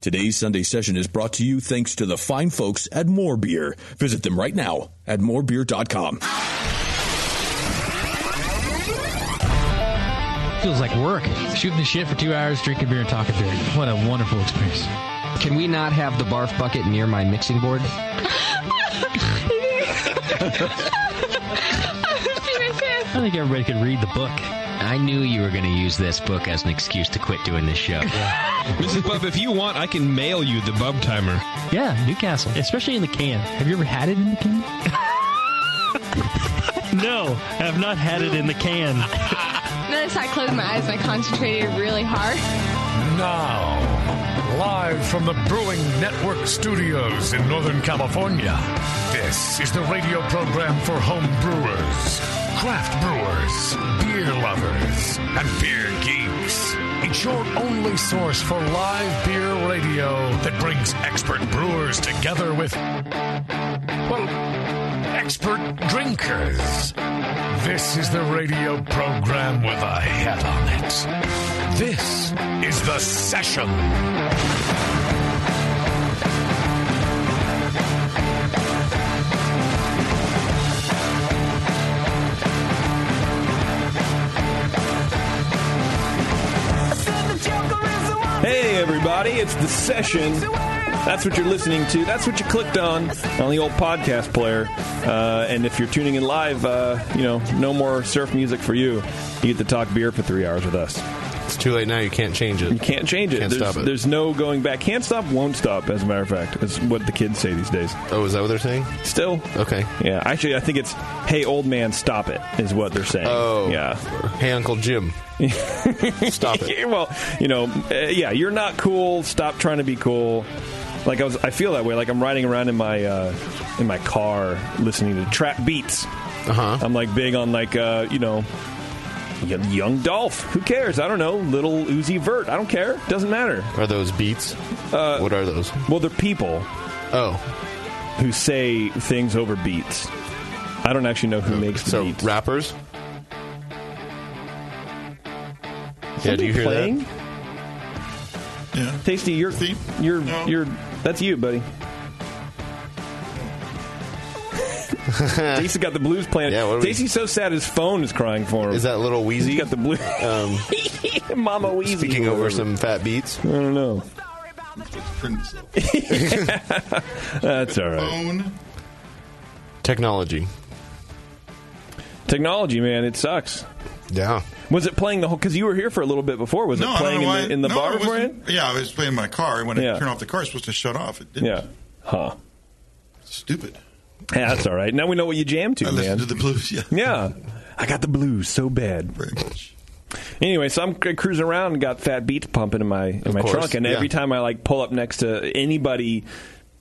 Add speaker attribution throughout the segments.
Speaker 1: Today's Sunday session is brought to you thanks to the fine folks at More Beer. Visit them right now at morebeer.com.
Speaker 2: Feels like work. Shooting the shit for two hours, drinking beer, and talking beer. What a wonderful experience.
Speaker 3: Can we not have the barf bucket near my mixing board?
Speaker 2: I think everybody could read the book.
Speaker 3: I knew you were going to use this book as an excuse to quit doing this show.
Speaker 4: Mrs. Bub, if you want, I can mail you the Bub Timer.
Speaker 2: Yeah, Newcastle, especially in the can. Have you ever had it in the can? no, have not had it in the can.
Speaker 5: Notice I closed my eyes and I concentrated really hard.
Speaker 6: Now, live from the Brewing Network studios in Northern California, this is the radio program for home brewers, craft brewers, beer lovers, and beer geeks. It's your only source for live beer radio that brings expert brewers together with, well, expert drinkers. This is the radio program with a head on it. This is The Session.
Speaker 7: Hey, everybody, it's the session. That's what you're listening to. That's what you clicked on on the old podcast player. Uh, and if you're tuning in live, uh, you know, no more surf music for you. You get to talk beer for three hours with us.
Speaker 8: It's too late now. You can't change it.
Speaker 7: You can't change it.
Speaker 8: Can't
Speaker 7: there's,
Speaker 8: stop it.
Speaker 7: There's no going back. Can't stop, won't stop, as a matter of fact. That's what the kids say these days.
Speaker 8: Oh, is that what they're saying?
Speaker 7: Still.
Speaker 8: Okay.
Speaker 7: Yeah, actually, I think it's, hey, old man, stop it, is what they're saying.
Speaker 8: Oh.
Speaker 7: Yeah.
Speaker 8: Hey, Uncle Jim. Stop it.
Speaker 7: Yeah, well, you know, uh, yeah, you're not cool. Stop trying to be cool. Like I was, I feel that way. Like I'm riding around in my uh, in my car listening to trap beats.
Speaker 8: Uh huh.
Speaker 7: I'm like big on like uh, you know. y- Young Dolph, who cares? I don't know. Little Uzi Vert, I don't care. Doesn't matter. Uh,
Speaker 8: Are those beats? what are those?
Speaker 7: Well, they're people
Speaker 8: Oh,
Speaker 7: who say things over beats. I don't actually know who makes the
Speaker 8: so
Speaker 7: beats.
Speaker 8: rappers. yeah, do you hear
Speaker 7: playing?
Speaker 8: that?
Speaker 9: Yeah.
Speaker 7: Tasty, you're
Speaker 9: See?
Speaker 7: you're
Speaker 9: No.
Speaker 7: you're that's you, buddy. Tasty got the blues playing.
Speaker 8: Yeah, what do we-
Speaker 7: Tasty's so sad his phone is crying for him.
Speaker 8: Is that little
Speaker 7: He's
Speaker 8: Wheezy?
Speaker 7: got the blues.
Speaker 8: um,
Speaker 7: Mama Weezy.
Speaker 8: speaking
Speaker 7: or
Speaker 8: over
Speaker 7: whatever.
Speaker 8: some fat beats.
Speaker 7: I don't know.
Speaker 9: Prince of
Speaker 7: That's all right.
Speaker 9: Bone.
Speaker 8: Technology.
Speaker 7: Technology, man, it sucks.
Speaker 8: Yeah.
Speaker 7: Was it playing the whole? Because you were here for a little bit before. Was
Speaker 9: No,
Speaker 7: it
Speaker 9: I don't
Speaker 7: playing
Speaker 9: know why.
Speaker 7: in the, in the
Speaker 9: no,
Speaker 7: bar
Speaker 9: it wasn't-
Speaker 7: beforehand?
Speaker 9: Yeah, I was playing in my car. When
Speaker 7: Yeah.
Speaker 9: I turned off the car, it's supposed to shut off. It didn't.
Speaker 7: Yeah. Huh.
Speaker 9: Stupid.
Speaker 7: Yeah, that's all right. Now we know what you jam to,
Speaker 9: I
Speaker 7: man.
Speaker 9: listened to the blues. Yeah.
Speaker 7: yeah. I got the blues so bad.
Speaker 9: Very much.
Speaker 7: Anyway, so I'm cru- cruising around and got fat beats pumping in my in my
Speaker 8: course,
Speaker 7: trunk, and
Speaker 8: yeah.
Speaker 7: every time I like pull up next to anybody,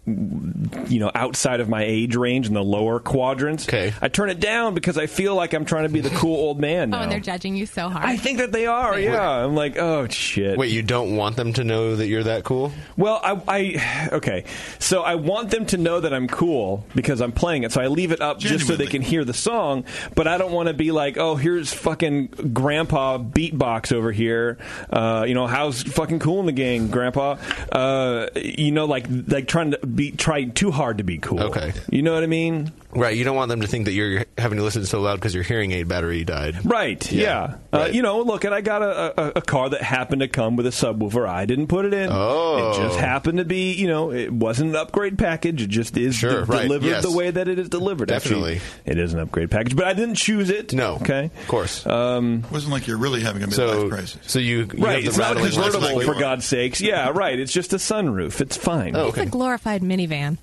Speaker 7: you know, outside of my age range in the lower quadrants,
Speaker 8: Okay.
Speaker 7: I turn it down because I feel like I'm trying to be the cool old man.
Speaker 5: Oh,
Speaker 7: now.
Speaker 5: and they're judging you so hard.
Speaker 7: I think that they are. Yeah, I'm like, oh shit.
Speaker 8: Wait, you don't want them to know that you're that cool?
Speaker 7: Well, I, I okay. So I want them to know that I'm cool because I'm playing it. So I leave it up just so they
Speaker 9: Genuinely.
Speaker 7: can hear the song. But I don't want to be like, oh, here's fucking Grandpa beatbox over here. Uh, you know, how's fucking cool in the gang, Grandpa? Uh, you know, like like trying to be try too hard to be cool.
Speaker 8: Okay.
Speaker 7: You know what I mean?
Speaker 8: Right. You don't want them to think that you're having to listen so loud because your hearing aid battery died.
Speaker 7: Right. Yeah. Uh,
Speaker 8: right.
Speaker 7: you know, look, and I got a, a, a car that happened to come with a subwoofer. I didn't put it in.
Speaker 8: Oh.
Speaker 7: It just happened to be, you know, it wasn't an upgrade package. It just is
Speaker 8: Sure,
Speaker 7: de-
Speaker 8: right,
Speaker 7: delivered
Speaker 8: yes.
Speaker 7: the way that it is delivered. Actually,
Speaker 8: Definitely.
Speaker 7: it is an upgrade package, but I didn't choose it.
Speaker 8: No.
Speaker 7: Okay. Um,
Speaker 8: Of course.
Speaker 9: It wasn't like you're really having a midlife
Speaker 8: so,
Speaker 9: crisis.
Speaker 8: so you, you
Speaker 7: Right.
Speaker 8: have the
Speaker 7: It's not a
Speaker 8: rattling lights
Speaker 9: convertible
Speaker 8: like-
Speaker 7: For God's sakes. Yeah, right. It's just a sunroof. It's fine.
Speaker 8: Oh,
Speaker 5: It's a
Speaker 8: okay.
Speaker 5: glorified minivan.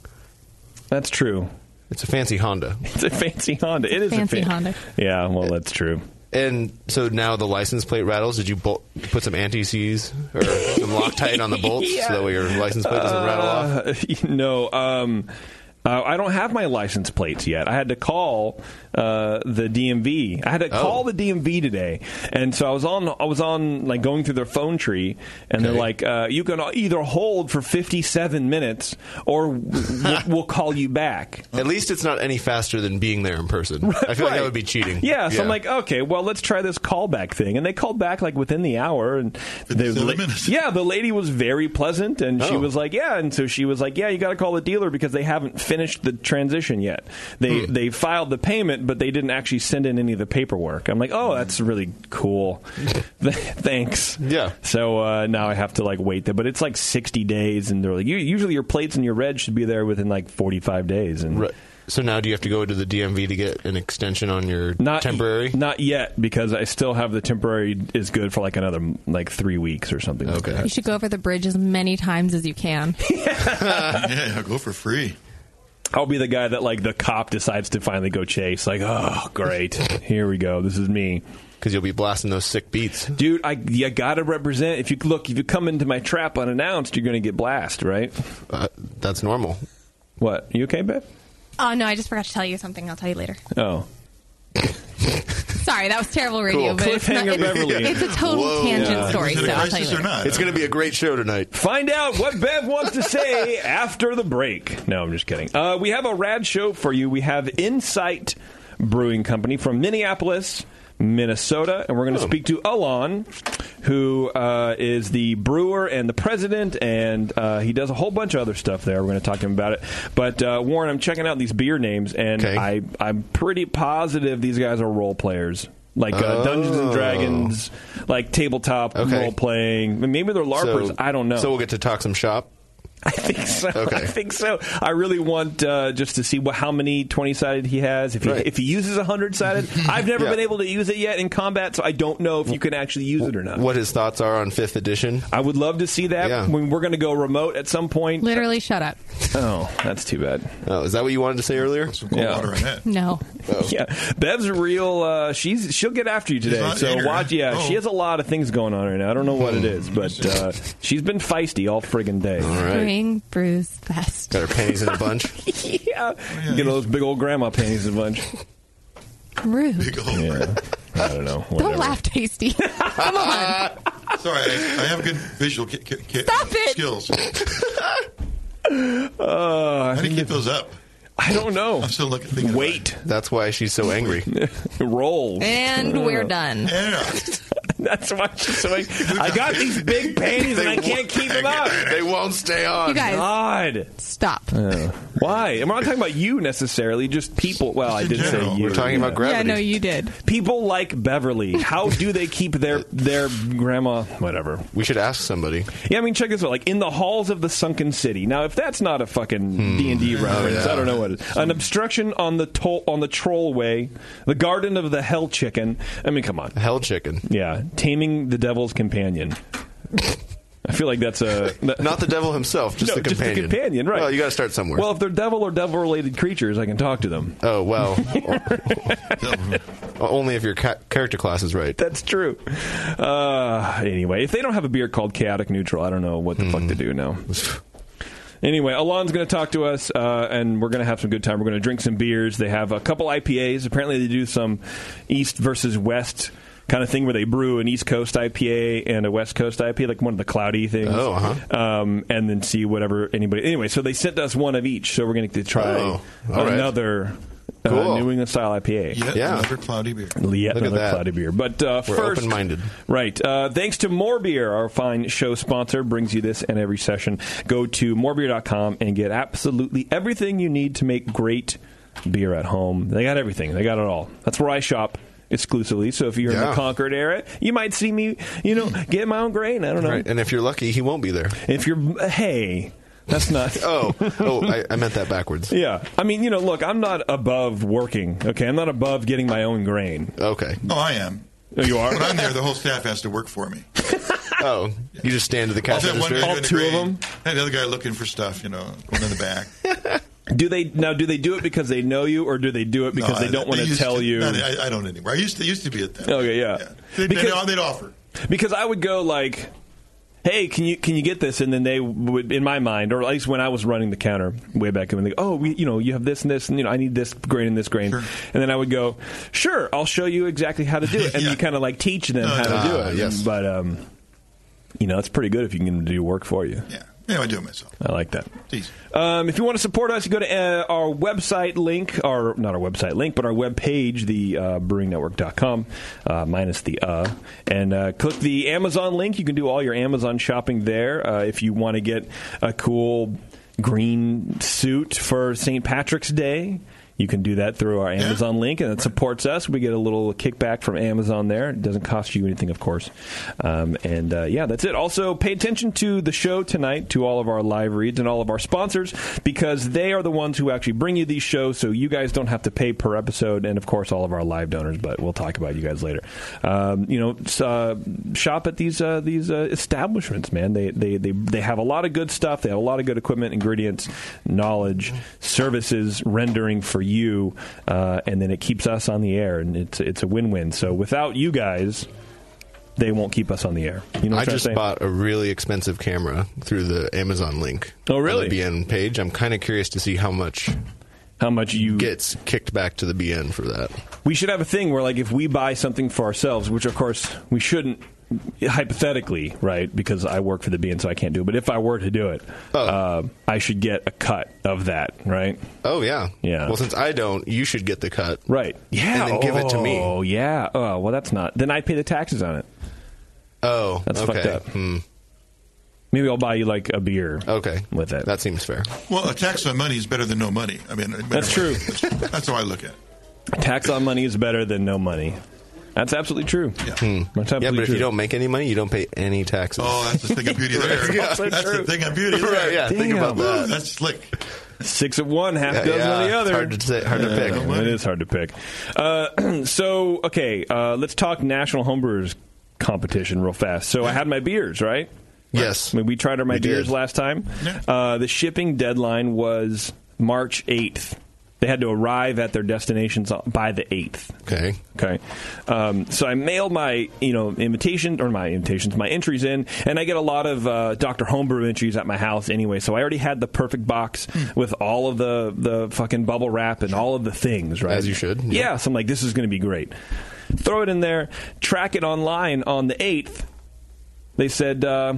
Speaker 7: That's true.
Speaker 8: It's a fancy Honda.
Speaker 7: It's a fancy Honda. It is
Speaker 5: Fancy
Speaker 7: a fan-
Speaker 5: Honda.
Speaker 7: Yeah, well, that's true.
Speaker 8: And so now the license plate rattles. Did you bolt, put some anti-seize or some Loctite on the bolts so that way your license plate doesn't rattle off?
Speaker 7: Uh, no, um, uh, I don't have my license plates yet. I had to call uh, the DMV. I had to
Speaker 8: Oh.
Speaker 7: call the DMV today, and so I was on. I was on like going through their phone tree, and they're
Speaker 8: Okay.
Speaker 7: like, uh, "You can either hold for fifty-seven minutes, or w- w- we'll call you back."
Speaker 8: At least it's not any faster than being there in person. I feel like
Speaker 7: Right.
Speaker 8: that would be cheating.
Speaker 7: Yeah, so I'm like, okay, well, let's try this callback thing, and they called back like within the hour, and the
Speaker 9: 57 minutes.
Speaker 7: yeah, the lady was very pleasant, and she
Speaker 8: Oh.
Speaker 7: was like, yeah, and so she was like, yeah, you got to call the dealer because they haven't finished the transition yet. They they filed the payment, but they didn't actually send in any of the paperwork. I'm like, oh, that's really cool. Th- Thanks.
Speaker 8: Yeah.
Speaker 7: So uh, now I have to like wait there, but it's like 60 days, and they're like, "U- usually your plates and your red should be there within like 45 days, and
Speaker 8: Right. So now do you have to go to the DMV to get an extension on your
Speaker 7: not e-
Speaker 8: temporary?
Speaker 7: not yet because i still have the temporary is good for like another like three weeks or something like
Speaker 8: Okay.
Speaker 7: that.
Speaker 5: You should go over the bridge as many times as you can.
Speaker 9: yeah, go for free.
Speaker 7: i'll be the guy that like the cop decides to finally go chase like oh great here we go this is me
Speaker 8: Because you'll be blasting those sick beats.
Speaker 7: dude i you gotta represent if you look if you come into my trap unannounced you're gonna get blast right
Speaker 8: Uh, that's normal.
Speaker 7: what you okay babe
Speaker 5: Oh no, I just forgot to tell you something. I'll tell you later.
Speaker 7: oh
Speaker 5: Sorry, that was terrible radio.
Speaker 8: Cool.
Speaker 5: But it's, not,
Speaker 7: Cliffhanger
Speaker 5: it's,
Speaker 7: Beverly.
Speaker 5: it's a total
Speaker 8: Whoa.
Speaker 5: tangent
Speaker 8: Yeah.
Speaker 5: story,
Speaker 9: Uh, Is it
Speaker 5: so
Speaker 9: a
Speaker 5: I'll tell you
Speaker 9: crisis or
Speaker 5: later.
Speaker 9: not?
Speaker 8: It's going to be a great show tonight.
Speaker 7: Find out what Bev wants to say after the break. No, I'm just kidding. Uh, we have a rad show for you. We have Insight Brewing Company from Minneapolis, Minnesota, and we're
Speaker 8: Oh.
Speaker 7: going to speak to Alon, who uh, is the brewer and the president, and uh, he does a whole bunch of other stuff there. We're going to talk to him about it. But uh, Warren, I'm checking out these beer names, and
Speaker 8: Okay.
Speaker 7: I, I'm pretty positive these guys are role players. Like uh, Dungeons and
Speaker 8: Oh.
Speaker 7: Dragons, like tabletop
Speaker 8: Okay.
Speaker 7: role playing. Maybe they're LARPers. I don't know.
Speaker 8: So we'll get to talk some shop.
Speaker 7: I think so.
Speaker 8: Okay.
Speaker 7: I think so. I really want uh, just to see what, how many twenty sided he has. If he,
Speaker 8: Right.
Speaker 7: if he uses hundred sided, I've never
Speaker 8: Yeah.
Speaker 7: been able to use it yet in combat, so I don't know if you can actually use it or not.
Speaker 8: What his thoughts are on fifth edition.
Speaker 7: I would love to see that.
Speaker 8: Yeah.
Speaker 7: When we're going to go remote at some point.
Speaker 5: Literally, shut up.
Speaker 7: Oh, that's too bad.
Speaker 8: Oh, is that what you wanted to say earlier? Oh.
Speaker 9: Some cold
Speaker 7: Yeah.
Speaker 9: water in that.
Speaker 5: No,
Speaker 7: Yeah, Bev's a real. Uh, she's she'll get after you today.
Speaker 9: not in
Speaker 7: So
Speaker 9: her.
Speaker 7: watch. Yeah,
Speaker 9: Oh.
Speaker 7: she has a lot of things going on right now. I don't know what it is, but uh, she's been feisty all friggin' day.
Speaker 8: Hmm. All right.
Speaker 5: brewing brews fest.
Speaker 8: Got her panties in a bunch.
Speaker 7: yeah,
Speaker 9: Oh,
Speaker 7: get those big old grandma panties a bunch.
Speaker 5: Rude.
Speaker 9: Big old-
Speaker 7: I don't know.
Speaker 5: Don't laugh, Tasty. Come on.
Speaker 9: Sorry, I, I have good visual ki- ki- ki-
Speaker 5: Stop it!
Speaker 9: skills. How do you keep those up?
Speaker 7: uh, I don't know.
Speaker 9: I'm still looking. Thinking about
Speaker 7: Wait,
Speaker 8: That's why she's so angry.
Speaker 7: roll.
Speaker 5: And we're done.
Speaker 9: it. Yeah.
Speaker 7: That's why she's so. like, I got these big panties and I can't keep them up.
Speaker 8: They won't stay on.
Speaker 5: You guys,
Speaker 7: Oh, God,
Speaker 5: stop.
Speaker 7: why? I'm not talking about you necessarily. Just people. Well, I
Speaker 9: in
Speaker 7: did say
Speaker 9: general.
Speaker 7: you.
Speaker 9: We're
Speaker 8: Talking about
Speaker 5: Yeah,
Speaker 8: gravity.
Speaker 5: no, you did.
Speaker 7: people like Beverly. How do they keep their their grandma? Whatever.
Speaker 8: we should ask somebody.
Speaker 7: Yeah, I mean, check this out. Like in the halls of the sunken city. Now, if that's not a
Speaker 8: Hmm.
Speaker 7: fucking D and D
Speaker 8: Oh,
Speaker 7: reference, I don't know what it is. An obstruction on the toll on the troll way, the garden of the hell chicken. I mean, come on.
Speaker 8: Hell chicken.
Speaker 7: Yeah, taming the devil's companion. I feel like that's a that-
Speaker 8: Not the devil himself, just
Speaker 7: no,
Speaker 8: the companion.
Speaker 7: Just the companion, right?
Speaker 8: Well, you got to start somewhere.
Speaker 7: Well, if they're devil or devil-related creatures, I can talk to them.
Speaker 8: oh, well.
Speaker 9: Devil.
Speaker 8: Only if your ca- character class is right.
Speaker 7: That's true. Uh, anyway, if they don't have a beer called Chaotic Neutral, I don't know what the fuck to do now.
Speaker 8: Mm-hmm.
Speaker 7: Anyway, Alon's going to talk to us, uh, and we're going to have some good time. We're going to drink some beers. They have a couple IPAs. Apparently, they do some East versus West kind of thing where they brew an East Coast IPA and a West Coast IPA, like one of the cloudy things.
Speaker 8: Oh, uh-huh.
Speaker 7: um, and then see whatever anybody. Anyway, so they sent us one of each, so we're going to get to try
Speaker 8: Oh, all right.
Speaker 7: another uh,
Speaker 8: Cool.
Speaker 7: New England style IPA.
Speaker 9: Yet
Speaker 8: Yeah.
Speaker 9: another cloudy beer.
Speaker 7: Yet
Speaker 8: Look at
Speaker 7: another
Speaker 8: that.
Speaker 7: cloudy beer. But uh,
Speaker 8: We're
Speaker 7: first,
Speaker 8: open-minded.
Speaker 7: Right. Uh, thanks to More Beer, our fine show sponsor, brings you this and every session. Go to morebeer.com and get absolutely everything you need to make great beer at home. They got everything. They got it all. That's where I shop exclusively. So if you're in
Speaker 8: Yeah.
Speaker 7: the Concord area, you might see me, you know, get my own grain. I don't know.
Speaker 8: Right, and if you're lucky, he won't be there.
Speaker 7: If you're, hey, that's not.
Speaker 8: oh, oh, I, I meant that backwards.
Speaker 7: Yeah. I mean, you know, look, I'm not above working. Okay. I'm not above getting my own grain.
Speaker 8: Okay.
Speaker 9: Oh, I am.
Speaker 7: Oh, you
Speaker 9: When
Speaker 7: are?
Speaker 9: I'm there, the whole staff has to work for me.
Speaker 8: Oh, you just stand at the cash
Speaker 9: That one
Speaker 8: register.
Speaker 9: guy doing the grain, and the other guy looking for stuff, you know, going in the back.
Speaker 7: do they, now, do they do it because they know you or do they do it because
Speaker 9: No,
Speaker 7: they don't want to
Speaker 9: used
Speaker 7: tell you?
Speaker 9: no, they- I, I don't anymore. I used to used to be at that.
Speaker 7: Okay, yeah.
Speaker 9: They'd, they'd, they'd offer.
Speaker 7: Because I would go like, "Hey, can you can you get this?" And then they would, in my mind, or at least when I was running the counter way back when, they go, "Oh, we, you know, you have this and this, and you know, I need this grain and this grain." And then I would go, "Sure, I'll show you exactly how to do it," and you kind of like teach them how to do
Speaker 9: Ah,
Speaker 7: it.
Speaker 9: yes.
Speaker 7: But um, you know, it's pretty good if you can get them to do work for you. Yeah.
Speaker 9: Yeah, I do it myself.
Speaker 7: I like that.
Speaker 9: Jeez.
Speaker 7: Um, if you want to support us, you go to uh, our website link, or not our website link, but our webpage, the uh, brewingnetwork.com, uh, minus the uh, and uh, click the Amazon link. You can do all your Amazon shopping there. Uh, if you want to get a cool green suit for St. Patrick's Day, you can do that through our Amazon link, and it supports us. We get a little kickback from Amazon there. It doesn't cost you anything, of course. Um, and uh, yeah, that's it. Also, pay attention to the show tonight, to all of our live reads and all of our sponsors, because they are the ones who actually bring you these shows, so you guys don't have to pay per episode, and of course, all of our live donors, but we'll talk about you guys later. Um, you know, s- uh, shop at these uh, these uh, establishments, man. They, they, they, they have a lot of good stuff, they have a lot of good equipment, ingredients, knowledge, services rendering for you, uh, and then it keeps us on the air, and it's, it's a win win. So without you guys, they won't keep us on the air. You know what
Speaker 8: I
Speaker 7: I'm trying to
Speaker 8: just
Speaker 7: say?
Speaker 8: bought a really expensive camera through the Amazon link.
Speaker 7: Oh, really?
Speaker 8: On the BN page. I'm kind of curious to see how much
Speaker 7: how much you
Speaker 8: gets kicked back to the BN for that.
Speaker 7: we should have a thing where like if we buy something for ourselves which of course we shouldn't hypothetically right because i work for the bn so i can't do it but if i were to do it uh, i should get a cut of that right
Speaker 8: Oh yeah,
Speaker 7: Yeah.
Speaker 8: Well, since I don't, you should get the cut.
Speaker 7: right yeah
Speaker 8: And then give it to me.
Speaker 7: oh yeah oh well that's not then i pay the taxes on it
Speaker 8: Oh,
Speaker 7: that's
Speaker 8: okay.
Speaker 7: fucked up maybe i'll buy you like a beer
Speaker 8: okay
Speaker 7: with it
Speaker 8: that seems fair
Speaker 9: Well, a tax on money is better than no money. I mean, it-
Speaker 7: That's true.
Speaker 9: That's how I look at it.
Speaker 7: tax on money is better than no money that's absolutely true yeah, that's absolutely
Speaker 8: Yeah, but if
Speaker 7: true.
Speaker 8: you don't make any money, you don't pay any taxes.
Speaker 9: Oh, that's the thing of beauty there.
Speaker 8: Yeah.
Speaker 9: That's the thing of beauty there.
Speaker 8: Right, yeah, think about
Speaker 9: Woo,
Speaker 8: that.
Speaker 9: That's slick.
Speaker 7: Six of one, half
Speaker 8: Yeah,
Speaker 7: dozen
Speaker 8: yeah,
Speaker 7: of the
Speaker 8: it's
Speaker 7: other.
Speaker 8: hard to say- hard to
Speaker 7: Yeah,
Speaker 8: pick.
Speaker 7: It is hard to pick. Uh, so, okay, uh, let's talk National Homebrewers Competition real fast. So, I had my beers, right?
Speaker 8: Yes.
Speaker 7: I mean, we tried our my
Speaker 8: We did.
Speaker 7: beers last time. Uh, the shipping deadline was March 8th. They had to arrive at their destinations by the 8th.
Speaker 8: Okay.
Speaker 7: Okay. Um, so I mail my, you know, invitation or my invitations, my entries in, and I get a lot of uh, Dr. Homebrew entries at my house anyway. So I already had the perfect box
Speaker 8: Hmm.
Speaker 7: with all of the the fucking bubble wrap and all of the things, right?
Speaker 8: As you should,
Speaker 7: Yeah.
Speaker 8: yeah.
Speaker 7: So I'm like, this is going to be great. Throw it in there. Track it online on the eighth. They said uh,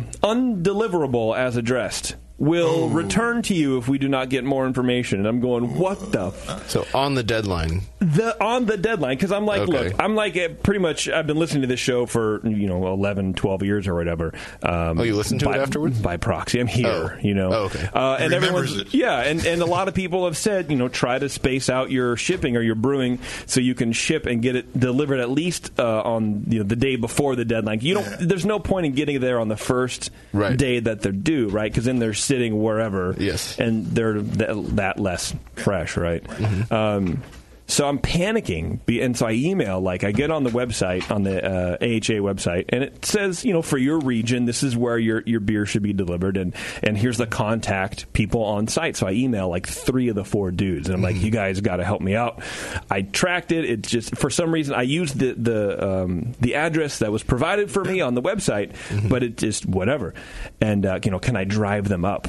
Speaker 7: undeliverable as addressed. Will
Speaker 8: Oh.
Speaker 7: return to you if we do not get more information. And I'm going, what the
Speaker 8: So on the deadline,
Speaker 7: the on the deadline because i'm like
Speaker 8: Okay.
Speaker 7: look i'm like eh, pretty much i've been listening to this show for you know 11 12 years or whatever um,
Speaker 8: Oh, you listened to
Speaker 7: by,
Speaker 8: it afterwards?
Speaker 7: by proxy i'm here
Speaker 8: Oh.
Speaker 7: you know
Speaker 8: Oh, okay.
Speaker 7: uh,
Speaker 9: He
Speaker 7: and
Speaker 9: remembers
Speaker 7: everyone's yeah and, and a lot of people have said you know try to space out your shipping or your brewing so you can ship and get it delivered at least uh, on you know, the day before the deadline you don't there's no point in getting there on the first
Speaker 8: Right.
Speaker 7: day that they're due right because then they're sitting wherever
Speaker 8: Yes.
Speaker 7: and they're th- that less fresh, right?
Speaker 8: Mm-hmm.
Speaker 7: Um, so I'm panicking, be- and so I email. Like I get on the website on the uh, AHA website, and it says, you know, for your region, this is where your your beer should be delivered, and and here's the contact people on site. So I email like three of the four dudes, and I'm like, you guys got to help me out. I tracked it. It just for some reason I used the the um, the address that was provided for me on the website, but it just whatever. And uh, you know, can I drive them up?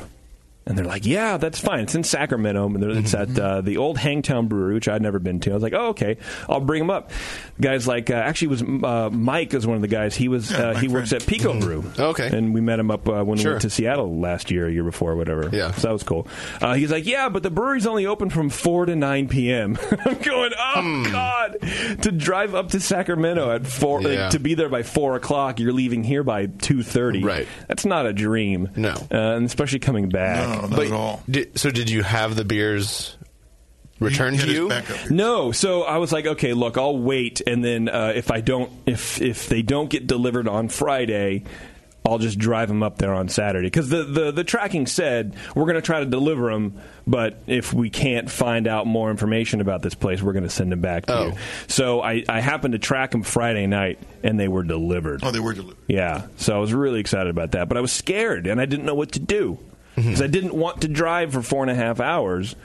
Speaker 7: And they're like, yeah, that's fine. It's in Sacramento. And they're- it's
Speaker 8: Mm-hmm.
Speaker 7: at uh, the old Hangtown Brewery, which I'd never been to. I was like, oh, okay, I'll bring them up. The guy's like, uh, actually, it was uh, Mike is one of the guys. He was uh, he works at Pico Brew.
Speaker 8: Mm-hmm. Okay.
Speaker 7: and we met him up uh, when we
Speaker 8: Sure.
Speaker 7: went to Seattle last year, year before, whatever.
Speaker 8: Yeah.
Speaker 7: so that was cool. Uh, he's like, yeah, but the brewery's only open from four to nine p.m. I'm going, oh
Speaker 8: Hmm.
Speaker 7: god, to drive up to Sacramento at four like,
Speaker 8: Yeah.
Speaker 7: to be there by four o'clock. You're leaving here by two thirty.
Speaker 8: Right.
Speaker 7: that's not a dream.
Speaker 8: No.
Speaker 7: uh, and especially coming back.
Speaker 9: No, not
Speaker 8: But
Speaker 9: at all.
Speaker 8: Did, so did you have the beers Return to you?
Speaker 7: No, so I was like, okay, look, I'll wait, and then uh, if I don't, if if they don't get delivered on Friday, I'll just drive them up there on Saturday because the, the the tracking said we're going to try to deliver them, but if we can't find out more information about this place, we're going to send them back to
Speaker 9: Oh.
Speaker 7: you. So I I happened to track them Friday night, and they were delivered.
Speaker 9: Oh, they were delivered.
Speaker 7: Yeah, so I was really excited about that, but I was scared and I didn't know what to do
Speaker 9: Mm-hmm.
Speaker 7: because I didn't want to drive for four and a half hours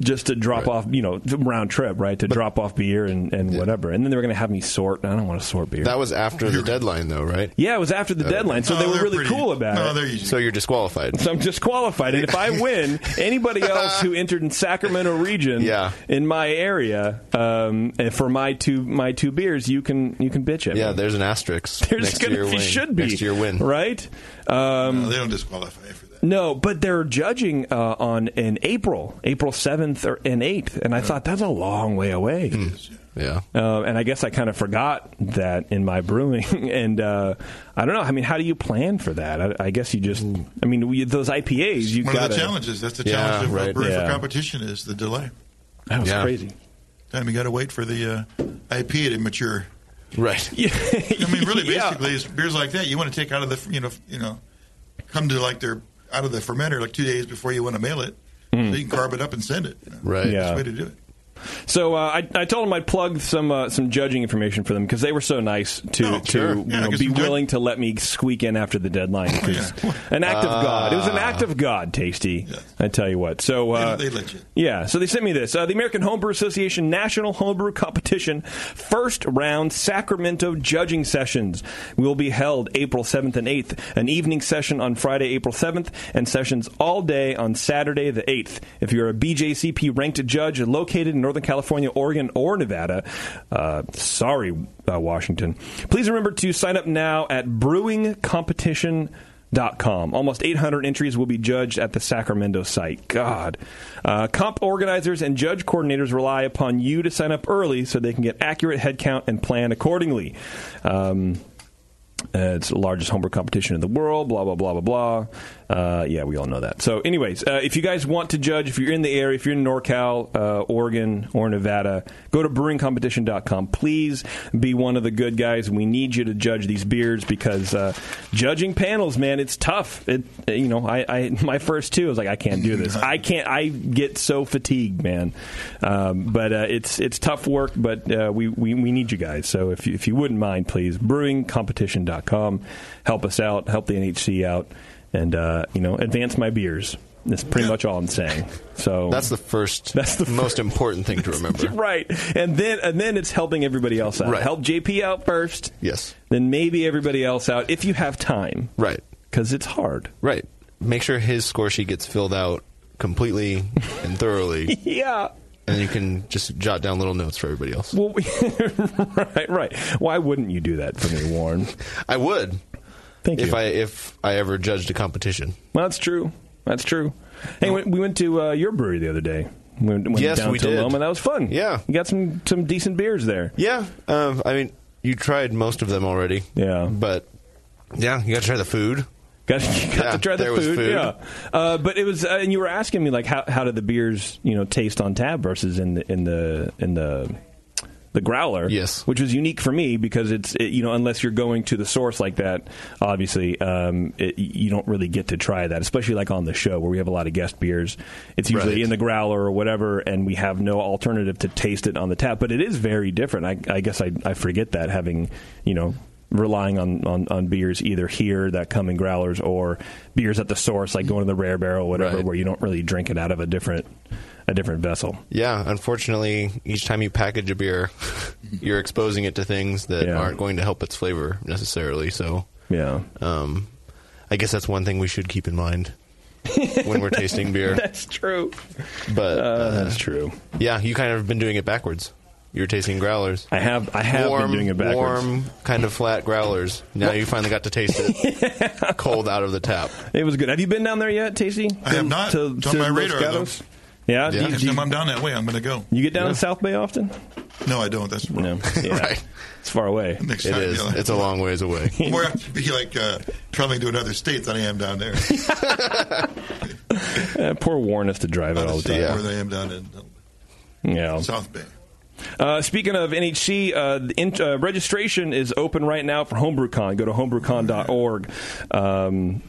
Speaker 7: just to drop off, you know, round trip, right? To drop off beer and, and whatever, and then they were going to have me sort. and I don't want to sort beer.
Speaker 8: That was after the deadline, though, right? Uh,
Speaker 7: Yeah, it was after the deadline,
Speaker 9: Oh,
Speaker 7: so they were really cool about it.
Speaker 8: So you're disqualified.
Speaker 7: So I'm disqualified. And if I win, anybody else who entered in Sacramento region in my area um, and for my two my two beers, you can you can bitch at
Speaker 8: Yeah,
Speaker 7: me.
Speaker 8: there's an asterisk.
Speaker 7: There's
Speaker 8: next to
Speaker 7: gonna
Speaker 8: your
Speaker 7: be-
Speaker 8: win.
Speaker 7: should be
Speaker 8: Next to your win.
Speaker 7: right? Um,
Speaker 9: No, they don't disqualify you for that.
Speaker 7: No, but they're judging uh, on in April, April seventh or and eighth, and I
Speaker 8: Mm.
Speaker 7: thought that's a long way away.
Speaker 8: Yeah,
Speaker 7: uh, and I guess I kind of forgot that in my brewing, and uh, I don't know. I mean, how do you plan for that? I, I guess you just, I mean, we, those IPAs, you
Speaker 9: One of
Speaker 7: got
Speaker 9: the challenges. That's the challenge of uh, brewery for competition is the delay.
Speaker 7: That was Yeah. crazy.
Speaker 9: Time you got to wait for the uh, IP to mature.
Speaker 8: Right.
Speaker 9: I mean, really, basically, it's beers like that you want to take out of the you know you know come to like their out of the fermenter like two days before you want to mail it. So you can carb it up and send it. you know.
Speaker 8: Right.
Speaker 9: That's
Speaker 7: Hmm. Yeah.
Speaker 9: the way to do it.
Speaker 7: So uh, I, I told them I'd plug some uh, some judging information for them because they were so nice to to
Speaker 9: Oh, sure.
Speaker 7: you
Speaker 9: Yeah,
Speaker 7: know,
Speaker 9: get
Speaker 7: be
Speaker 9: some good-
Speaker 7: willing to let me squeak in after the deadline. 'cause An act
Speaker 8: Uh,
Speaker 7: of God. It was an act of God,
Speaker 8: Ah.
Speaker 7: Tasty. I tell you what. So uh,
Speaker 9: They let you.
Speaker 7: yeah, so they sent me this. Uh, the American Homebrew Association National Homebrew Competition First Round Sacramento Judging Sessions will be held April 7th and 8th. An evening session on Friday, April 7th, and sessions all day on Saturday, the 8th. If you're a BJCP ranked judge located in Northern California, Oregon, or Nevada, uh, sorry, uh, Washington, please remember to sign up now at Brewing Competition. Dot com. Almost 800 entries will be judged at the Sacramento site. God. Uh, comp organizers and judge coordinators rely upon you to sign up early so they can get accurate headcount and plan accordingly. Um, uh, it's the largest homebrew competition in the world, blah, blah, blah, blah, blah. Uh, yeah, we all know that. So, anyways, uh, if you guys want to judge, if you're in the area, if you're in NorCal, uh, Oregon, or Nevada, go to brewingcompetition.com. Please be one of the good guys. We need you to judge these beers because uh, judging panels, man, it's tough. It, you know, I, I my first two, I was like, I can't do this. I can't. I get so fatigued, man. Um, but uh, it's it's tough work, but uh, we, we we need you guys. So if you, if you wouldn't mind, please brewingcompetition.com. Help us out. Help the NHC out, and uh, you know, advance my beers. That's pretty much all I'm saying. So
Speaker 8: That's the first.
Speaker 7: That's the
Speaker 8: most important thing to remember.
Speaker 7: right, and then and then it's helping everybody else out.
Speaker 8: Right.
Speaker 7: Help JP out first.
Speaker 8: Yes.
Speaker 7: Then maybe everybody else out if you have time.
Speaker 8: Right.
Speaker 7: Because it's hard.
Speaker 8: Right. Make sure his score sheet gets filled out completely and thoroughly.
Speaker 7: yeah.
Speaker 8: And you can just jot down little notes for everybody else.
Speaker 7: Well, we, right, right. Why wouldn't you do that for me, Warren?
Speaker 8: I would.
Speaker 7: Thank
Speaker 8: if
Speaker 7: you.
Speaker 8: I if I ever judged a competition.
Speaker 7: Well, that's true. That's true. Hey, we, we went to uh, your brewery the other day. We went, went
Speaker 8: Yes,
Speaker 7: down
Speaker 8: we
Speaker 7: to
Speaker 8: did.
Speaker 7: Loma. That was fun. Yeah, you got some some decent beers there.
Speaker 8: Yeah. Um, I mean, you tried most of them already.
Speaker 7: Yeah.
Speaker 8: But yeah, you got to try the food.
Speaker 7: Got, you got to try the
Speaker 8: there
Speaker 7: food.
Speaker 8: Was food.
Speaker 7: Yeah, uh, but it was, uh, and you were asking me like, how how did the beers you know taste on tab versus in the in the in the the growler? Yes, which was unique for me because it's it, you know unless you're going to the source like that, obviously um, it, you don't really get to try that, especially like on the show where we have a lot of guest beers. It's usually
Speaker 8: Right.
Speaker 7: in the growler or whatever, and we have no alternative to taste it on the tap. But it is very different. I, I guess I, I forget that having you know relying on, on, on beers either here that come in growlers or beers at the source, like going to the rare barrel, or whatever, where you don't really drink it out of a different a different vessel.
Speaker 8: Yeah, unfortunately, each time you package a beer, you're exposing it to things that aren't going to help its flavor necessarily. So,
Speaker 7: yeah,
Speaker 8: um, I guess that's one thing we should keep in mind when we're tasting beer.
Speaker 7: That's true.
Speaker 8: But
Speaker 7: Uh,
Speaker 8: uh,
Speaker 7: that's true.
Speaker 8: Yeah, you kind of been doing it backwards. You're tasting growlers.
Speaker 7: I have. I have been
Speaker 8: warm,
Speaker 7: doing it backwards.
Speaker 8: Warm, kind of flat growlers. Now you finally got to taste it cold out of the tap.
Speaker 7: It was good. Have you been down there yet, Tasty?
Speaker 9: I have not.
Speaker 7: To,
Speaker 9: It's on
Speaker 7: to
Speaker 9: my
Speaker 7: Los
Speaker 9: radar, though.
Speaker 7: Gatos? Yeah. Uh, do you-
Speaker 9: Next
Speaker 7: do you-
Speaker 9: time I'm down that way, I'm going to go.
Speaker 7: You get down in South Bay often?
Speaker 9: No, I don't. That's
Speaker 7: no. Yeah.
Speaker 8: Right.
Speaker 7: It's far away.
Speaker 9: Next time, yeah.
Speaker 8: It's a long ways away.
Speaker 9: More have to be like uh, traveling to another state than I am down there.
Speaker 7: Uh, poor Warren has to drive it all the
Speaker 9: See
Speaker 7: time.
Speaker 9: Where I am down in. uh,
Speaker 7: Yeah.
Speaker 10: South Bay.
Speaker 7: Uh, speaking of NHC, uh, the in, uh, registration is open right now for HomebrewCon. Go to homebrewcon.org. Um,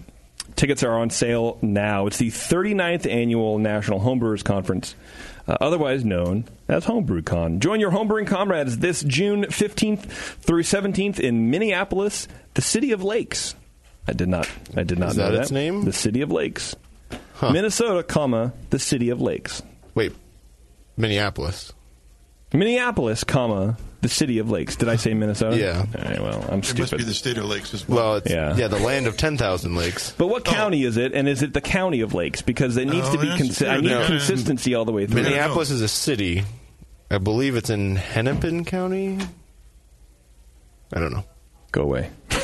Speaker 7: tickets are on sale now. It's the 39th annual National Homebrewers Conference, uh, otherwise known as HomebrewCon. Join your homebrewing comrades this June 15th through 17th in Minneapolis, the city of lakes. I did not. I did not
Speaker 8: Is
Speaker 7: know
Speaker 8: that
Speaker 7: that.
Speaker 8: its name?
Speaker 7: The city of lakes, Minnesota, comma the city of lakes.
Speaker 8: Wait, Minneapolis.
Speaker 7: Minneapolis, comma the city of lakes. Did I say Minnesota?
Speaker 8: Yeah.
Speaker 7: All right, well, I'm
Speaker 10: It
Speaker 7: stupid.
Speaker 10: must be the state of lakes as well.
Speaker 8: Well, it's,
Speaker 7: Yeah.
Speaker 8: yeah. the land of 10,000 lakes.
Speaker 7: But what county is it, and is it the county of lakes? Because it needs
Speaker 10: Oh,
Speaker 7: to be
Speaker 10: that's
Speaker 7: consi-
Speaker 10: true.
Speaker 7: I need
Speaker 10: No.
Speaker 7: consistency all the way through.
Speaker 8: Minneapolis is a city. I believe it's in Hennepin County. I don't know.
Speaker 7: Go away.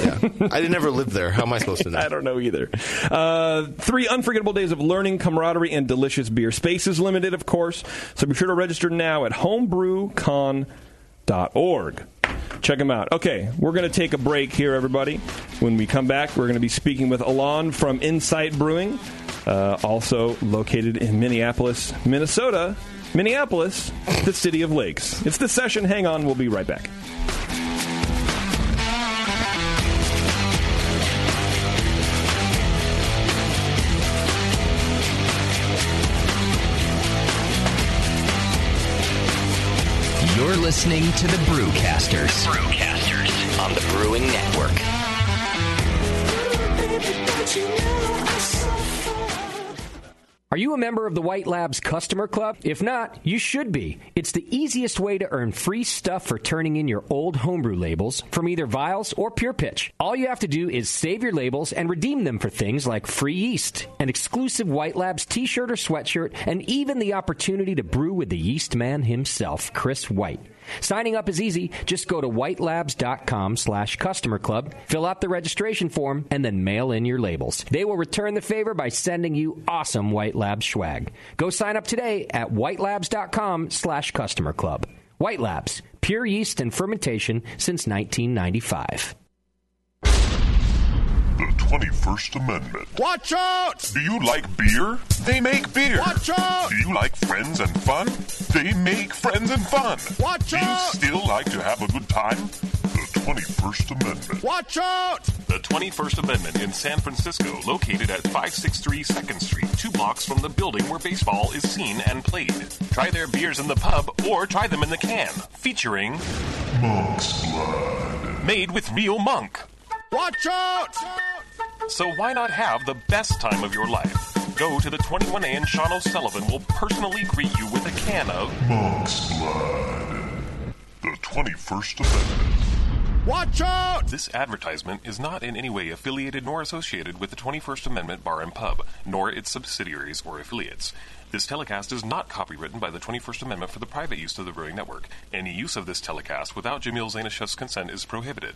Speaker 8: I never lived there. How am I supposed to know?
Speaker 7: I don't know either. Uh, three unforgettable days of learning, camaraderie, and delicious beer. Space is limited, of course, so be sure to register now at homebrewcon.org. Check them out. Okay, we're going to take a break here, everybody. When we come back, we're going to be speaking with Alon from Insight Brewing, uh, also located in Minneapolis, Minnesota. Minneapolis, the city of lakes. It's the session. Hang on, we'll be right back.
Speaker 11: You're listening to the Brewcasters. Brewcasters on the Brewing Network.
Speaker 3: Are you a member of the White Labs Customer Club? If not, you should be. It's the easiest way to earn free stuff for turning in your old homebrew labels from either Vials or Pure Pitch. All you have to do is save your labels and redeem them for things like free yeast, an exclusive White Labs t shirt or sweatshirt, and even the opportunity to brew with the yeast man himself, Chris White. Signing up is easy. Just go to whitelabs.com slash customer club, fill out the registration form, and then mail in your labels. They will return the favor by sending you awesome White Labs swag. Go sign up today at whitelabs.com slash customer club. White Labs, pure yeast and fermentation since 1995.
Speaker 12: The 21st Amendment.
Speaker 13: Watch out!
Speaker 12: Do you like beer? They make beer.
Speaker 13: Watch out!
Speaker 12: Do you like friends and fun? They make friends and fun.
Speaker 13: Watch
Speaker 12: Do you
Speaker 13: out!
Speaker 12: still like to have a good time? The 21st Amendment.
Speaker 13: Watch out!
Speaker 14: The 21st Amendment in San Francisco, located at 563 2nd Street, two blocks from the building where baseball is seen and played. Try their beers in the pub or try them in the can, featuring
Speaker 12: Monk's blood.
Speaker 14: Made with Real Monk.
Speaker 13: Watch out!
Speaker 14: So why not have the best time of your life? Go to the 21A and Sean O'Sullivan will personally greet you with a can of
Speaker 12: Monk's blood. The 21st Amendment.
Speaker 13: Watch out!
Speaker 14: This advertisement is not in any way affiliated nor associated with the 21st Amendment Bar and Pub, nor its subsidiaries or affiliates. This telecast is not copywritten by the 21st Amendment for the private use of the Brewing Network. Any use of this telecast without Jamil Zanishev's consent is prohibited.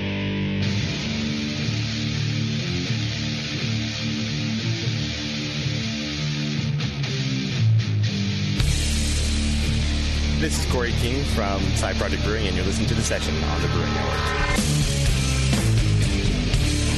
Speaker 11: This is Corey King from Side Project Brewing, and you're listening to The Session on the Brewing Network.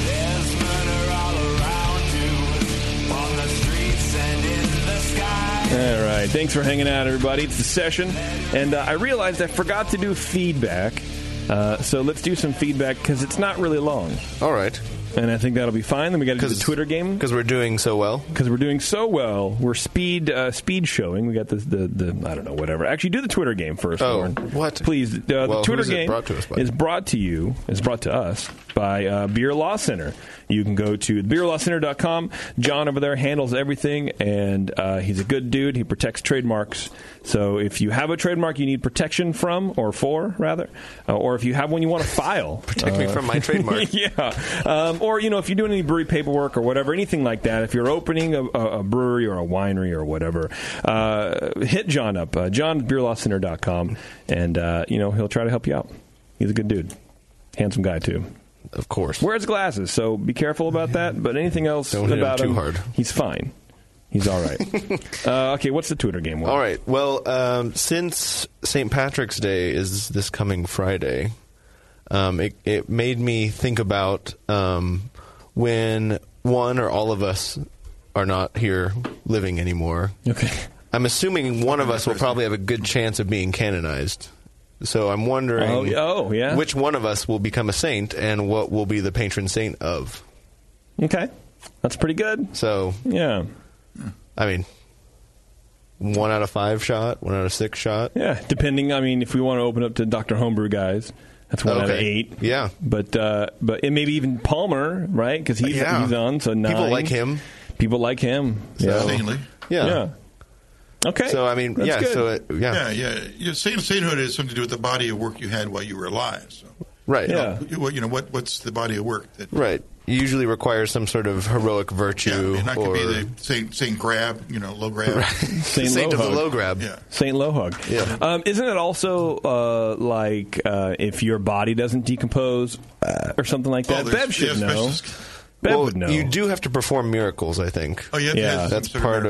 Speaker 15: There's murder all around you on the streets and in the sky.
Speaker 7: All right. Thanks for hanging out, everybody. It's the session. And uh, I realized I forgot to do feedback. Uh, so let's do some feedback because it's not really long.
Speaker 8: All right.
Speaker 7: And I think that'll be fine. Then we got to do the Twitter game because
Speaker 8: we're doing so well.
Speaker 7: Because we're doing so well, we're speed uh, speed showing. We got the, the the I don't know whatever. Actually, do the Twitter game first.
Speaker 8: Oh,
Speaker 7: Lauren. what? Please, uh, the
Speaker 8: Well,
Speaker 7: Twitter
Speaker 8: who's it
Speaker 7: game
Speaker 8: brought to us by?
Speaker 7: is brought to you is brought to us by uh, Beer Law Center. You can go to beerlawcenter.com. John over there handles everything, and uh, he's a good dude. He protects trademarks. So if you have a trademark you need protection from or for rather, uh, or if you have one you want to file, uh,
Speaker 8: Protect me from my trademark.
Speaker 7: yeah. Um, or, you know, if you're doing any brewery paperwork or whatever, anything like that, if you're opening a, a, a brewery or a winery or whatever, uh, hit John up, uh, john at beerlawcenter.com, and, uh, you know, he'll try to help you out. He's a good dude. Handsome guy, too.
Speaker 8: Of course.
Speaker 7: Wears glasses, so be careful about that. But anything else
Speaker 8: Don't hit him
Speaker 7: about
Speaker 8: too hard.
Speaker 7: he's fine. He's all right. uh, okay, what's the Twitter game? Will?
Speaker 8: All right. Well, um, since St. Patrick's Day is this coming Friday, um, it, it made me think about um, when one or all of us are not here living anymore.
Speaker 7: Okay.
Speaker 8: I'm assuming one of us will probably have a good chance of being canonized. So I'm wondering,
Speaker 7: Oh, y- oh, yeah.
Speaker 8: which one of us will become a saint and what will be the patron saint of?
Speaker 7: Okay, that's pretty good.
Speaker 8: So
Speaker 7: yeah,
Speaker 8: I mean, one out of five shot, one out of six shot.
Speaker 7: Yeah, depending. I mean, if we want to open up to Doctor Homebrew guys, that's one out of
Speaker 8: Okay.
Speaker 7: eight.
Speaker 8: Yeah,
Speaker 7: but uh, but and maybe even Palmer, right? Because he's
Speaker 8: Yeah.
Speaker 7: he's on. So nine.
Speaker 8: People like him.
Speaker 7: People like him. yeah.
Speaker 9: Insanely.
Speaker 8: Yeah.
Speaker 7: Okay.
Speaker 8: So I mean,
Speaker 9: That's
Speaker 8: yeah.
Speaker 9: good.
Speaker 8: So it,
Speaker 9: yeah,
Speaker 8: yeah.
Speaker 9: yeah. Your saint, sainthood has something to do with the body of work you had while you were alive. So,
Speaker 8: Right.
Speaker 9: you know, you- what- you know what? What's the body of work that?
Speaker 8: Right. Usually requires some sort of heroic virtue
Speaker 9: And that
Speaker 8: or
Speaker 9: could be the Saint Saint Grab, you know, low grab.
Speaker 7: Saint
Speaker 8: saint of the
Speaker 7: Lohug.
Speaker 8: low grab.
Speaker 9: Yeah.
Speaker 7: Saint Lohug.
Speaker 8: Yeah.
Speaker 7: Um, isn't it also uh, like uh, if your body doesn't decompose uh, or something like that? Bev should know. Bev
Speaker 8: Well,
Speaker 7: would know.
Speaker 8: You do have to perform miracles, I think.
Speaker 9: Oh, you have to Yeah. have some
Speaker 8: that's
Speaker 9: sort of
Speaker 8: part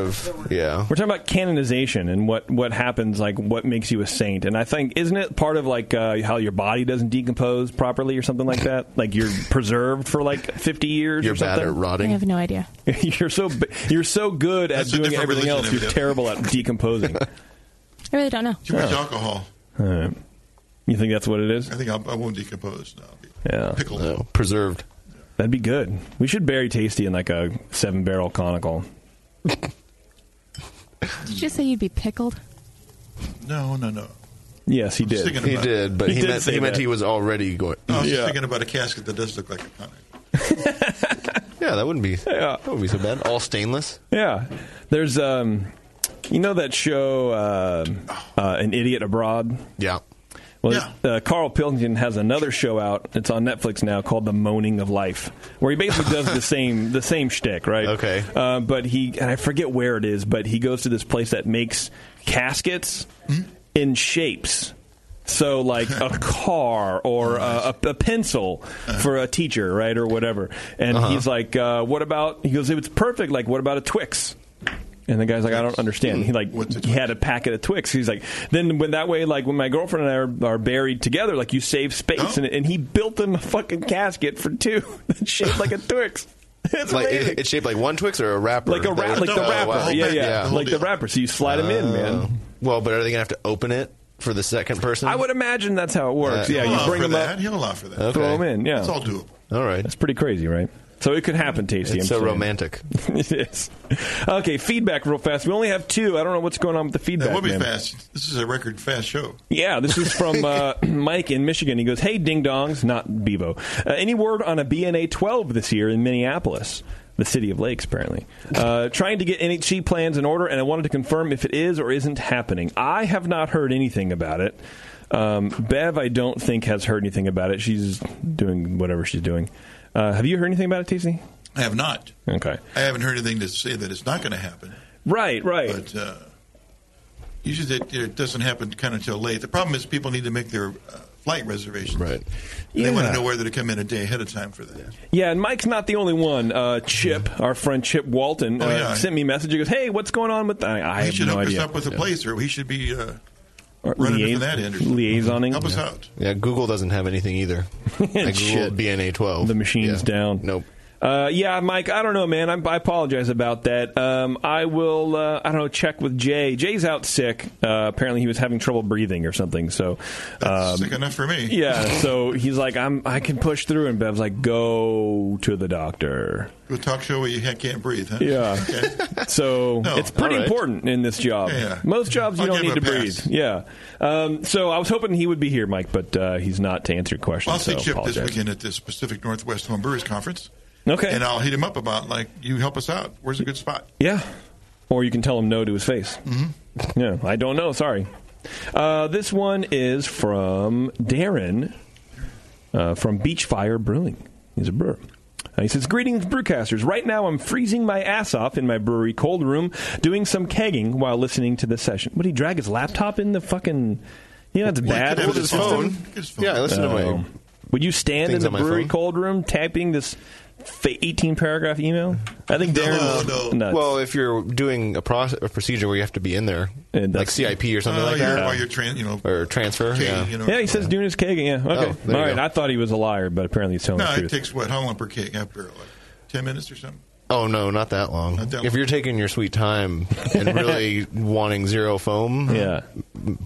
Speaker 8: of yeah.
Speaker 7: We're talking about canonization and what, what happens, like what makes you a saint. And I think isn't it part of like uh, how your body doesn't decompose properly or something like that? Like you're preserved for like fifty years. or
Speaker 8: You're bad
Speaker 7: something?
Speaker 8: at
Speaker 5: I
Speaker 8: rotting.
Speaker 5: have no idea.
Speaker 7: you're so b- you're so good
Speaker 9: That's a
Speaker 7: at doing
Speaker 9: different
Speaker 7: everything
Speaker 9: religion,
Speaker 7: else. You're
Speaker 9: evidently.
Speaker 7: terrible at decomposing. Oh.
Speaker 5: I really don't know.
Speaker 9: Too much alcohol.
Speaker 7: All right. You think that's what it is?
Speaker 9: I think I'll, I won't decompose. No.
Speaker 7: Yeah,
Speaker 9: Pickled.
Speaker 8: preserved.
Speaker 7: That'd be good. We should bury Tasty in like a seven barrel conical.
Speaker 5: Did you just say you'd be pickled?
Speaker 9: No, no, no.
Speaker 7: Yes, he
Speaker 9: just
Speaker 7: did.
Speaker 9: thinking He about it. did,
Speaker 8: but he meant- he meant he was already going.
Speaker 9: I was just thinking about a casket that does look like a conic.
Speaker 8: Yeah, that wouldn't be. Yeah. that would be so bad. All stainless.
Speaker 7: Yeah, there's um, you know that show, uh, uh, An Idiot Abroad.
Speaker 8: Yeah.
Speaker 7: Well, Uh, Carl Pilkington has another show out. It's on Netflix now called "The Moaning of Life," where he basically does the same the same shtick, right? Okay. Uh, but he and I forget where it is, but he goes to this place that makes caskets
Speaker 8: Hmm?
Speaker 7: in shapes. So, like a car or uh, a, a pencil for a teacher, right, or whatever. And
Speaker 8: Uh-huh.
Speaker 7: he's like, uh, "What about?" He goes, "If it's perfect, like what about a Twix?" And the guy's like, I don't understand. He like he had a packet of Twix. He's like, then when that way, like when my girlfriend and I are, are buried together, like you save space. And, and he built them a fucking casket for two that's shaped like a Twix. It's
Speaker 8: like
Speaker 7: amazing.
Speaker 8: it, it's shaped like one Twix or a wrapper,
Speaker 7: Like a wrap, like
Speaker 8: That would-
Speaker 7: the
Speaker 8: oh,
Speaker 7: wrapper,
Speaker 8: wow.
Speaker 7: yeah, yeah,
Speaker 8: The whole
Speaker 7: like the
Speaker 8: deal.
Speaker 7: wrapper. So you slide them in,
Speaker 8: Oh.
Speaker 7: man.
Speaker 8: Well, but are they gonna have to open it for the second person?
Speaker 7: I would imagine that's how it works.
Speaker 8: Yeah.
Speaker 7: Yeah,
Speaker 8: He'll
Speaker 7: you bring
Speaker 8: offer
Speaker 7: them
Speaker 8: that.
Speaker 7: up.
Speaker 8: He'll offer that.
Speaker 7: Throw
Speaker 8: Okay.
Speaker 7: them in. Yeah,
Speaker 8: It's all
Speaker 9: doable.
Speaker 8: All right,
Speaker 7: that's pretty crazy, right? So it could happen, Tasty.
Speaker 8: It's
Speaker 7: I'm
Speaker 8: so
Speaker 7: saying.
Speaker 8: romantic.
Speaker 7: it is. Okay, feedback real fast. We only have two. I don't know what's going on with the feedback.
Speaker 9: That would be
Speaker 7: man.
Speaker 9: fast. This is a record fast show.
Speaker 7: Yeah, this is from uh, Mike in Michigan. He goes, "Hey, ding dongs, not Bevo. Uh, any word on a BNA 12 this year in Minneapolis, the city of lakes, apparently? Uh, trying to get NHC plans in order, and I wanted to confirm if it is or isn't happening. I have not heard anything about it. Um, Bev, I don't think has heard anything about it. She's doing whatever she's doing. Uh, have you heard anything about it, TC?
Speaker 9: I have not.
Speaker 7: Okay.
Speaker 9: I haven't heard anything to say that it's not going to happen.
Speaker 7: Right, right.
Speaker 9: But uh, usually that it doesn't happen kind of until late. The problem is people need to make their uh, flight reservations. Right. They want
Speaker 7: Yeah.
Speaker 9: to know whether to come in a day ahead of time for that.
Speaker 7: Yeah, and Mike's not the only one. Uh, Chip, our friend Chip Walton, uh,
Speaker 9: Oh, yeah.
Speaker 7: sent me a message. He goes, "Hey, what's going on with?" The, I, I
Speaker 9: he
Speaker 7: have
Speaker 9: should
Speaker 7: no
Speaker 9: hook
Speaker 7: idea.
Speaker 9: us up with a place, or he should be uh,
Speaker 7: Or
Speaker 9: running
Speaker 7: liais-
Speaker 9: for that end. Or something.
Speaker 7: liaisoning.
Speaker 9: Help us
Speaker 7: Yeah.
Speaker 9: out.
Speaker 8: Yeah, Google doesn't have anything either. I
Speaker 7: Shit.
Speaker 8: googled BNA twelve.
Speaker 7: The machine's down. Nope. Uh, yeah, Mike. I don't know, man. I'm, I apologize about that. Um, I will. Uh, I don't know. Check with Jay. Jay's out sick. Uh, apparently, he was having trouble breathing or something. So um,
Speaker 9: Sick enough for me.
Speaker 7: Yeah. So he's like, I'm. I can push through. And Bev's like, go to the doctor.
Speaker 9: To a talk show where you ha- can't breathe, huh?
Speaker 7: Yeah. So
Speaker 9: No,
Speaker 7: it's pretty
Speaker 9: all right.
Speaker 7: important in this job.
Speaker 9: Yeah.
Speaker 7: Most jobs you
Speaker 9: I'll
Speaker 7: don't
Speaker 9: give
Speaker 7: need to
Speaker 9: him a
Speaker 7: breathe.
Speaker 9: pass.
Speaker 7: Yeah. Um, so I was hoping he would be here, Mike, but uh, he's not to answer your question.
Speaker 9: I'll see
Speaker 7: so
Speaker 9: Chip
Speaker 7: apologize.
Speaker 9: this weekend at this Pacific Northwest Home Brewers Conference.
Speaker 7: Okay.
Speaker 9: And I'll hit him up about, like, you help us out. Where's a good spot?
Speaker 7: Yeah. Or you can tell him no to his face. Mm-hmm. Yeah. I don't know. Sorry. Uh, this one is from Darren uh, from Beachfire Brewing. He's a brewer. Uh, he says, Greetings, brewcasters. Right now I'm freezing my ass off in my brewery cold room doing some kegging while listening to this session. Would he drag his laptop in the fucking. You know, that's bad.
Speaker 8: Hold his phone. Yeah, I listen to
Speaker 7: Oh.
Speaker 8: my.
Speaker 7: Would you stand
Speaker 8: Things
Speaker 7: in
Speaker 8: on
Speaker 7: the
Speaker 8: my
Speaker 7: brewery
Speaker 8: phone.
Speaker 7: cold room typing this fa- 18 paragraph email? I think Darren was nuts.
Speaker 8: Well, if you're doing a, proce- a procedure where you have to be in there, like CIP or something
Speaker 9: Oh,
Speaker 8: like
Speaker 9: you're-
Speaker 8: that,
Speaker 9: while you're tran- you know,
Speaker 8: or transfer, yeah. Oh,
Speaker 7: yeah, he says doing his kegging. Yeah, okay.
Speaker 8: there you
Speaker 7: All right,
Speaker 8: go.
Speaker 7: I thought he was a liar, but apparently he's telling
Speaker 9: No,
Speaker 7: the
Speaker 9: it
Speaker 7: truth.
Speaker 9: takes what? How long per cake? After like ten minutes or something.
Speaker 8: Oh no, not that long.
Speaker 9: Not that
Speaker 8: if you're taking your sweet time and really wanting zero foam,
Speaker 7: yeah,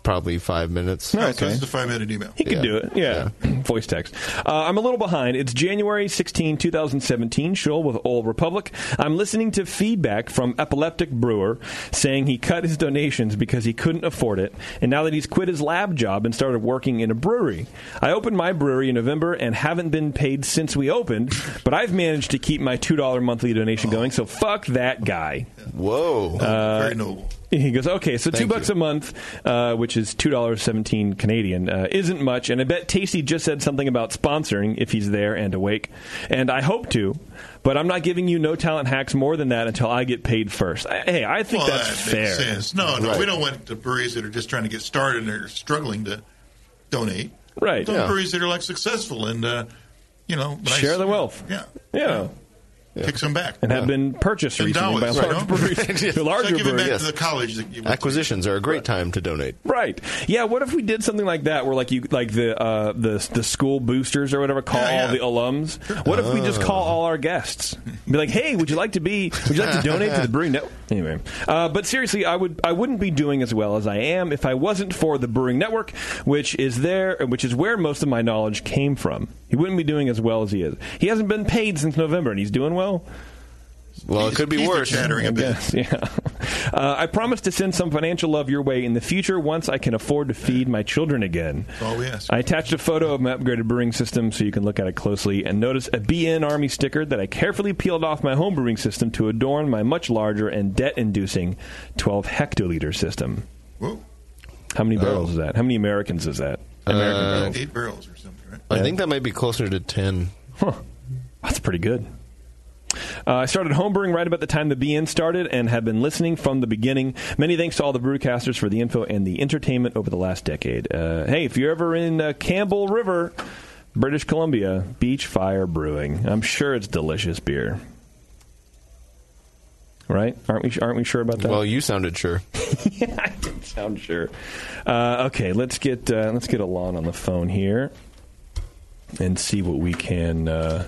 Speaker 8: probably five minutes.
Speaker 9: All right, so it's a five minute email.
Speaker 7: He could do it. Yeah. Voice text. Uh, I'm a little behind. It's January 16, 2017. Shoal with Old Republic. I'm listening to feedback from Epileptic Brewer saying he cut his donations because he couldn't afford it, and now that he's quit his lab job and started working in a brewery. I opened my brewery in November and haven't been paid since we opened, but I've managed to keep my $2 monthly donation going, so fuck that guy. Uh,
Speaker 8: Whoa.
Speaker 9: Very noble.
Speaker 7: He goes, okay, so two
Speaker 9: Thank
Speaker 7: bucks a month, uh, which is two dollars seventeen Canadian, uh, isn't much. And I bet Tasty just said something about sponsoring if he's there and awake, and I hope to, but I'm not giving you no talent hacks more than that until I get paid first. I, hey, I think
Speaker 9: Well,
Speaker 7: that's
Speaker 9: that
Speaker 7: fair.
Speaker 9: makes sense. No, no,
Speaker 7: Right.
Speaker 9: we don't want the breweries that are just trying to get started and are struggling to donate.
Speaker 7: Right.
Speaker 9: Those
Speaker 7: Yeah.
Speaker 9: breweries that are like successful and uh, you know when I
Speaker 7: Share
Speaker 9: s-
Speaker 7: the wealth.
Speaker 9: Yeah.
Speaker 7: Yeah.
Speaker 9: Kick some back.
Speaker 7: And have been purchased
Speaker 9: In
Speaker 7: recently by
Speaker 9: dollars,
Speaker 7: larger
Speaker 9: you know?
Speaker 7: breweries.
Speaker 9: It's
Speaker 7: larger
Speaker 9: like giving back
Speaker 7: breweries.
Speaker 9: to the college that you
Speaker 8: Acquisitions are a great time to donate.
Speaker 7: Right. Yeah. What if we did something like that, where like you like the uh, the the school boosters or whatever call all the alums? What if we just call all our guests? Be like, hey, would you like to be? Would you like to donate to the Brewing Network? Anyway, uh, but seriously, I would I wouldn't be doing as well as I am if I wasn't for the Brewing Network, which is there, which is where most of my knowledge came from. He wouldn't be doing as well as he is. He hasn't been paid since November, and he's doing well.
Speaker 8: Well, it could be worse.
Speaker 9: chattering a
Speaker 7: I
Speaker 9: bit.
Speaker 7: guess, yeah. Uh, I promise to send some financial love your way in the future once I can afford to feed my children again.
Speaker 9: all we ask.
Speaker 7: I attached a photo of my upgraded brewing system so you can look at it closely and notice a BN Army sticker that I carefully peeled off my home brewing system to adorn my much larger and debt inducing 12 hectoliter system.
Speaker 9: Whoa.
Speaker 7: How many barrels is that? How many Americans is that?
Speaker 8: Uh,
Speaker 7: American barrels.
Speaker 9: eight barrels or something.
Speaker 8: I think that might be closer to 10.
Speaker 7: Huh. That's pretty good. Uh, I started homebrewing right about the time the BN started and have been listening from the beginning. Many thanks to all the brewcasters for the info and the entertainment over the last decade. Uh, hey, if you're ever in uh, Campbell River, British Columbia, Beach Fire uh, Brewing, I'm sure it's delicious beer. Right? Aren't we? Aren't we sure about that?
Speaker 8: Well, you sounded sure.
Speaker 7: yeah, I did sound sure. Uh, okay, let's get uh, let's get Alon on the phone here and see what we can uh,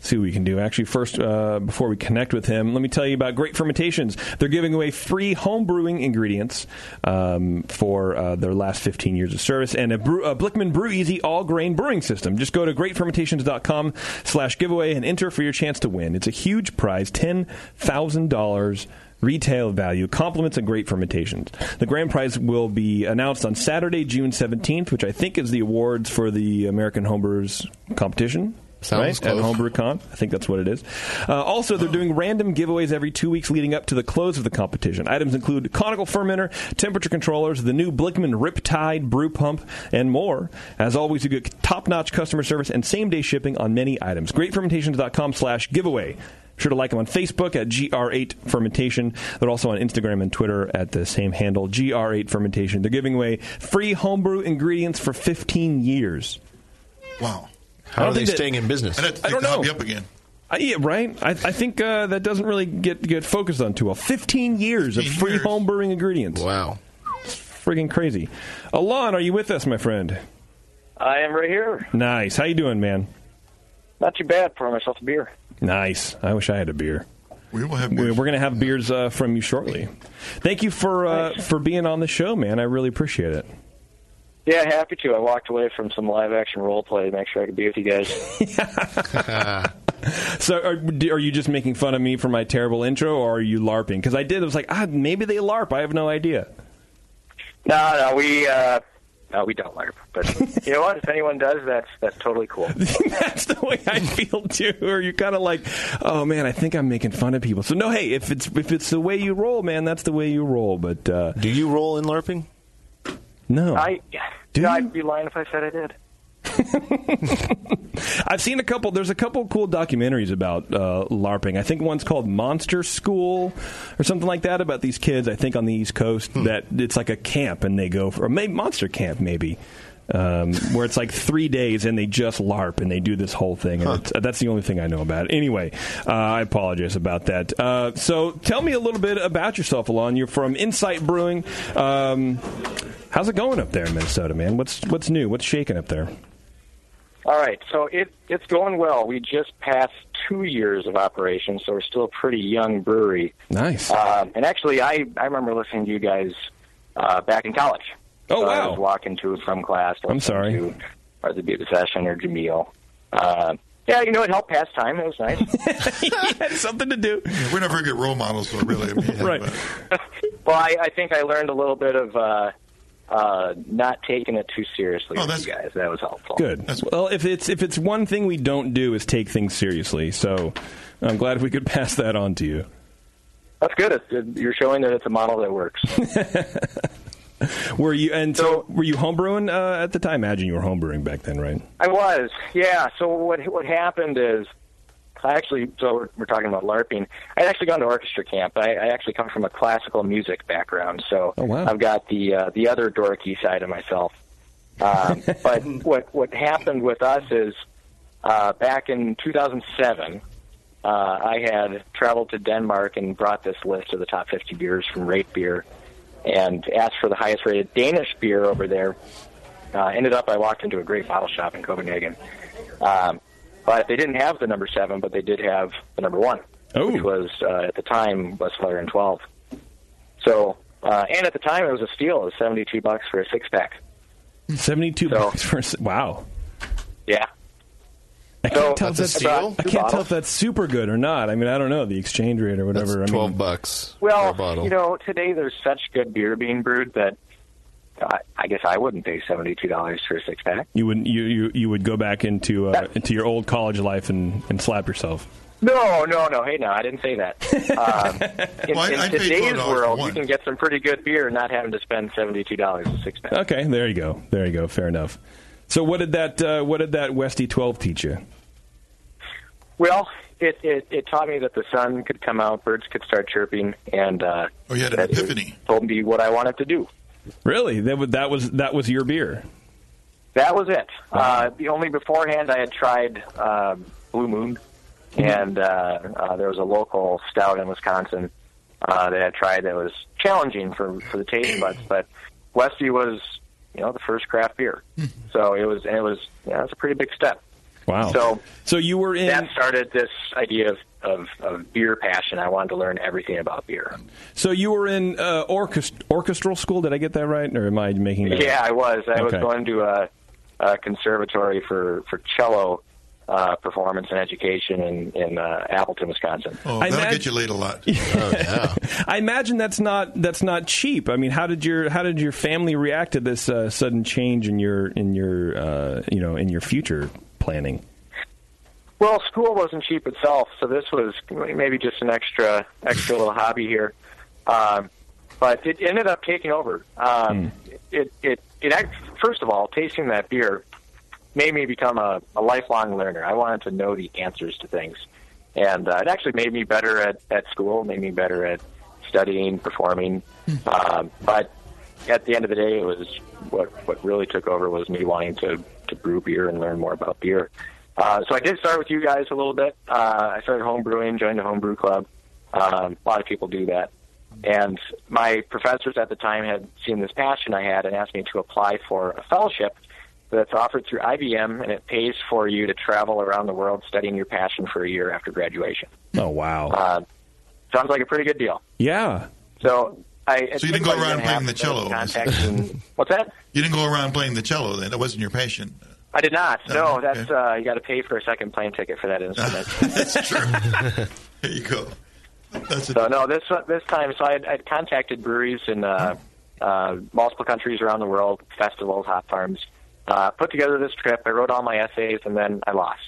Speaker 7: see what we can do. Actually, first uh, before we connect with him, let me tell you about Great Fermentations. They're giving away free home brewing ingredients um, for uh, their last 15 years of service and a, brew, a Blickman Brew Easy all grain brewing system. Just go to greatfermentations.com slash giveaway and enter for your chance to win. It's a huge prize, ten thousand dollars retail value, compliments, and great fermentations. The grand prize will be announced on Saturday, June 17th, which I think is the awards for the American Homebrewers competition.
Speaker 8: Sounds
Speaker 7: right? At
Speaker 8: close.
Speaker 7: HomebrewCon. I think that's what it is. Uh, also, they're doing random giveaways every two weeks leading up to the close of the competition. Items include conical fermenter, temperature controllers, the new Blickman Riptide brew pump, and more. As always, you get top-notch customer service and same-day shipping on many items. GreatFermentations.com slash giveaway. Be Sure to like them on Facebook at GR8 Fermentation. They're also on Instagram and Twitter at the same handle, GR8 Fermentation. They're giving away free homebrew ingredients for 15 years.
Speaker 9: Wow.
Speaker 8: How are they staying in business?
Speaker 9: I'd have to take
Speaker 7: I don't
Speaker 9: the
Speaker 7: know.
Speaker 9: hobby up again.
Speaker 7: I, yeah, right. I, I think uh, that doesn't really get get focused on too well. Fifteen years of free home brewing ingredients.
Speaker 8: Wow,
Speaker 7: it's friggin' crazy. Alon, are you with us, my friend?
Speaker 16: I am right here.
Speaker 7: Nice. How you doing, man?
Speaker 16: Not too bad. Pour myself a beer.
Speaker 7: Nice. I wish I had a beer.
Speaker 9: We will have.
Speaker 7: We're going to have beers uh, from you shortly. Thank you for uh, for being on the show, man. I really appreciate it.
Speaker 16: Yeah, happy to. I walked away from some live action role play to make sure I could be with you guys.
Speaker 7: so, are, do- are you just making fun of me for my terrible intro, or are you larping? Because I did. I was like, ah, maybe they larp. I have no idea.
Speaker 16: no, no, we uh, no, we don't LARP. But you know what? If anyone does, that's that's totally cool.
Speaker 7: that's the way I feel too. Or you're kind of like, oh man, I think I'm making fun of people. So no, hey, if it's if it's the way you roll, man, that's the way you roll. But uh,
Speaker 8: do you roll in larping?
Speaker 7: No,
Speaker 16: I no, I'd be lying if I said I did.
Speaker 7: I've seen a couple. There's a couple cool documentaries about uh, LARPing. I think one's called Monster School or something like that about these kids. I think on the East Coast that it's like a camp and they go for or maybe Monster Camp maybe. Um, where it's like three days and they just LARP and they do this whole thing. And it's- that's the only thing I know about. it. Anyway, uh, I apologize about that. Uh, so tell me a little bit about yourself, Alon. You're from Insight Brewing. Um, how's it going up there in Minnesota, man? What's what's new? What's shaking up there?
Speaker 16: All right, so it it's going well. We just passed two years of operation, so we're still a pretty young brewery.
Speaker 7: Nice.
Speaker 16: Um, and actually, I, I remember listening to you guys uh, back in college.
Speaker 7: Oh,
Speaker 16: So I
Speaker 7: wow.
Speaker 16: was walking to and from class.
Speaker 7: I'm sorry.
Speaker 16: listening To, whether it be the session or Jamil. Uh, yeah, you know, it helped pass time. It was nice.
Speaker 7: something to do.
Speaker 9: we're not very good role models, though, really. I mean,
Speaker 7: right.
Speaker 16: well, I, I think I learned a little bit of uh, uh, not taking it too seriously with you guys. That was helpful.
Speaker 7: Good. well, if it's if it's one thing we don't do is take things seriously. So I'm glad we could pass that on to you.
Speaker 16: That's good. It's, it, you're showing that it's a model that works.
Speaker 7: Were you and so, were you homebrewing uh, at the time? I imagine you were homebrewing back then, right?
Speaker 16: I was, yeah. So what what happened is, I actually so we're, we're talking about LARPing. I'd actually gone to orchestra camp. I, I actually come from a classical music background, so
Speaker 17: Oh, wow.
Speaker 16: I've got the uh, the other dorky side of myself. Um, but what what happened with us is uh, back in 2007, uh, I had traveled to Denmark and brought this list of the top 50 beers from Rate Beer, and asked for the highest rated Danish beer over there. Uh, ended up, I walked into a great bottle shop in Copenhagen. Um, but they didn't have the number seven, but they did have the number one, which was uh, at the time Westfaler and 12. So, uh, and at the time it was a steal. It was 72 bucks for a six pack.
Speaker 7: Seventy two bucks for a s- wow.
Speaker 16: Yeah.
Speaker 7: I
Speaker 16: can't So, tell if
Speaker 7: that's
Speaker 16: that's- about
Speaker 7: I
Speaker 16: two
Speaker 7: can't tell
Speaker 16: bottles?
Speaker 7: if that's super good or not. I mean, I don't know the exchange rate or whatever. I mean, Twelve
Speaker 18: bucks.
Speaker 16: Well, you know, today there's such good beer being brewed that I, I guess I wouldn't pay seventy two dollars for a six pack.
Speaker 7: you would you you, you would go back into uh, into your old college life and, and slap yourself.
Speaker 16: No, no, no. Hey, no, I didn't say that. Um, in
Speaker 9: Well, I-
Speaker 16: in
Speaker 9: I'd pay
Speaker 16: today's
Speaker 9: $12 for
Speaker 16: world, you
Speaker 9: one.
Speaker 16: can get some pretty good beer not having to spend seventy two dollars a six pack.
Speaker 7: Okay, there you go. There you go. Fair enough. So what did that uh, what did that Westy twelve teach you?
Speaker 16: Well, it, it it taught me that the sun could come out, birds could start chirping, and uh,
Speaker 9: oh, you had an epiphany.
Speaker 16: Told me what I wanted to do.
Speaker 7: Really? That was that was that was your beer.
Speaker 16: That was it. Uh, the only beforehand I had tried um Blue Moon,
Speaker 7: Mm-hmm.
Speaker 16: and uh, uh, there was a local stout in Wisconsin uh, that I tried that was challenging for for the taste buds. But Westy was, you know, the first craft beer,
Speaker 7: Hmm.
Speaker 16: so it was and it was yeah, it was a pretty big step.
Speaker 7: Wow.
Speaker 16: So
Speaker 7: so you were in
Speaker 16: that started this idea of, of, of beer passion. I wanted to learn everything about beer.
Speaker 7: So you were in uh, orchest- orchestral school. Did I get that right, or am I making that?
Speaker 16: Yeah,
Speaker 7: up?
Speaker 16: I was. I was
Speaker 7: Okay.
Speaker 16: going to a, a conservatory for for cello uh, performance and education in in uh, Appleton, Wisconsin.
Speaker 9: Oh, that'll get you laid a lot.
Speaker 7: I imagine that's not that's not cheap. I mean, how did your how did your family react to this uh, sudden change in your in your uh, you know in your future planning?
Speaker 16: Well, school wasn't cheap itself, so this was maybe just an extra extra little hobby here. Um, but it ended up taking over. Um, It it it act, first of all, tasting that beer made me become a, a lifelong learner. I wanted to know the answers to things, and uh, it actually made me better at at school, made me better at studying, performing. Um, but at the end of the day, it was what what really took over was me wanting to to brew beer and learn more about beer. Uh, so I did start with you guys a little bit. Uh, I started home brewing, joined a homebrew club. Um, a lot of people do that. And my professors at the time had seen this passion I had and asked me to apply for a fellowship that's offered through IBM, and it pays for you to travel around the world studying your passion for a year after graduation.
Speaker 7: Oh wow!
Speaker 16: Uh, sounds like a pretty good deal.
Speaker 7: Yeah.
Speaker 16: So I
Speaker 9: So you didn't go around playing the cello.
Speaker 16: What's that?
Speaker 9: You didn't go around playing the cello. Then that wasn't your passion.
Speaker 16: I did not. No, that's uh, you got to pay for a second plane ticket for that instrument.
Speaker 9: that's true. there you go.
Speaker 16: so no, this this time, so I had, I'd contacted breweries in uh, uh, multiple countries around the world, festivals, hop farms. Uh, put together this trip. I wrote all my essays, and then I lost.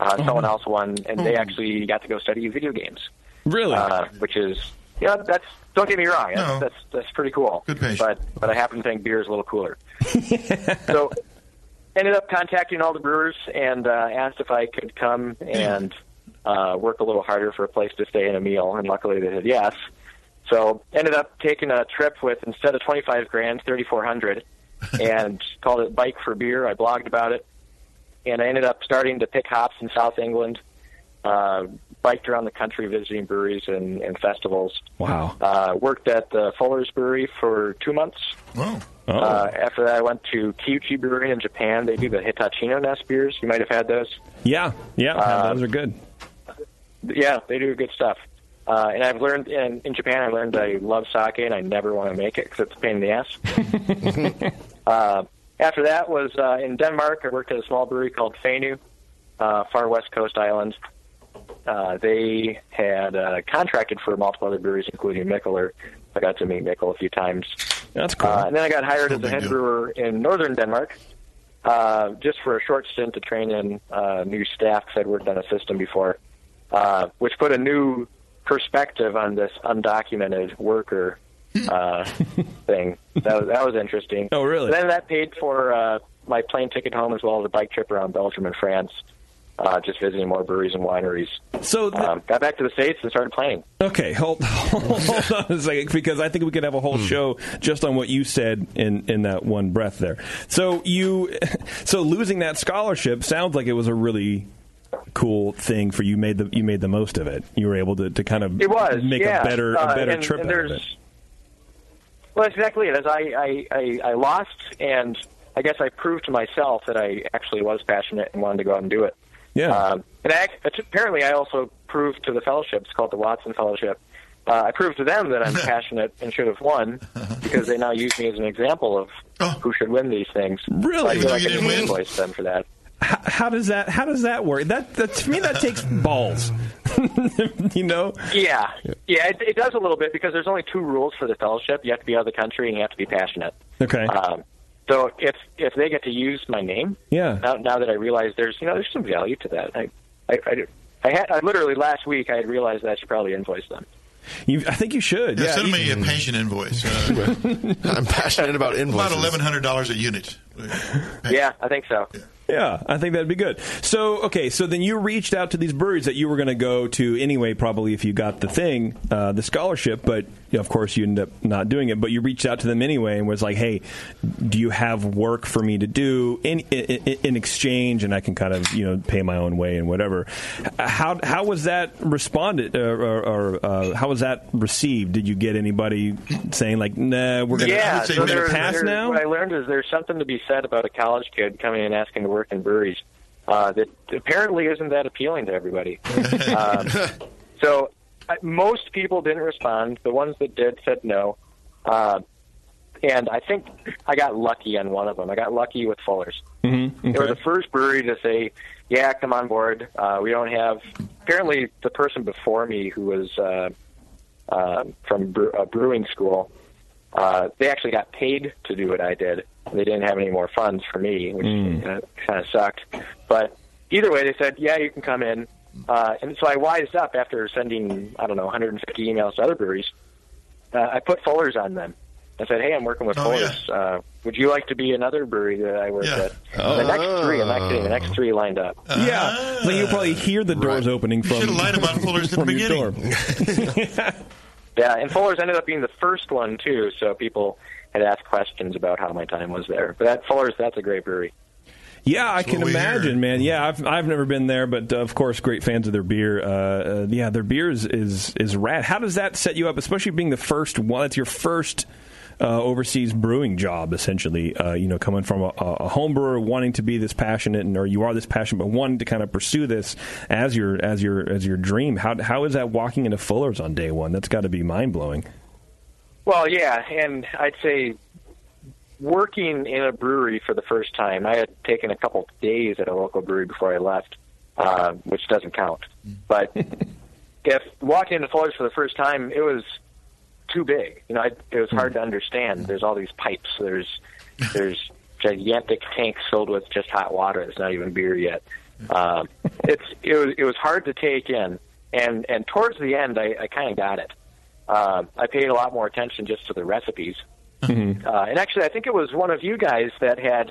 Speaker 16: Uh, Someone else won, and they actually got to go study video games.
Speaker 7: Really?
Speaker 16: Uh, which is yeah, that's don't get me wrong. That's that's, that's pretty cool. Good but but I happen to think beer is a little cooler. so ended up contacting all the brewers and uh, asked if I could come and uh, work a little harder for a place to stay and a meal. And luckily they said yes. So ended up taking a trip with instead of twenty five grand, thirty four hundred, and called it Bike for Beer. I blogged about it, and I ended up starting to pick hops in South England. Uh, biked around the country visiting breweries and, and festivals.
Speaker 7: Wow.
Speaker 16: Uh, worked at the Fuller's Brewery for two months.
Speaker 7: Oh.
Speaker 16: Uh, after that, I went to Kiyuchi Brewery in Japan. They do the Hitachino Nest beers. You might have had those.
Speaker 7: Yeah, yeah,
Speaker 16: Uh,
Speaker 7: those are good.
Speaker 16: Yeah, they do good stuff. Uh, and I've learned in, in Japan, I learned I love sake and I never want to make it because it's a pain in the ass. uh, after that was uh, in Denmark. I worked at a small brewery called Fainu, uh, far west coast island. Uh, they had uh, contracted for multiple other breweries, including Mikkeler. I got to meet Mikkel a few times.
Speaker 7: That's cool.
Speaker 16: Uh, and then I got hired as a head brewer in northern Denmark, uh, just for a short stint to train in uh, new staff 'cause I'd worked on a system before, uh, which put a new perspective on this undocumented worker uh, thing. That was that was interesting.
Speaker 7: Oh, really?
Speaker 16: then that paid for uh, my plane ticket home as well as a bike trip around Belgium and France, uh, just visiting more breweries and wineries.
Speaker 7: So
Speaker 16: um, got back to the states and started planning.
Speaker 7: Okay, hold, hold on a second because I think we could have a whole show just on what you said in, in that one breath there. So you, so losing that scholarship sounds like it was a really cool thing for you. Made the you made the most of it. You were able to, to kind of
Speaker 16: It was
Speaker 7: make
Speaker 16: yeah.
Speaker 7: a better
Speaker 16: Uh,
Speaker 7: a better
Speaker 16: and-
Speaker 7: trip
Speaker 16: and
Speaker 7: out of
Speaker 16: there's-
Speaker 7: it.
Speaker 16: Well, that's exactly it. As I, I, I, I lost, and I guess I proved to myself that I actually was passionate and wanted to go out and do it.
Speaker 7: Yeah.
Speaker 16: Um, and I, ac- apparently, I also proved to the fellowship. It's called the Watson Fellowship. Uh, I proved to them that I'm passionate and should have won because they now use me as an example of who should win these things.
Speaker 7: Really?
Speaker 16: I
Speaker 7: Even
Speaker 16: feel
Speaker 7: though
Speaker 16: like
Speaker 7: Oh. you
Speaker 16: I
Speaker 7: didn't
Speaker 16: need to
Speaker 7: win?
Speaker 16: invoice them for that.
Speaker 7: how does that how does that work? That, that to me that takes balls. you know,
Speaker 16: Yeah, yeah, it, it does a little bit because there's only two rules for the fellowship. You have to be out of the country and you have to be passionate.
Speaker 7: Okay.
Speaker 16: Um, so if if they get to use my name,
Speaker 7: Yeah.
Speaker 16: Now, now that I realize there's you know there's some value to that. I I, I, do- I had I literally last week I had realized that I should probably invoice them.
Speaker 7: You, I think you should.
Speaker 9: Yeah,
Speaker 16: Yeah,
Speaker 9: send me
Speaker 16: you-
Speaker 9: a patient invoice. Uh,
Speaker 19: I'm passionate about
Speaker 9: about
Speaker 19: invoices.
Speaker 9: eleven hundred dollars a unit.
Speaker 16: Yeah, I think so.
Speaker 7: Yeah, I think that'd be good. So, okay, so then you reached out to these breweries that you were going to go to anyway, probably if you got the thing, uh, the scholarship, but you know, of course you ended up not doing it. But you reached out to them anyway and was like, "Hey, do you have work for me to do in in, in exchange, and I can kind of you know pay my own way and whatever." H- How how was that responded or, or, or uh, how was that received? Did you get anybody saying like, "Nah, we're going
Speaker 16: yeah,
Speaker 7: to
Speaker 16: so there-
Speaker 7: pass
Speaker 16: there-
Speaker 7: now"?
Speaker 16: What I learned is there's something to be said about a college kid coming and asking to work in breweries uh, that apparently isn't that appealing to everybody. um, so I, most people didn't respond. The ones that did said no. Uh, and I think I got lucky on one of them. I got lucky with Fuller's.
Speaker 8: Mm-hmm.
Speaker 16: They were the first brewery to say, "Yeah, come on board." Uh, we don't have. Apparently, the person before me who was uh, uh, from bre- a brewing school, uh, they actually got paid to do what I did. They didn't have any more funds for me, which kind of sucked. But either way, they said, "Yeah, you can come in." Uh, and so I wised up after sending I don't know 150 emails to other breweries. Uh, I put Fuller's on them. I said, "Hey, I'm working with Fuller's. Uh, would you like to be another brewery that I work at?" The next three, I'm not kidding. The next three lined up.
Speaker 7: Yeah, like you probably hear the doors opening from. from your door.
Speaker 16: Yeah, and Fuller's ended up being the first one too, so people had asked questions about how my time was there. But that Fuller's, that's a great brewery.
Speaker 7: Yeah, I can imagine, man. Yeah, I've I've never been there, but uh, of course, great fans of their beer. Uh, uh, yeah, their beer is, is is rad. How does that set you up, especially being the first one? It's your first. Uh, overseas brewing job, essentially, uh, you know, coming from a, a home brewer wanting to be this passionate, and or you are this passionate, but wanting to kind of pursue this as your as your as your dream. How how is that walking into Fuller's on day one? That's got to be mind blowing.
Speaker 16: Well, yeah, and I'd say working in a brewery for the first time. I had taken a couple days at a local brewery before I left, uh, which doesn't count. But if walking into Fuller's for the first time, it was too big. You know, I, it was hard to understand. There's all these pipes. There's there's gigantic tanks filled with just hot water. It's not even beer yet. Um, it's it was it was hard to take in, and and towards the end, I, I kind of got it. Um, I paid a lot more attention just to the recipes uh, and actually, I think it was one of you guys that had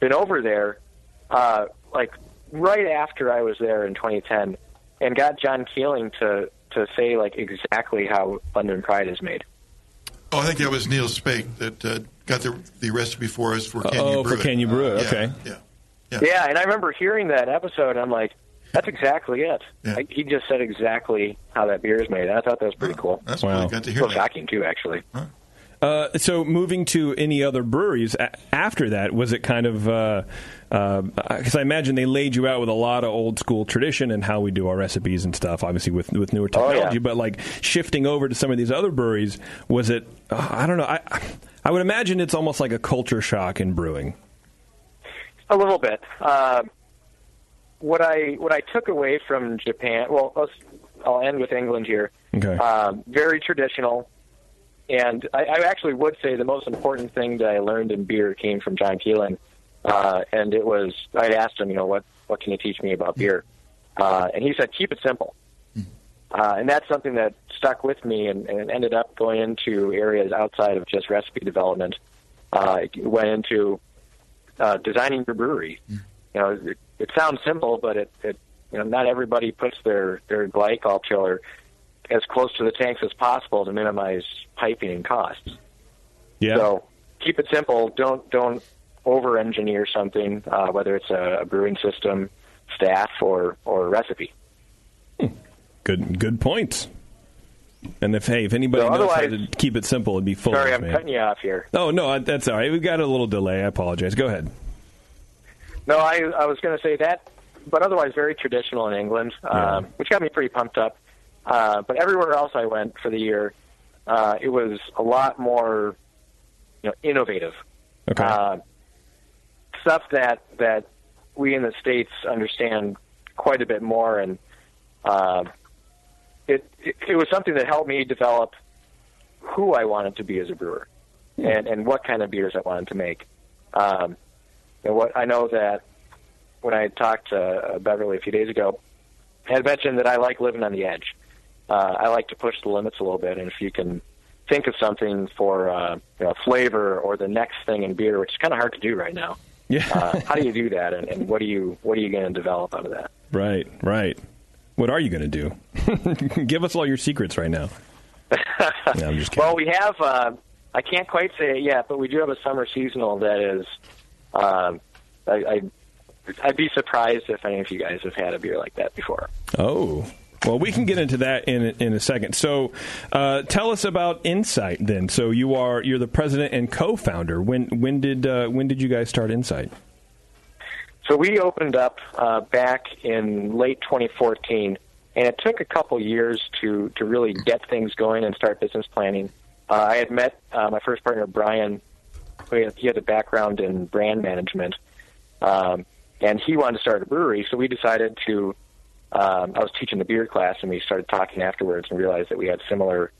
Speaker 16: been over there, uh, like right after I was there in 2010, and got John Keeling to to say like exactly how London Pride is made.
Speaker 9: Oh, I think that was Neil Spake that uh, got the the recipe for us for Can
Speaker 7: Oh,
Speaker 9: You Brew
Speaker 7: for
Speaker 9: It.
Speaker 7: Can You Brew It,
Speaker 9: Yeah,
Speaker 7: okay.
Speaker 9: Yeah.
Speaker 16: Yeah, and I remember hearing that episode. and I'm like, that's exactly it. Like, he just said exactly how that beer is made. And I thought that was pretty cool.
Speaker 9: That's
Speaker 7: Wow. really good to hear
Speaker 16: Well,
Speaker 7: that.
Speaker 16: shocking too, actually.
Speaker 7: Uh, so moving to any other breweries a- after that, was it kind of because uh, uh 'cause I imagine they laid you out with a lot of old school tradition and how we do our recipes and stuff, obviously with with newer
Speaker 16: Oh, yeah.
Speaker 7: technology. But like shifting over to some of these other breweries, was it? Uh, I don't know. I I would imagine it's almost like a culture shock in brewing.
Speaker 16: A little bit. Uh, what I what I took away from Japan. Well, let's, I'll end with England here.
Speaker 7: Okay.
Speaker 16: Um, very traditional, and I, I actually would say the most important thing that I learned in beer came from John Keelan, uh, and it was I asked him, you know, what what can you teach me about beer, uh, and he said keep it simple, uh, and that's something that stuck with me and, and ended up going into areas outside of just recipe development. Uh, it went into uh, designing your brewery. You know, it, it sounds simple, but it, it you know not everybody puts their their glycol chiller as close to the tanks as possible to minimize piping and costs.
Speaker 7: Yeah.
Speaker 16: So keep it simple. Don't don't over engineer something, uh, whether it's a, a brewing system, staff, or or a recipe.
Speaker 7: Good good points. And if hey, if anybody
Speaker 16: So
Speaker 7: knows how to
Speaker 16: otherwise-
Speaker 7: keep it simple, it'd be full.
Speaker 16: Sorry, I'm
Speaker 7: man.
Speaker 16: cutting you off here.
Speaker 7: Oh no, I- that's all right. We got a little delay. I apologize. Go ahead.
Speaker 16: No, I, I was going to say that, but otherwise very traditional in England, um, which got me pretty pumped up. Uh, but everywhere else I went for the year, uh, it was a lot more, you know, innovative.
Speaker 7: Okay.
Speaker 16: Uh, stuff that that we in the states understand quite a bit more, and uh, it, it it was something that helped me develop who I wanted to be as a brewer, and and what kind of beers I wanted to make. Um, and what I know that when I talked to uh, Beverly a few days ago, I had mentioned that I like living on the edge. Uh, I like to push the limits a little bit, and if you can think of something for uh, you know, flavor or the next thing in beer, which is kind of hard to do right now.
Speaker 7: Yeah.
Speaker 16: uh, how do you do that, and, and what do you what are you going to develop out of that?
Speaker 7: Right, right. What are you going to do? Give us all your secrets right now. No, I'm just kidding.
Speaker 16: Well, we have. Uh, I can't quite say it yet, but we do have a summer seasonal that is. Um, I, I I'd be surprised if any of you guys have had a beer like that before.
Speaker 7: Oh. Well, we can get into that in in a second. So, uh, tell us about Insight then. So you are you're the president and co-founder. When when did uh, when did you guys start Insight?
Speaker 16: So we opened up uh, back in late 2014, and it took a couple years to to really get things going and start business planning. Uh, I had met uh, my first partner Brian. who had- He had a background in brand management, um, and he wanted to start a brewery. So we decided to. Um, I was teaching the beer class, and we started talking afterwards, and realized that we had similar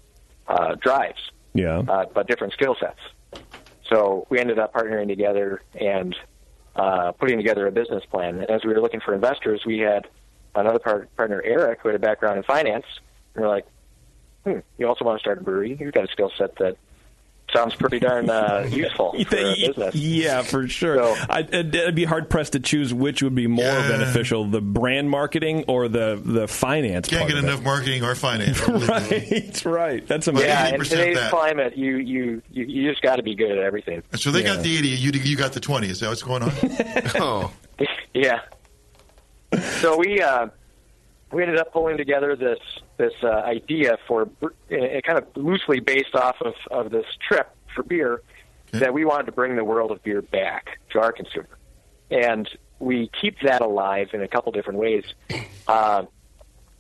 Speaker 16: uh, drives,
Speaker 6: Oh.
Speaker 7: Yeah.
Speaker 16: uh, but different skill sets. So we ended up partnering together and uh, putting together a business plan. And as we were looking for investors, we had another part, partner, Eric, who had a background in finance. And we're like, hmm, you also want to start a brewery? You've got a skill set that sounds pretty darn uh, useful for a business.
Speaker 7: Yeah, for sure. I'd, I'd I'd be hard pressed to choose which would be more beneficial: the brand marketing or the the finance.
Speaker 9: Can't
Speaker 7: part
Speaker 9: get
Speaker 7: of
Speaker 9: enough marketing or finance.
Speaker 7: it. right, right. That's amazing.
Speaker 16: Yeah, in
Speaker 9: 80%
Speaker 16: today's
Speaker 9: that.
Speaker 16: climate, you, you, you, you just got to be good at everything.
Speaker 9: So they got the 80, you, you got the 20. Is that what's going on?
Speaker 16: oh. yeah. So we uh, we ended up pulling together this this uh, idea for it kind of loosely based off of, of this trip for beer that we wanted to bring the world of beer back to our consumer, and we keep that alive in a couple different ways. Uh,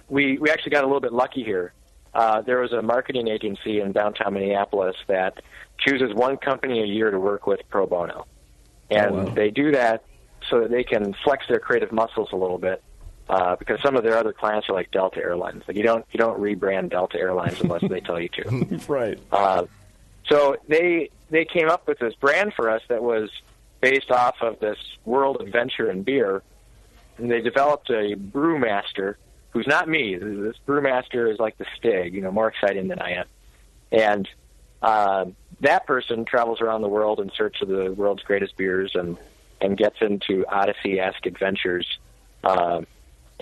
Speaker 16: we we actually got a little bit lucky here. Uh, there was a marketing agency in downtown Minneapolis that chooses one company a year to work with pro bono, and they do that so that they can flex their creative muscles a little bit. Uh, because some of their other clients are like Delta Airlines, like you don't you don't rebrand Delta Airlines unless they tell you to.
Speaker 7: right.
Speaker 16: Uh, so they they came up with this brand for us that was based off of this world adventure in beer, and they developed a brewmaster who's not me. This brewmaster is like the Stig, you know, more exciting than I am, and uh, that person travels around the world in search of the world's greatest beers and and gets into Odyssey-esque adventures. Um,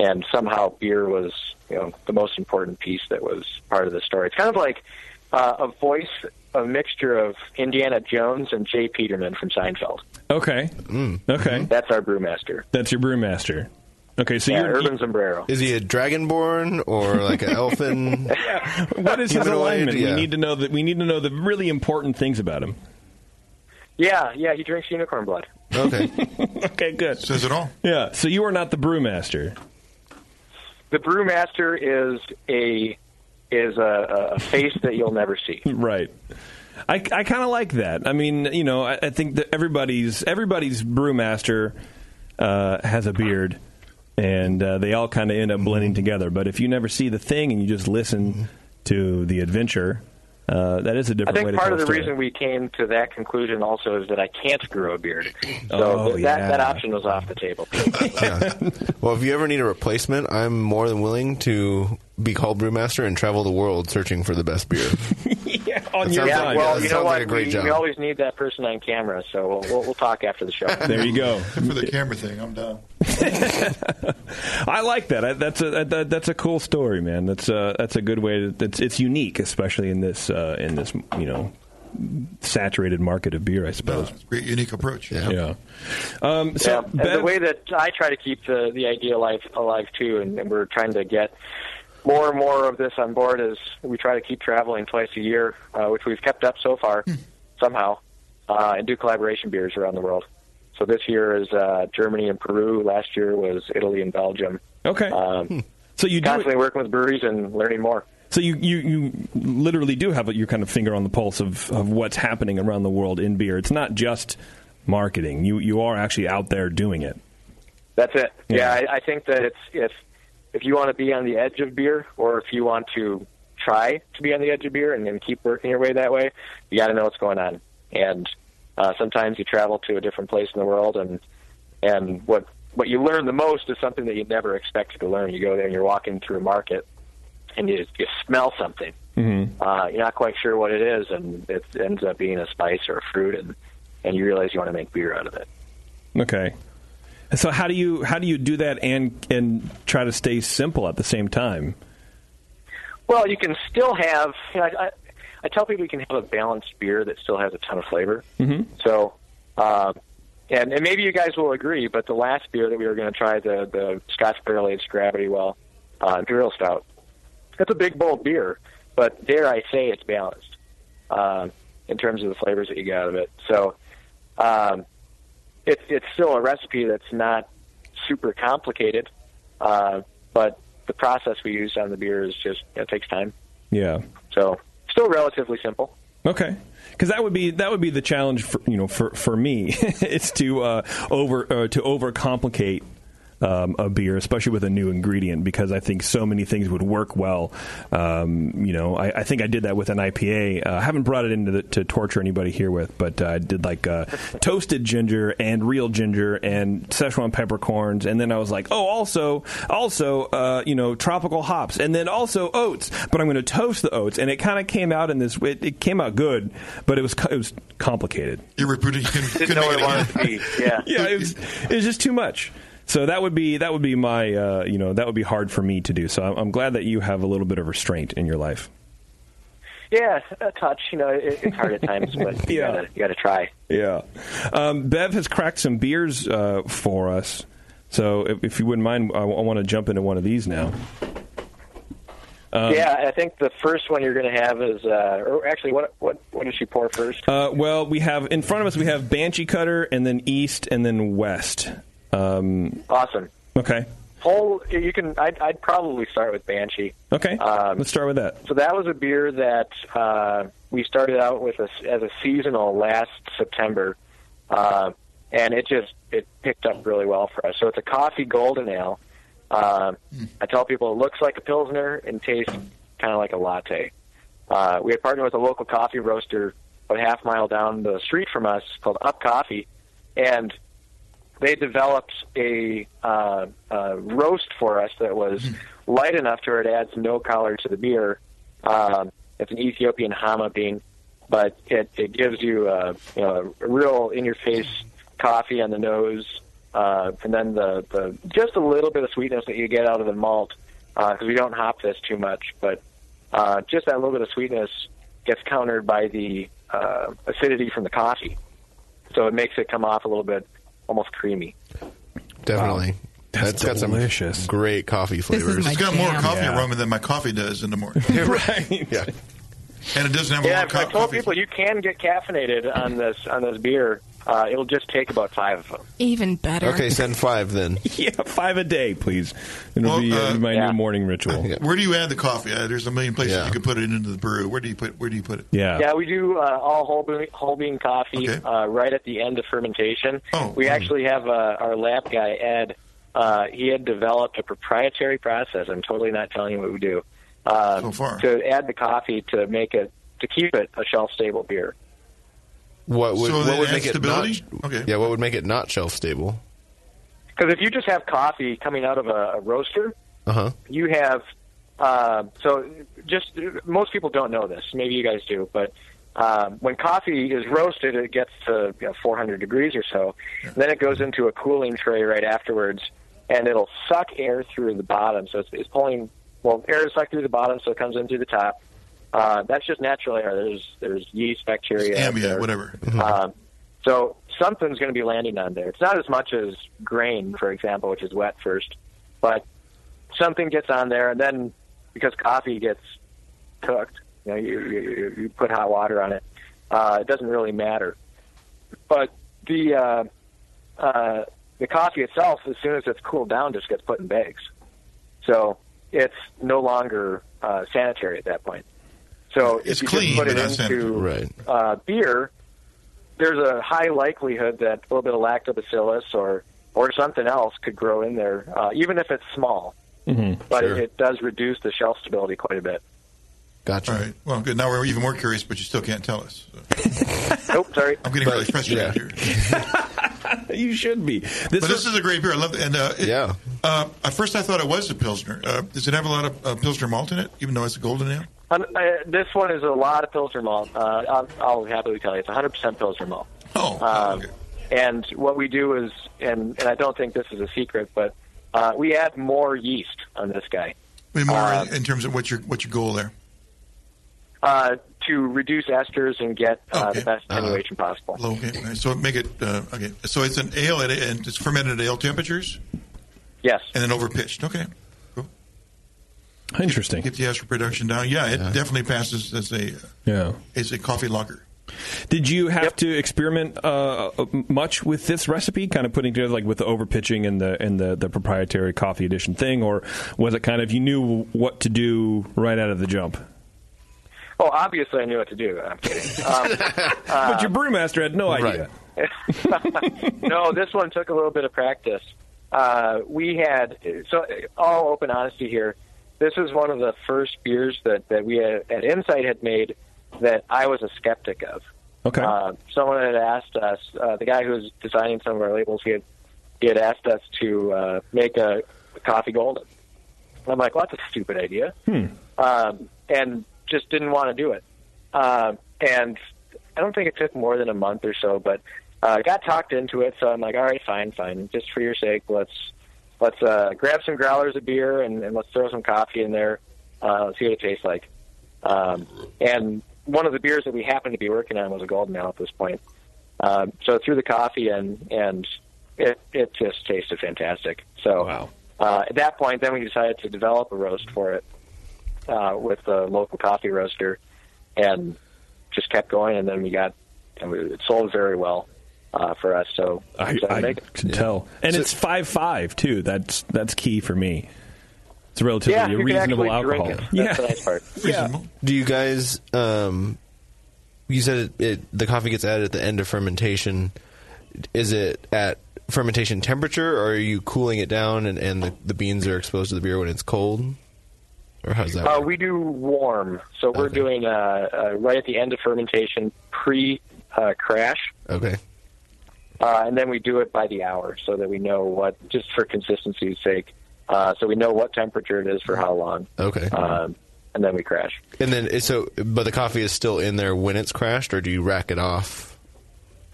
Speaker 16: and somehow beer was you know the most important piece that was part of the story. It's kind of like uh, a voice, a mixture of Indiana Jones and Jay Peterman from Seinfeld.
Speaker 7: Okay.
Speaker 9: Mm-hmm.
Speaker 7: Okay.
Speaker 16: That's our brewmaster.
Speaker 7: That's your brewmaster. Okay, so
Speaker 16: Yeah,
Speaker 7: you're
Speaker 16: Urban Sombrero.
Speaker 8: Is he a dragonborn or like an elfin?
Speaker 7: What is his
Speaker 8: Humanoid,
Speaker 7: alignment?
Speaker 8: yeah.
Speaker 7: We need to know that. We need to know the really important things about him.
Speaker 16: Yeah, yeah, he drinks unicorn blood.
Speaker 8: Okay.
Speaker 7: okay. Good.
Speaker 9: Says it all.
Speaker 7: Yeah. So you are not the brewmaster.
Speaker 16: The brewmaster is a is a, a face that you'll never see.
Speaker 7: Right. I, I kind of like that. I mean, you know, I, I think that everybody's everybody's brewmaster uh, has a beard, and uh, they all kind of end up
Speaker 8: Mm-hmm.
Speaker 7: blending together. But if you never see the thing and you just listen to the adventure, uh, that is a
Speaker 16: I
Speaker 7: different way
Speaker 16: think
Speaker 7: to
Speaker 16: part
Speaker 7: tell
Speaker 16: of
Speaker 7: a
Speaker 16: the
Speaker 7: story.
Speaker 16: reason we came to that conclusion also is that I can't grow a beard, so
Speaker 8: Oh,
Speaker 16: that
Speaker 8: yeah.
Speaker 16: that option was off the table.
Speaker 8: Well, if you ever need a replacement, I'm more than willing to be called brewmaster and travel the world searching for the best beer.
Speaker 7: yeah,
Speaker 8: That your sounds
Speaker 16: yeah,
Speaker 8: like-
Speaker 16: well,
Speaker 8: that
Speaker 16: you know
Speaker 8: sounds
Speaker 16: what?
Speaker 8: like a great
Speaker 16: we,
Speaker 8: job.
Speaker 16: we always need that person on camera, so we'll, we'll, we'll talk after the show.
Speaker 7: There you go.
Speaker 9: Except for the camera thing, I'm done.
Speaker 7: I like that. I, that's a that, that's a cool story, man. That's a that's a good way. To, that's it's unique, especially in this uh, in this you know saturated market of beer, I suppose.
Speaker 9: Great, unique approach.
Speaker 7: Yeah. Um, so
Speaker 16: yeah, and the way that I try to keep the, the idea alive, alive too, and, and we're trying to get more and more of this on board is we try to keep traveling twice a year, uh, which we've kept up so far
Speaker 7: Hmm.
Speaker 16: somehow, uh, and do collaboration beers around the world. So this year is uh, Germany and Peru. Last year was Italy and Belgium.
Speaker 7: Okay. Hmm.
Speaker 16: Um,
Speaker 7: so you
Speaker 16: constantly working with breweries and learning more.
Speaker 7: So you, you, you literally do have your kind of finger on the pulse of, of what's happening around the world in beer. It's not just marketing. You you are actually out there doing it.
Speaker 16: That's it. Yeah, I, I think that it's if if you want to be on the edge of beer, or if you want to try to be on the edge of beer and then keep working your way that way, you got to know what's going on. And uh, sometimes you travel to a different place in the world, and and what what you learn the most is something that you never expected to learn. You go there and you're walking through a market, and you you smell something.
Speaker 3: Mm-hmm.
Speaker 16: Uh, you're not quite sure what it is, and it ends up being a spice or a fruit, and and you realize you want to make beer out of it.
Speaker 7: Okay. So how do you how do you do that and and try to stay simple at the same time?
Speaker 16: Well, you can still have. You know, I, I, I tell people you can have a balanced beer that still has a ton of flavor.
Speaker 3: Mm-hmm.
Speaker 16: So, uh, and, and maybe you guys will agree, but the last beer that we were going to try, the the Scotch Barrel Aged Gravity Well uh, Imperial Stout, it's a big bold beer, but dare I say it's balanced uh, in terms of the flavors that you get out of it. So, um, it's it's still a recipe that's not super complicated, uh, but the process we use on the beer is just it takes time.
Speaker 7: Yeah.
Speaker 16: So, still relatively simple.
Speaker 7: Okay. Because that would be that would be the challenge for you know for for me it's to uh, over uh, to overcomplicate um, a beer, especially with a new ingredient, because I think so many things would work well. Um, you know, I, I think I did that with an IPA. Uh, I haven't brought it into the, to torture anybody here with, but uh, I did like uh, toasted ginger and real ginger and Szechuan peppercorns, and then I was like, oh, also, also, uh, you know, tropical hops, and then also oats. But I'm going to toast the oats, and it kind of came out in this. It, it came out good, but it was co- it was complicated.
Speaker 9: You were pretty. You couldn't, couldn't
Speaker 16: know
Speaker 9: make it
Speaker 16: wanted to be. Yeah.
Speaker 7: yeah, it was it was just too much. So that would be that would be my uh, you know that would be hard for me to do. So I'm, I'm glad that you have a little bit of restraint in your life.
Speaker 16: Yeah, a touch. You know, it, it's hard at times, but you
Speaker 7: Yeah.
Speaker 16: gotta you gotta try.
Speaker 7: Yeah, um, Bev has cracked some beers uh, for us. So if, if you wouldn't mind, I want to jump into one of these now. Um,
Speaker 16: yeah, I think the first one you're gonna have is, uh, or actually, what what what did she pour first?
Speaker 7: Uh, well, we have in front of us we have Banshee Cutter, and then East, and then West. Um,
Speaker 16: awesome.
Speaker 7: Okay.
Speaker 16: Whole, you can. I'd, I'd probably start with Banshee.
Speaker 7: Okay. Let's start with that.
Speaker 16: So that was a beer that uh, we started out with a, as a seasonal last September, uh, and it just it picked up really well for us. So it's a coffee golden ale. Uh, I tell people it looks like a pilsner and tastes kind of like a latte. Uh, we had partnered with a local coffee roaster about a half mile down the street from us called Up Coffee, and they developed a uh, uh, roast for us that was light enough to where it adds no color to the beer. Um, it's an Ethiopian hama bean, but it, it gives you a, you know, a real in-your-face coffee on the nose, uh, and then the, the just a little bit of sweetness that you get out of the malt because we don't hop this too much, but uh, just that little bit of sweetness gets countered by the uh, acidity from the coffee, so it makes it come off a little bit almost creamy.
Speaker 8: Definitely. that's got
Speaker 7: delicious.
Speaker 8: some great coffee flavors.
Speaker 9: It's got more coffee
Speaker 8: Yeah.
Speaker 9: aroma than my coffee does in the morning.
Speaker 7: right.
Speaker 9: Yeah. And it doesn't have a
Speaker 16: Yeah,
Speaker 9: lot of
Speaker 16: if I
Speaker 9: co-
Speaker 16: told people you can get caffeinated on this on this beer. Uh, it'll just take about five of them.
Speaker 5: Even better.
Speaker 8: Okay, send five then.
Speaker 7: yeah, five a day, please. It'll
Speaker 9: Well,
Speaker 7: be
Speaker 9: uh,
Speaker 7: uh, my
Speaker 9: Yeah.
Speaker 7: new morning ritual.
Speaker 9: Where do you add the coffee? Uh, there's a million places you can put it into the brew. Where do you put? Where do you put it?
Speaker 7: Yeah.
Speaker 16: Yeah, we do uh, all whole bean, whole bean coffee uh, right at the end of fermentation.
Speaker 9: Oh,
Speaker 16: we
Speaker 9: mm.
Speaker 16: actually have uh, our lab guy Ed. Uh, he had developed a proprietary process. I'm totally not telling you what we do. Uh,
Speaker 9: So far.
Speaker 16: To add the coffee to make it to keep it a shelf stable beer.
Speaker 8: What would,
Speaker 16: So
Speaker 8: what
Speaker 16: that
Speaker 8: would
Speaker 16: adds
Speaker 8: make it
Speaker 16: stability?
Speaker 8: not? Yeah, what would make it not shelf stable?
Speaker 16: Because if you just have coffee coming out of a, a roaster,
Speaker 8: Uh huh.
Speaker 16: you have uh, so just most people don't know this maybe you guys do but um, when coffee is roasted it gets to you know, 400 degrees or so then it goes into a cooling tray right afterwards and it'll suck air through the bottom so it's, it's pulling well air is sucked through the bottom so it comes in through the top uh, that's just natural air there's there's yeast bacteria out
Speaker 9: ambient,
Speaker 16: there.
Speaker 9: whatever.
Speaker 16: Um, so something's going to be landing on there. It's not as much as grain, for example, which is wet first, but something gets on there, and then because coffee gets cooked, you know, you, you, you- you put hot water on it. Uh, it doesn't really matter. But the uh, uh, the coffee itself, as soon as it's cooled down, just gets put in bags. So it's no longer uh, sanitary at that point. So
Speaker 9: It's
Speaker 16: if you
Speaker 9: clean,
Speaker 16: just put
Speaker 9: but
Speaker 16: it
Speaker 9: not
Speaker 16: into
Speaker 9: sanitary.
Speaker 8: Right.
Speaker 16: uh, beer, there's a high likelihood that a little bit of lactobacillus or or something else could grow in there, uh, even if it's small.
Speaker 17: Mm-hmm.
Speaker 16: But it, it does reduce the shelf stability quite a bit.
Speaker 8: Gotcha.
Speaker 9: All right. Well, good. Now we're even more curious, but you still can't tell us.
Speaker 16: nope. Sorry.
Speaker 9: I'm getting really frustrated here.
Speaker 7: you should be. This
Speaker 9: but this is a great beer. I love it. And, uh, it-
Speaker 8: Yeah.
Speaker 9: Uh, at first, I thought it was a pilsner. Uh, does it have a lot of uh, pilsner malt in it, even though it's a golden ale?
Speaker 16: Um, uh, this one is a lot of Pilsner malt. Uh, I'll, I'll happily tell you, it's 100% Pilsner malt.
Speaker 9: Oh.
Speaker 16: Um, And what we do is, and, and I don't think this is a secret, but uh, we add more yeast on this guy
Speaker 9: I mean, more in, in terms of what your what your goal there.
Speaker 16: uh, to reduce esters and get uh, the best attenuation possible.
Speaker 9: Low, okay. All right. So make it uh, okay. So it's an ale and, it, and it's fermented at ale temperatures.
Speaker 16: Yes.
Speaker 9: And then over pitched. Okay.
Speaker 20: Interesting.
Speaker 9: Get the ester production down. Yeah, it definitely passes as a
Speaker 20: Yeah.
Speaker 9: as a coffee lager.
Speaker 7: Did you have to experiment uh, much with this recipe, kind of putting together like with the overpitching and the and the, the proprietary coffee edition thing, or was it kind of you knew what to do right out of the jump?
Speaker 16: Oh, obviously I knew what to do. I'm kidding. Um,
Speaker 7: but your brewmaster had no idea.
Speaker 16: no, this one took a little bit of practice. Uh, we had, so all open honesty here, this is one of the first beers that, that we had, at Insight had made that I was a skeptic of.
Speaker 7: Okay.
Speaker 16: Uh, someone had asked us, uh, the guy who was designing some of our labels, he had, he had asked us to uh, make a coffee golden. And I'm like, well, that's a stupid idea um, and just didn't want to do it. Uh, and I don't think it took more than a month or so, but uh, got talked into it. So I'm like, all right, fine, fine. Just for your sake, let's let's uh, grab some growlers of beer and, and let's throw some coffee in there. Uh, let's see what it tastes like. Um, and one of the beers that we happened to be working on was a golden ale at this point. Um, so threw the coffee in, and it it just tasted fantastic. So uh, at that point, then we decided to develop a roast for it uh, with a local coffee roaster, and just kept going. And then we got and we, it sold very well uh, for us. So
Speaker 7: I,
Speaker 16: so
Speaker 7: I
Speaker 16: make-
Speaker 7: can tell, and it's five five too. That's that's key for me. It's relatively
Speaker 16: yeah,
Speaker 7: a
Speaker 16: you can
Speaker 7: reasonable
Speaker 16: actually
Speaker 7: alcohol.
Speaker 16: Drink it.
Speaker 7: Yeah,
Speaker 16: That's the nice part.
Speaker 8: Do you guys? Um, you said it, it, the coffee gets added at the end of fermentation. Is it at fermentation temperature, or are you cooling it down and, and the, the beans are exposed to the beer when it's cold? Or how's that?
Speaker 16: Uh,
Speaker 8: work?
Speaker 16: we do warm, so we're doing uh, uh, right at the end of fermentation, pre uh, crash,
Speaker 8: Okay.
Speaker 16: uh, and then we do it by the hour, so that we know what, just for consistency's sake, uh, so we know what temperature it is for how long,
Speaker 8: Okay.
Speaker 16: um, and then we crash.
Speaker 8: and then it- so, but the coffee is still in there when it's crashed, or do you rack it off?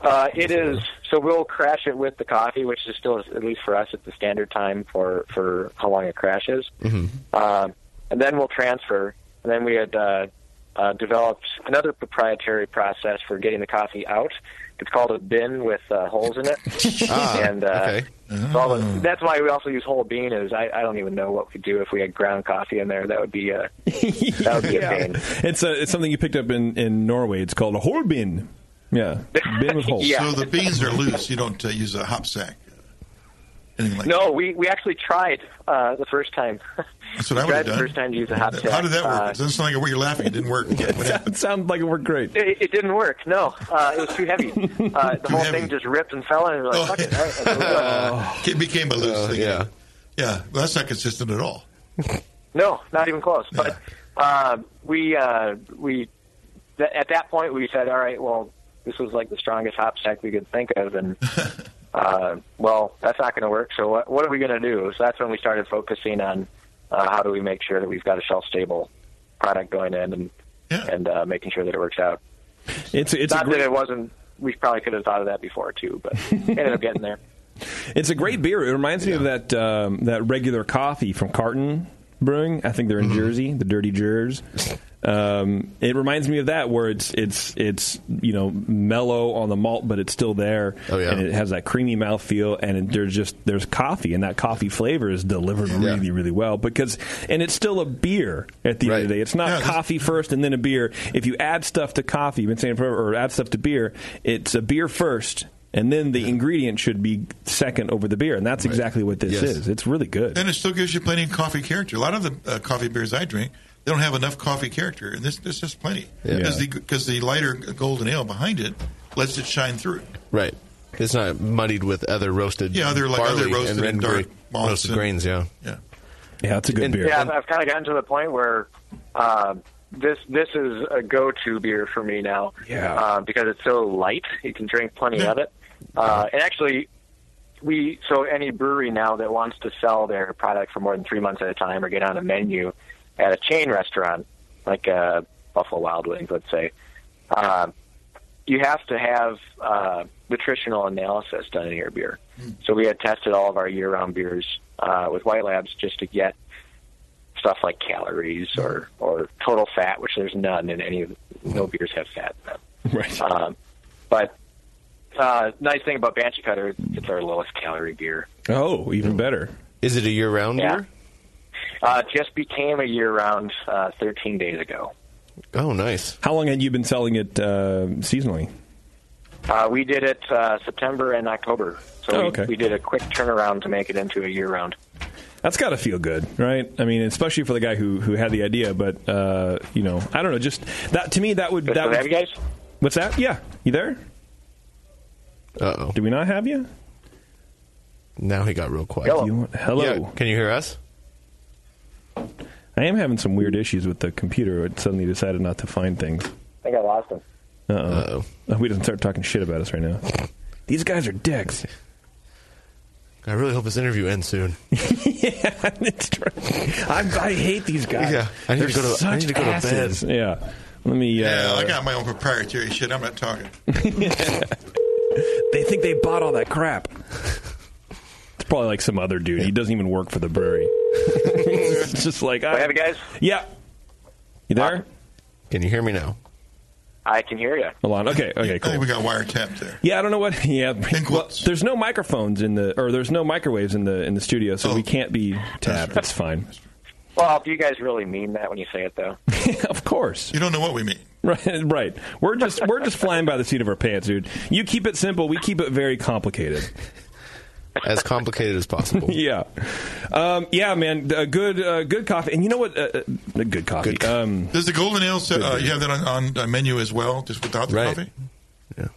Speaker 16: Uh, it is so we'll crash it with the coffee, which is still at least for us it's the standard time for for how long it crashes,
Speaker 8: Mm-hmm.
Speaker 16: um, and then we'll transfer. And then we had uh, uh, developed another proprietary process for getting the coffee out. It's called a bin with uh, holes in it,
Speaker 8: Ah,
Speaker 16: and uh,
Speaker 8: okay.
Speaker 16: so all
Speaker 9: Ah.
Speaker 16: the, that's why we also use whole bean. Is I, I don't even know what we'd do if we had ground coffee in there. That would be uh, that would be a pain.
Speaker 7: it's a, it's something you picked up in, in Norway. It's called a horbin. Yeah, bin with holes.
Speaker 9: So the beans are loose. You don't uh, use a hop sack.
Speaker 16: no, we, we actually tried uh, the first time.
Speaker 9: That's what I
Speaker 16: We
Speaker 9: would
Speaker 16: tried
Speaker 9: have done.
Speaker 16: The first time to use a hot
Speaker 9: How did that work?
Speaker 16: Uh,
Speaker 9: it doesn't sound like what you're laughing. It didn't work. What happened?
Speaker 7: It sounded like it worked great.
Speaker 16: It, it didn't work. No, uh, it was too heavy. Uh, the whole thing just ripped and fell, and we were
Speaker 9: Oh.
Speaker 16: like, "Fuck it." all right, let's move on."
Speaker 9: It became a loose thing.
Speaker 8: Yeah.
Speaker 9: Yeah. Well, that's not consistent at all.
Speaker 16: No, not even close. But uh, we uh, we th- at that point we said, "All right, well, this was like the strongest hop stack we could think of," and uh, well, that's not going to work. So what what are we going to do? So that's when we started focusing on uh, how do we make sure that we've got a shelf stable product going in and and uh, making sure that it works out.
Speaker 7: It's it's
Speaker 16: not
Speaker 7: a great,
Speaker 16: that it wasn't. We probably could have thought of that before too, but ended up getting there.
Speaker 7: It's a great beer. It reminds me of that um, that regular coffee from Carton Brewing. I think they're in Jersey, the Dirty Jers. Um, it reminds me of that where it's it's it's you know mellow on the malt, but it's still there, oh, yeah. and it has that creamy mouthfeel, and it, there's just there's coffee, and that coffee flavor is delivered really really well because and it's still a beer at the end of the day. It's not coffee first and then a beer. If you add stuff to coffee, you've been saying forever, or add stuff to beer, it's a beer first and then the ingredient should be second over the beer, and that's exactly what this
Speaker 9: Yes.
Speaker 7: is. It's really good.
Speaker 9: And it still gives you plenty of coffee character. A lot of the uh, coffee beers I drink, they don't have enough coffee character, and this this is plenty
Speaker 8: Yeah.
Speaker 9: because the, 'cause the lighter golden ale behind it lets it shine through.
Speaker 8: Right. It's not muddied with other roasted
Speaker 9: Yeah, other, like,
Speaker 8: barley
Speaker 9: other roasted
Speaker 8: and,
Speaker 9: and
Speaker 8: gra-
Speaker 9: dark malts
Speaker 8: roasted
Speaker 9: and-
Speaker 8: grains. Yeah,
Speaker 9: yeah,
Speaker 7: yeah. It's a good beer.
Speaker 16: Yeah, I've, I've kind of gotten to the point where um, this this is a go-to beer for me now.
Speaker 7: Yeah. Mm-hmm.
Speaker 16: Uh, because it's so light, you can drink plenty of it. Uh, and actually, we so any brewery now that wants to sell their product for more than three months at a time or get on a menu at a chain restaurant like uh, Buffalo Wild Wings, let's say, uh, you have to have uh, nutritional analysis done in your beer.
Speaker 7: Hmm.
Speaker 16: So we had tested all of our year-round beers uh, with White Labs just to get stuff like calories or or total fat, which there's none in any of no beers have fat in them.
Speaker 7: Right.
Speaker 16: Um, but uh, nice thing about Banshee Cutter, is it's our lowest calorie beer.
Speaker 7: Oh, even better.
Speaker 8: Is it a year-round
Speaker 16: Yeah. Uh, just became a year round uh, 13 days ago.
Speaker 8: Oh, nice.
Speaker 7: How long had you been selling it uh, seasonally?
Speaker 16: Uh, we did it uh, September and October, so
Speaker 7: Oh,
Speaker 16: we,
Speaker 7: okay.
Speaker 16: we did a quick turnaround to make it into a year round.
Speaker 7: That's got to feel good, right? I mean, especially for the guy who, who had the idea. But uh, you know, I don't know. Just that to me, that would that
Speaker 16: So
Speaker 7: would,
Speaker 16: have you guys?
Speaker 7: What's that? Yeah, you there?
Speaker 8: Uh oh.
Speaker 7: Do we not have you?
Speaker 8: Now he got real quiet.
Speaker 7: Hello. You want- hello.
Speaker 8: can you hear us?
Speaker 7: I am having some weird issues with the computer. It suddenly decided not to find things.
Speaker 16: I think I lost him.
Speaker 7: Uh-oh. oh. We didn't start talking shit about us right now. These guys are dicks.
Speaker 8: I really hope this interview ends soon.
Speaker 7: I, I hate these guys.
Speaker 8: Yeah, I need
Speaker 7: They're
Speaker 8: to go to- I
Speaker 7: such
Speaker 8: need to go to bed.
Speaker 7: asses. Yeah. Let me. Uh,
Speaker 9: Yeah, I got my own proprietary shit. I'm not talking.
Speaker 7: They think they bought all that crap. It's probably like some other dude. He doesn't even work for the brewery. it's just like I
Speaker 16: have you guys.
Speaker 7: Yeah. You there?
Speaker 8: Can you hear me now?
Speaker 16: I can hear you.
Speaker 7: Hold on. Okay. Okay.
Speaker 9: I
Speaker 7: Cool.
Speaker 9: think we got wiretapped there.
Speaker 7: Yeah, I don't know what. Yeah, well, there's no microphones in the or there's no microwaves in the in the studio,
Speaker 9: Oh.
Speaker 7: so we can't be tapped. It's fine.
Speaker 16: Well, do you guys really mean that when you say it, though?
Speaker 7: of course.
Speaker 9: You don't know what we mean.
Speaker 7: Right, right. We're just we're just flying by the seat of our pants, dude. You keep it simple. We keep it very complicated.
Speaker 8: As complicated as possible.
Speaker 7: yeah, um, yeah, man. A good uh, good coffee, and you know what? Uh, uh, good coffee. um,
Speaker 9: Does the golden ale set, uh, you have that on, on the menu as well, just without the coffee?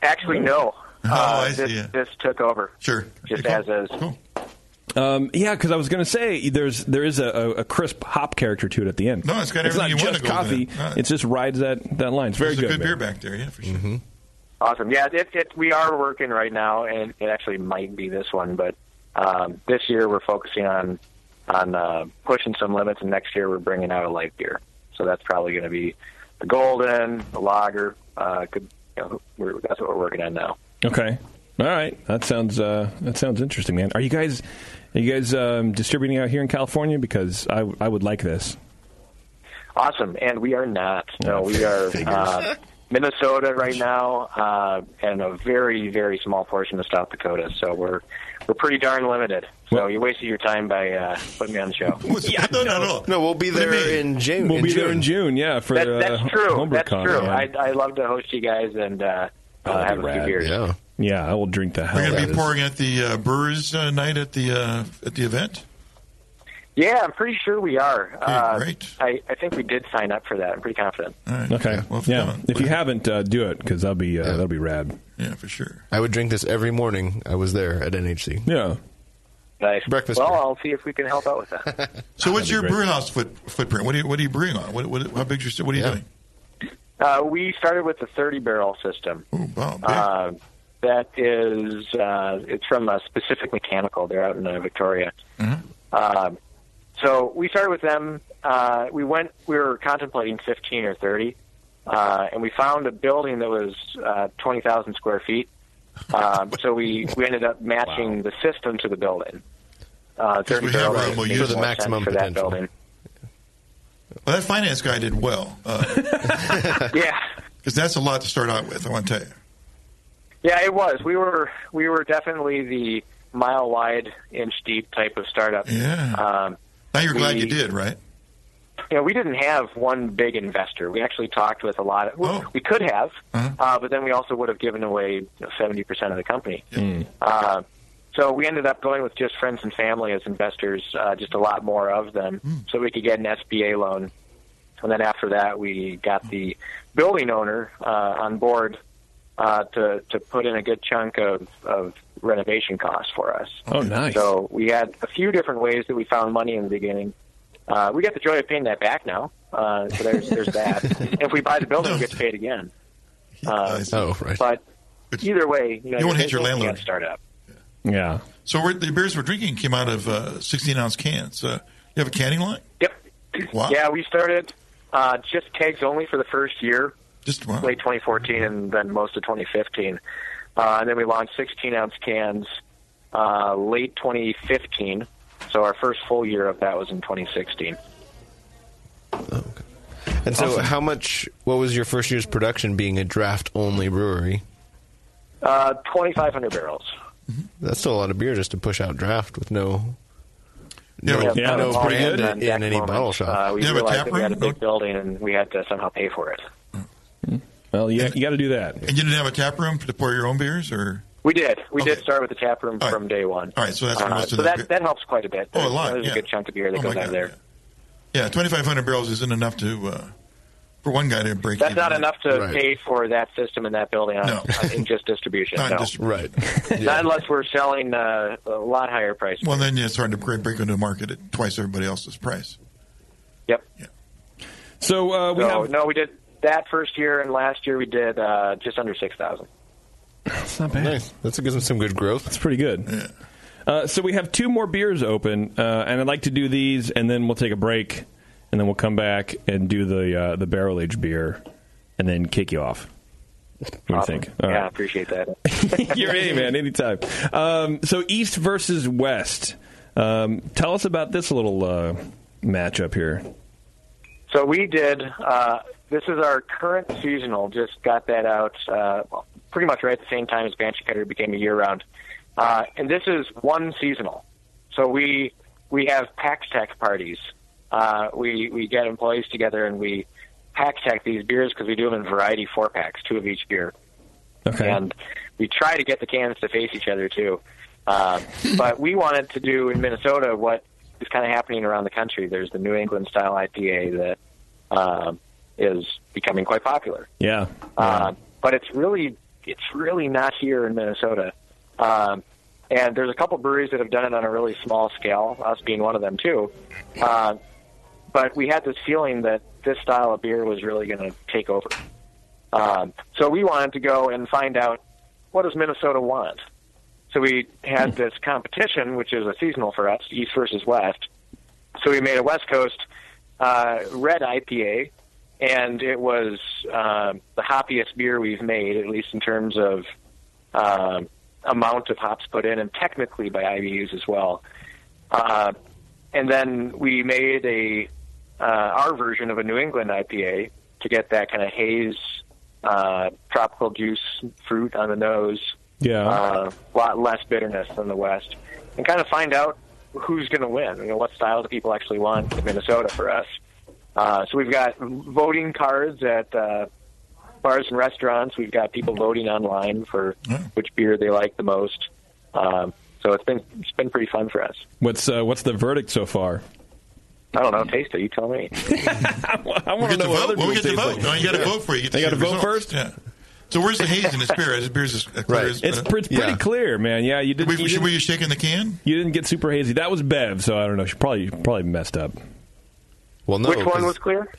Speaker 16: Actually, no.
Speaker 9: Oh,
Speaker 16: uh,
Speaker 9: I see,
Speaker 16: this,
Speaker 9: yeah.
Speaker 16: this took over.
Speaker 9: Sure.
Speaker 16: Just as is.
Speaker 7: Um, yeah, because I was going to say there's there is a, a, a crisp hop character to it at the end.
Speaker 9: No, it's got
Speaker 7: not
Speaker 9: everything you want
Speaker 7: just
Speaker 9: in a golden
Speaker 7: coffee.
Speaker 9: ale. No,
Speaker 7: it just rides that that line. It's very
Speaker 9: There's a good beer
Speaker 7: man.
Speaker 9: back there, yeah, for sure.
Speaker 8: Mm-hmm.
Speaker 16: Awesome. Yeah, it, it, we are working right now, and it actually might be this one, but um, this year we're focusing on on uh, pushing some limits, and next year we're bringing out a light beer. So that's probably going to be the golden, the lager. Uh, could, you know, we're, that's what we're working on now.
Speaker 7: Okay. All right. That sounds uh, that sounds interesting, man. Are you guys are you guys um, distributing out here in California? Because I I would like this.
Speaker 16: Awesome. And we are not. No, we are uh, Minnesota right now, uh, and a very, very small portion of South Dakota. So we're we're pretty darn limited. So you wasted your time by uh, putting me on the show.
Speaker 9: yeah, no, no, no.
Speaker 8: No, we'll be there in June.
Speaker 7: We'll
Speaker 8: in
Speaker 7: be there
Speaker 8: June.
Speaker 7: in June. Yeah, for
Speaker 16: That-
Speaker 7: uh,
Speaker 16: that's true.
Speaker 7: Homebrew
Speaker 16: That's
Speaker 7: Con,
Speaker 16: true.
Speaker 7: yeah.
Speaker 16: I I love to host you guys and uh, uh, have a few beers.
Speaker 8: Yeah.
Speaker 7: Yeah, I will drink the hell
Speaker 9: We're
Speaker 8: Oh,
Speaker 7: out
Speaker 9: going to
Speaker 7: of
Speaker 9: be
Speaker 7: this.
Speaker 9: pouring at the uh, Brewers uh, night at the uh, at the event.
Speaker 16: Yeah, I'm pretty sure we are. uh, I I think we did sign up for that. I'm pretty confident.
Speaker 7: Okay. Yeah. If you haven't, uh, do it because that'll be uh, that'll be rad.
Speaker 9: Yeah, for sure.
Speaker 8: I would drink this every morning. I was there at NHC.
Speaker 7: Yeah.
Speaker 16: Nice
Speaker 8: breakfast.
Speaker 16: Well, I'll see if we can help out with that.
Speaker 7: Ah,
Speaker 9: So, what's your brew house foot, footprint? What are you, what are you brewing on? What, what, how big's your? st- What are you doing?
Speaker 16: Uh, we started with the 30 barrel system. uh, that is, uh, it's from a specific mechanical. They're out in uh, Victoria.
Speaker 7: Mm-hmm.
Speaker 16: Um, so we started with them. Uh, we went. We were contemplating 15 or 30, uh, and we found a building that was uh, 20,000 square feet. Um, so we, we ended up matching the system to the building. Uh, 30 barrels
Speaker 9: room, we'll
Speaker 16: made
Speaker 9: use it.
Speaker 16: more sense for that building.
Speaker 9: Well, that finance guy did well. Uh,
Speaker 16: yeah,
Speaker 9: because that's a lot to start out with. I want to tell you.
Speaker 16: Yeah, it was. We were we were definitely the mile wide, inch deep type of startup.
Speaker 9: Yeah.
Speaker 16: Um,
Speaker 9: Now you're glad
Speaker 16: we-
Speaker 9: you did, right?
Speaker 16: You know, we didn't have one big investor. We actually talked with a lot of.
Speaker 9: Oh.
Speaker 16: well, We could have,
Speaker 9: Uh-huh.
Speaker 16: uh but then we also would have given away seventy percent of the company.
Speaker 7: Mm.
Speaker 16: Uh, so we ended up going with just friends and family as investors, uh, just a lot more of them, so we could get an SBA loan. And then after that, we got the building owner uh, on board uh, to to put in a good chunk of, of renovation costs for us.
Speaker 7: Oh, nice.
Speaker 16: So we had a few different ways that we found money in the beginning. Uh, we got the joy of paying that back now. Uh, so there's there's that. if we buy the building, we get to pay it again. Uh,
Speaker 8: Oh, right.
Speaker 16: But either way, you know,
Speaker 9: You won't hit your
Speaker 16: business
Speaker 9: landlord.
Speaker 16: can't Start up.
Speaker 7: Yeah.
Speaker 9: So we're, the beers we're drinking came out of uh, 16 ounce cans. Uh, you have a canning line? Yep. Wow.
Speaker 16: Yeah, we started uh, just kegs only for the first year,
Speaker 9: just
Speaker 16: late 2014 and then most of 2015, uh, and then we launched 16 ounce cans uh, late 2015. So our first full year of that was in 2016.
Speaker 8: And so, how much? What was your first year's production being a draft only brewery?
Speaker 16: Uh, 2,500 barrels.
Speaker 8: That's still a lot of beer just to push out draft with no.
Speaker 16: We
Speaker 8: no,
Speaker 16: had a
Speaker 8: no
Speaker 16: small
Speaker 8: brand
Speaker 16: hand on
Speaker 8: in,
Speaker 16: deck
Speaker 8: in any
Speaker 16: moment.
Speaker 8: bottle shop.
Speaker 16: Uh, we realized that we had a big building and we had to somehow pay for it.
Speaker 7: Well, you, you got to do that.
Speaker 9: And you didn't have a tap room to pour your own beers, or
Speaker 16: We did. We did start with the tap room from day one. Uh,
Speaker 9: All right, so that's where most of
Speaker 16: so
Speaker 9: the
Speaker 16: that, that helps quite a bit.
Speaker 9: Oh, a lot,
Speaker 16: There's
Speaker 9: yeah.
Speaker 16: a good chunk of beer that
Speaker 9: Oh, my
Speaker 16: goes out
Speaker 9: God,
Speaker 16: of there.
Speaker 9: yeah, 2,500 barrels isn't enough to uh, for one guy to break.
Speaker 16: That's
Speaker 9: even.
Speaker 16: not enough to
Speaker 9: Right.
Speaker 16: pay for that system in that building on, on- in just distribution.
Speaker 9: Not
Speaker 16: no.
Speaker 9: distribution.
Speaker 16: Not unless we're selling uh, a lot higher price.
Speaker 9: Well, then yeah, it's hard to break break into the market at twice everybody else's price.
Speaker 16: Yep.
Speaker 7: So uh,
Speaker 9: we
Speaker 16: no,
Speaker 9: have-
Speaker 16: no, we did that first year, and last year we did uh, just under six thousand.
Speaker 7: That's not bad.
Speaker 8: Nice. That's gives them some good growth. That's
Speaker 7: pretty good. Uh, so we have two more beers open, uh, and I'd like to do these, and then we'll take a break, and then we'll come back and do the uh, the barrel aged beer, and then kick you off. What do you think? All
Speaker 16: yeah, I
Speaker 7: right.
Speaker 16: appreciate that.
Speaker 7: You're in, man. Anytime. Um, so East versus West. Um, tell us about this little uh, matchup here.
Speaker 16: So we did. Uh, this is our current seasonal. Just got that out uh, well, pretty much right at the same time as Banshee Cutter became a year-round, uh, and this is one seasonal. So we we have PAX Tech parties. Uh, we we get employees together and we PAX Tech these beers because we do them in variety four packs, two of each beer.
Speaker 7: Okay.
Speaker 16: And we try to get the cans to face each other too. Uh, but we wanted to do in Minnesota what is kind of happening around the country. There's the New England style IPA that um is becoming quite popular,
Speaker 7: Yeah.
Speaker 16: uh, but it's really it's really not here in Minnesota. Um, and there's a couple breweries that have done it on a really small scale, us being one of them too. Uh, but we had this feeling that this style of beer was really going to take over. Um, so we wanted to go and find out what does Minnesota want. So we had this competition, which is a seasonal for us, East versus West. So we made a West Coast uh, red IPA, and it was um the hoppiest beer we've made, at least in terms of um amount of hops put in, and technically by IBUs as well. Uh, and then we made a uh, our version of a New England IPA to get that kind of haze, uh, tropical juice fruit on the nose.
Speaker 7: Yeah.
Speaker 16: Uh, a lot less bitterness than the West, and kind of find out who's going to win. You know, what style do people actually want in Minnesota for us? Uh, so we've got voting cards at uh, bars and restaurants. We've got people voting online for which beer they like the most. Um, so it's been it's been pretty fun for us.
Speaker 7: What's uh, what's the verdict so far?
Speaker 16: I don't know, taste it. You tell me.
Speaker 7: I want to know what other
Speaker 9: Well, we get to
Speaker 7: people taste
Speaker 9: vote.
Speaker 7: like.
Speaker 9: No, you got to
Speaker 7: Yeah.
Speaker 9: vote for it. You get to
Speaker 7: They
Speaker 9: see
Speaker 7: gotta
Speaker 9: the
Speaker 7: vote
Speaker 9: results.
Speaker 7: first.
Speaker 9: Yeah. So where's the haze in this beer? This beer's as clear as
Speaker 7: It's
Speaker 9: uh,
Speaker 7: pretty, pretty clear, man. Yeah, you did.
Speaker 9: Wait,
Speaker 7: you
Speaker 9: should- were
Speaker 7: didn't-
Speaker 9: you shaking the can?
Speaker 7: You didn't get super hazy. That was Bev, so I don't know. She probably probably messed up.
Speaker 8: Well,
Speaker 16: Which one was clear?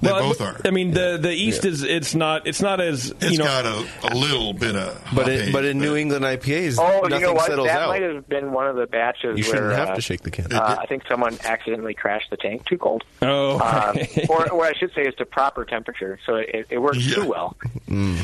Speaker 7: They both are. I mean, the the East is it's not it's not as you know.
Speaker 9: got a, a little bit of.
Speaker 8: But it, but in New England IPAs,
Speaker 16: Oh,
Speaker 8: nothing
Speaker 16: you know what?
Speaker 8: settles
Speaker 16: That
Speaker 8: out.
Speaker 16: might have been one of the batches.
Speaker 8: You shouldn't
Speaker 16: where,
Speaker 8: have
Speaker 16: uh,
Speaker 8: to shake the can.
Speaker 16: Uh, I think someone accidentally crashed the tank too cold.
Speaker 7: Oh,
Speaker 16: Um, or, or I should say, it's to proper temperature, so it, it works too well.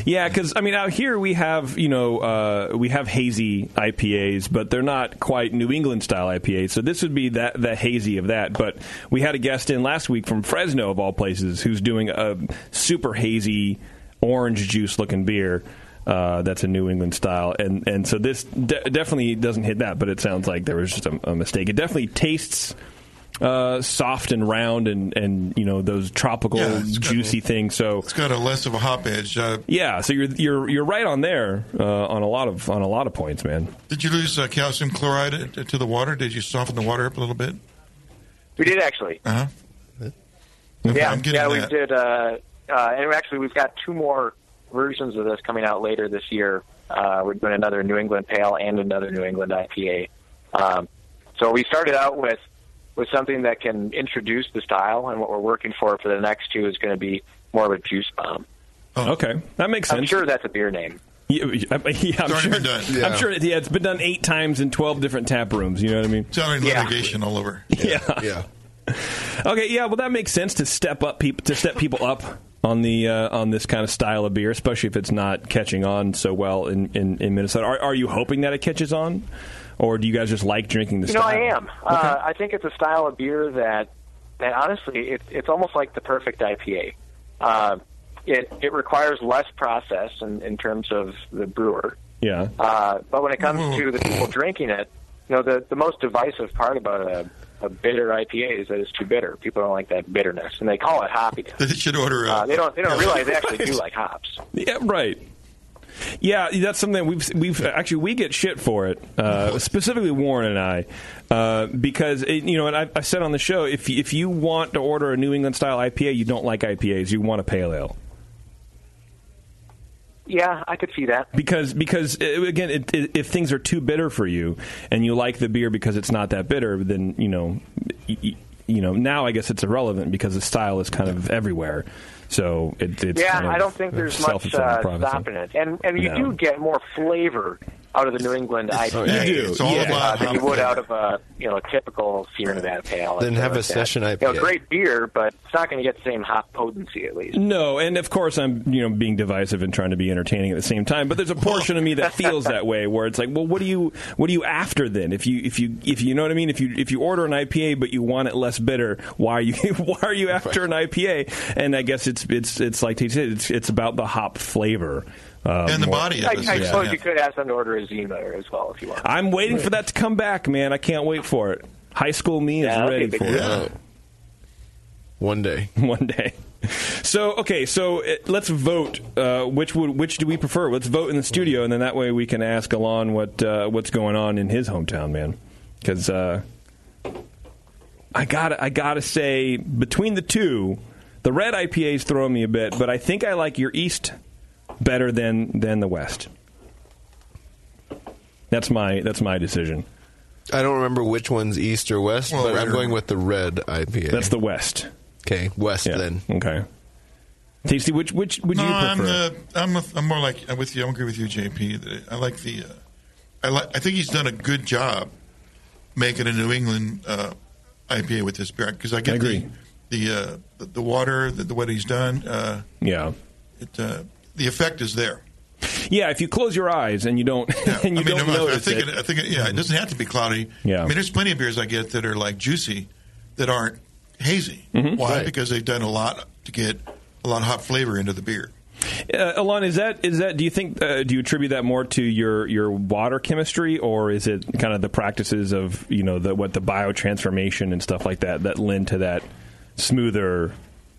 Speaker 7: Yeah, because I mean, out here we have you know uh, we have hazy IPAs, but they're not quite New England style IPAs. So this would be that the hazy of that. But we had a guest in last week from Fresno of all places, who's doing a super hazy orange juice looking beer. Uh, that's a New England style, and and so this de- definitely doesn't hit that, but it sounds like there was just a, a mistake. It definitely tastes uh, soft and round, and and you know those tropical juicy things. So
Speaker 9: It's got a less of a hop edge. Uh,
Speaker 7: yeah, so you're you're you're right on there uh, on a lot of on a lot of points, man.
Speaker 9: did you lose uh, calcium chloride to- to the water? Did you soften the water up a little bit?
Speaker 16: We did actually.
Speaker 9: Uh huh.
Speaker 16: yeah,
Speaker 9: I'm getting
Speaker 16: yeah, we
Speaker 9: that.
Speaker 16: did. Uh, uh, and actually, we've got two more versions of this coming out later this year. Uh, we're doing another New England Pale and another New England IPA. Um, so we started out with with something that can introduce the style, and what we're working for for the next two is going to be more of a juice bomb.
Speaker 9: Oh.
Speaker 7: Okay, that makes sense.
Speaker 16: I'm sure that's a beer name.
Speaker 7: Yeah, yeah, I'm sure.
Speaker 9: been done. Yeah.
Speaker 7: I'm sure. Yeah, it's been done eight times in twelve different tap rooms. You know what I mean?
Speaker 9: It's already litigation all over.
Speaker 7: Yeah.
Speaker 8: Yeah.
Speaker 7: Okay. Yeah. Well, that makes sense to step up people to step people up on the uh, on this kind of style of beer, especially if it's not catching on so well in in, in Minnesota. Are, are you hoping that it catches on, or do you guys just like drinking the
Speaker 16: You know,
Speaker 7: style?
Speaker 16: I am. Uh, I think it's a style of beer that, that honestly, it, it's almost like the perfect IPA. Uh, it it requires less process in, in terms of the brewer,
Speaker 7: Yeah.
Speaker 16: uh, but when it comes
Speaker 9: Mm-hmm.
Speaker 16: to the people drinking it, you know, the the most divisive part about a, a bitter IPA is that it's too bitter. People don't like that bitterness, and they call it hoppiness.
Speaker 9: They should order. A,
Speaker 16: Uh, they don't they don't realize they actually do like hops.
Speaker 7: Yeah, right. Yeah, that's something we've we've actually we get shit for it, uh, specifically Warren and I, uh, because it, you know, and I, I said on the show if you- if you want to order a New England style IPA, you don't like IPAs, you want a pale ale
Speaker 16: Yeah, I could see that.
Speaker 7: because because uh, again, it, it, if things are too bitter for you and you like the beer because it's not that bitter, then you know, y- y- you know, now I guess it's irrelevant because the style is kind of everywhere. So it, it's
Speaker 16: yeah,
Speaker 7: kind of
Speaker 16: I don't think there's much
Speaker 7: self-fulfilling
Speaker 16: uh,
Speaker 7: prophecy.
Speaker 16: stopping it, and and you
Speaker 7: No.
Speaker 16: do get more flavor out of the New England IPA
Speaker 7: You do, It's all yeah.
Speaker 16: uh,
Speaker 7: about
Speaker 16: than you
Speaker 7: how-
Speaker 16: would out of a you know a typical Sierra Nevada Pale.
Speaker 8: Then
Speaker 16: and
Speaker 8: have
Speaker 16: stuff
Speaker 8: a
Speaker 16: like that.
Speaker 8: session
Speaker 16: You
Speaker 8: IPA.
Speaker 16: know, great beer, but it's not going to get the same hop potency at least.
Speaker 7: No, and of course I'm you know being divisive and trying to be entertaining at the same time. But there's a portion of me that feels that way, where it's like, well, what do you what are you after then? If you if you if you know what I mean, if you if you order an IPA but you want it less bitter, why are you why are you after an IPA? And I guess it's it's it's like you said, it's it's about the hop flavor uh,
Speaker 9: And the
Speaker 7: more-
Speaker 9: body
Speaker 16: I,
Speaker 9: of it.
Speaker 16: I suppose you could ask them to order a Zima as well if you want.
Speaker 7: I'm waiting for that to come back, man. I can't wait for it. High school me
Speaker 16: Yeah,
Speaker 7: is
Speaker 16: that'd be a
Speaker 7: ready
Speaker 16: big
Speaker 7: for
Speaker 16: deal.
Speaker 7: it.
Speaker 8: Yeah. One day.
Speaker 7: one day. So okay, so uh, let's vote. Uh, which would which do we prefer? Let's vote in the studio, and then that way we can ask Alon what uh, what's going on in his hometown, man. Because uh, I got to I gotta say between the two, the red IPA's throwing me a bit, but I think I like your East better than than the West. That's my that's my decision.
Speaker 8: I don't remember which one's east or west,
Speaker 9: Well,
Speaker 8: but I'm
Speaker 9: we're-
Speaker 8: going with the red IPA.
Speaker 7: That's the West.
Speaker 8: okay, west
Speaker 7: Yeah.
Speaker 8: then.
Speaker 7: Okay. Tasty, which which would
Speaker 9: No,
Speaker 7: you prefer?
Speaker 9: I'm the. I'm. A, I'm more like I'm with you. I'm agree with you, JP. that I like the. Uh, I like. I think he's done a good job making a New England uh, IPA with this beer because I get
Speaker 7: I agree.
Speaker 9: the the, uh, the the water, the, the what he's done. Uh,
Speaker 7: yeah.
Speaker 9: it uh, the effect is there.
Speaker 7: Yeah, if you close your eyes and you don't and you
Speaker 9: I mean,
Speaker 7: don't
Speaker 9: I, I
Speaker 7: notice
Speaker 9: think
Speaker 7: it,
Speaker 9: it, I think it, yeah, it doesn't have to be cloudy.
Speaker 7: Yeah.
Speaker 9: I mean, there's plenty of beers I get that are like juicy, that aren't hazy.
Speaker 7: Mm-hmm.
Speaker 9: Why?
Speaker 8: Right.
Speaker 9: Because they've done a lot to get a lot of hot flavor into the beer.
Speaker 7: uh, Alon, is that is that? Do you think uh, do you attribute that more to your your water chemistry, or is it kind of the practices of you know the what the biotransformation and stuff like that that lend to that smoother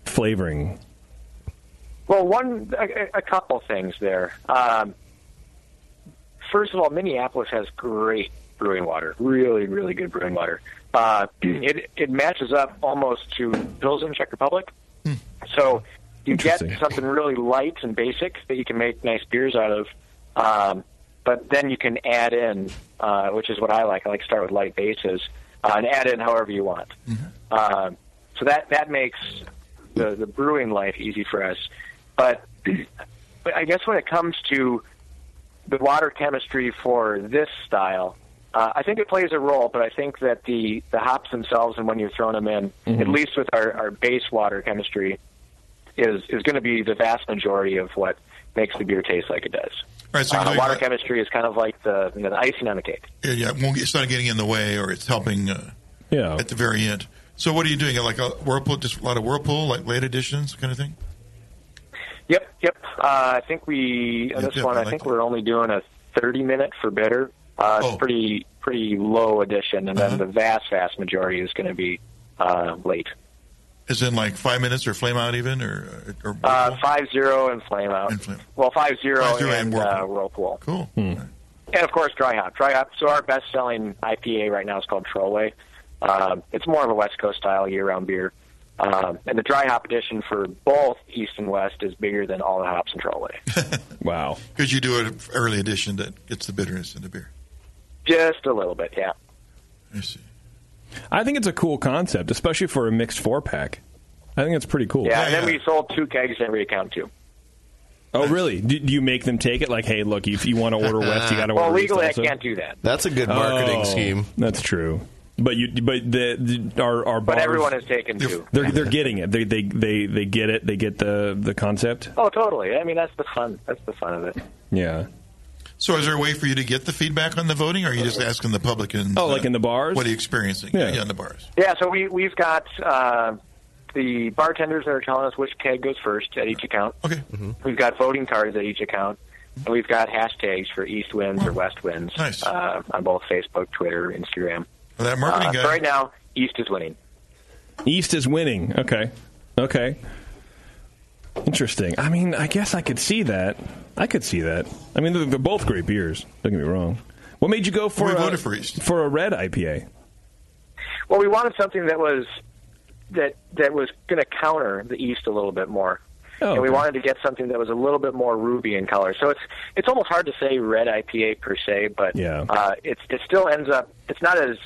Speaker 7: flavoring?
Speaker 16: Well, one a, a couple things there. Um, first of all, Minneapolis has great brewing water, really, really good brewing water. Uh, it it matches up almost to Pilsen, Czech Republic. So you get
Speaker 7: Interesting.
Speaker 16: something really light and basic that you can make nice beers out of, um, but then you can add in, uh, which is what I like. I like to start with light bases uh, and add in however you want. Um, so that that makes the, the brewing life easy for us. But, but I guess when it comes to the water chemistry for this style, uh, I think it plays a role. But I think that the the hops themselves and when you're throwing them in, at least with our, our base water chemistry, is is going to be the vast majority of what makes the beer taste like it does.
Speaker 9: Right, so you're
Speaker 16: uh,
Speaker 9: doing
Speaker 16: water
Speaker 9: that-
Speaker 16: chemistry is kind of like the you know, the icing on the cake.
Speaker 9: Yeah, yeah, it won't get- it's not getting in the way, or it's helping uh,
Speaker 7: Yeah,
Speaker 9: at the very end. So, what are you doing? Like a whirlpool, just a lot of whirlpool, like late editions, kind of thing.
Speaker 16: Yep, yep. Uh, I think we on
Speaker 9: Yep,
Speaker 16: this
Speaker 9: yep,
Speaker 16: one.
Speaker 9: I
Speaker 16: I,
Speaker 9: like
Speaker 16: think
Speaker 9: that.
Speaker 16: we're only doing a thirty-minute for bitter. Uh,
Speaker 9: Oh. Uh-huh.
Speaker 16: It's pretty pretty low addition, and then the vast vast majority is going to be uh, late.
Speaker 9: As in, like five minutes or flame out, even or or whirlpool?
Speaker 16: Uh, five zero and flame out.
Speaker 9: And flame out.
Speaker 16: Well, five zero
Speaker 9: 5-0 and
Speaker 16: and,
Speaker 9: whirlpool.
Speaker 16: uh, whirlpool,
Speaker 9: cool.
Speaker 7: Hmm.
Speaker 16: and of course dry hop. Dry hop. So our best selling IPA right now is called Trollway. Um, it's more of a West Coast style year round beer. Um, and the dry hop edition for both East and West is bigger than all the hops in Trolley.
Speaker 7: Wow.
Speaker 9: Because you do an early edition that gets the bitterness in the beer.
Speaker 16: Just a little bit, yeah.
Speaker 9: I see.
Speaker 7: I think it's a cool concept, especially for a mixed four pack. I think it's pretty cool.
Speaker 16: Yeah, and then we sold two kegs every account too.
Speaker 7: Oh, really? Do, do you make them take it? Like, hey, look, if you want to order West, you got to
Speaker 16: well,
Speaker 7: order. East
Speaker 16: legally, I
Speaker 7: also?
Speaker 16: can't do that.
Speaker 8: That's a good marketing
Speaker 7: Oh,
Speaker 8: scheme.
Speaker 7: That's true. But you, but the, the our our
Speaker 16: But
Speaker 7: bars-
Speaker 16: everyone is taken too.
Speaker 7: They're they're getting it. They they they they get it. They get the the concept.
Speaker 16: Oh, totally. I mean, that's the fun. That's the fun of it.
Speaker 7: Yeah.
Speaker 9: So, is there a way for you to get the feedback on the voting, or are you just asking the publicans?
Speaker 16: Oh, like in
Speaker 7: the bars?
Speaker 9: What are you experiencing?
Speaker 16: Yeah.
Speaker 9: Yeah, in the bars.
Speaker 16: Yeah, so we we've got uh, the bartenders that are telling us which keg goes first at each account.
Speaker 9: Okay.
Speaker 16: We've got voting cards at each account, and we've got hashtags for East wins or West wins
Speaker 9: Nice.
Speaker 16: uh, on both Facebook, Twitter, Instagram.
Speaker 9: Well, that marketing
Speaker 16: Uh,
Speaker 9: guy.
Speaker 16: so right now, East is winning.
Speaker 7: East is winning. Okay. Okay. Interesting. I mean, I guess I could see that. I could see that. I mean, they're, they're both great beers. Don't get me wrong. What made you go for
Speaker 9: We
Speaker 7: a,
Speaker 9: voted for East.
Speaker 7: for a red IPA?
Speaker 16: Well, we wanted something that was that that was going to counter the East a little bit more,
Speaker 7: Oh,
Speaker 16: and we
Speaker 7: okay.
Speaker 16: wanted to get something that was a little bit more ruby in color. So it's it's almost hard to say red IPA per se, but
Speaker 7: Yeah.
Speaker 16: uh, it's it still ends up it's not as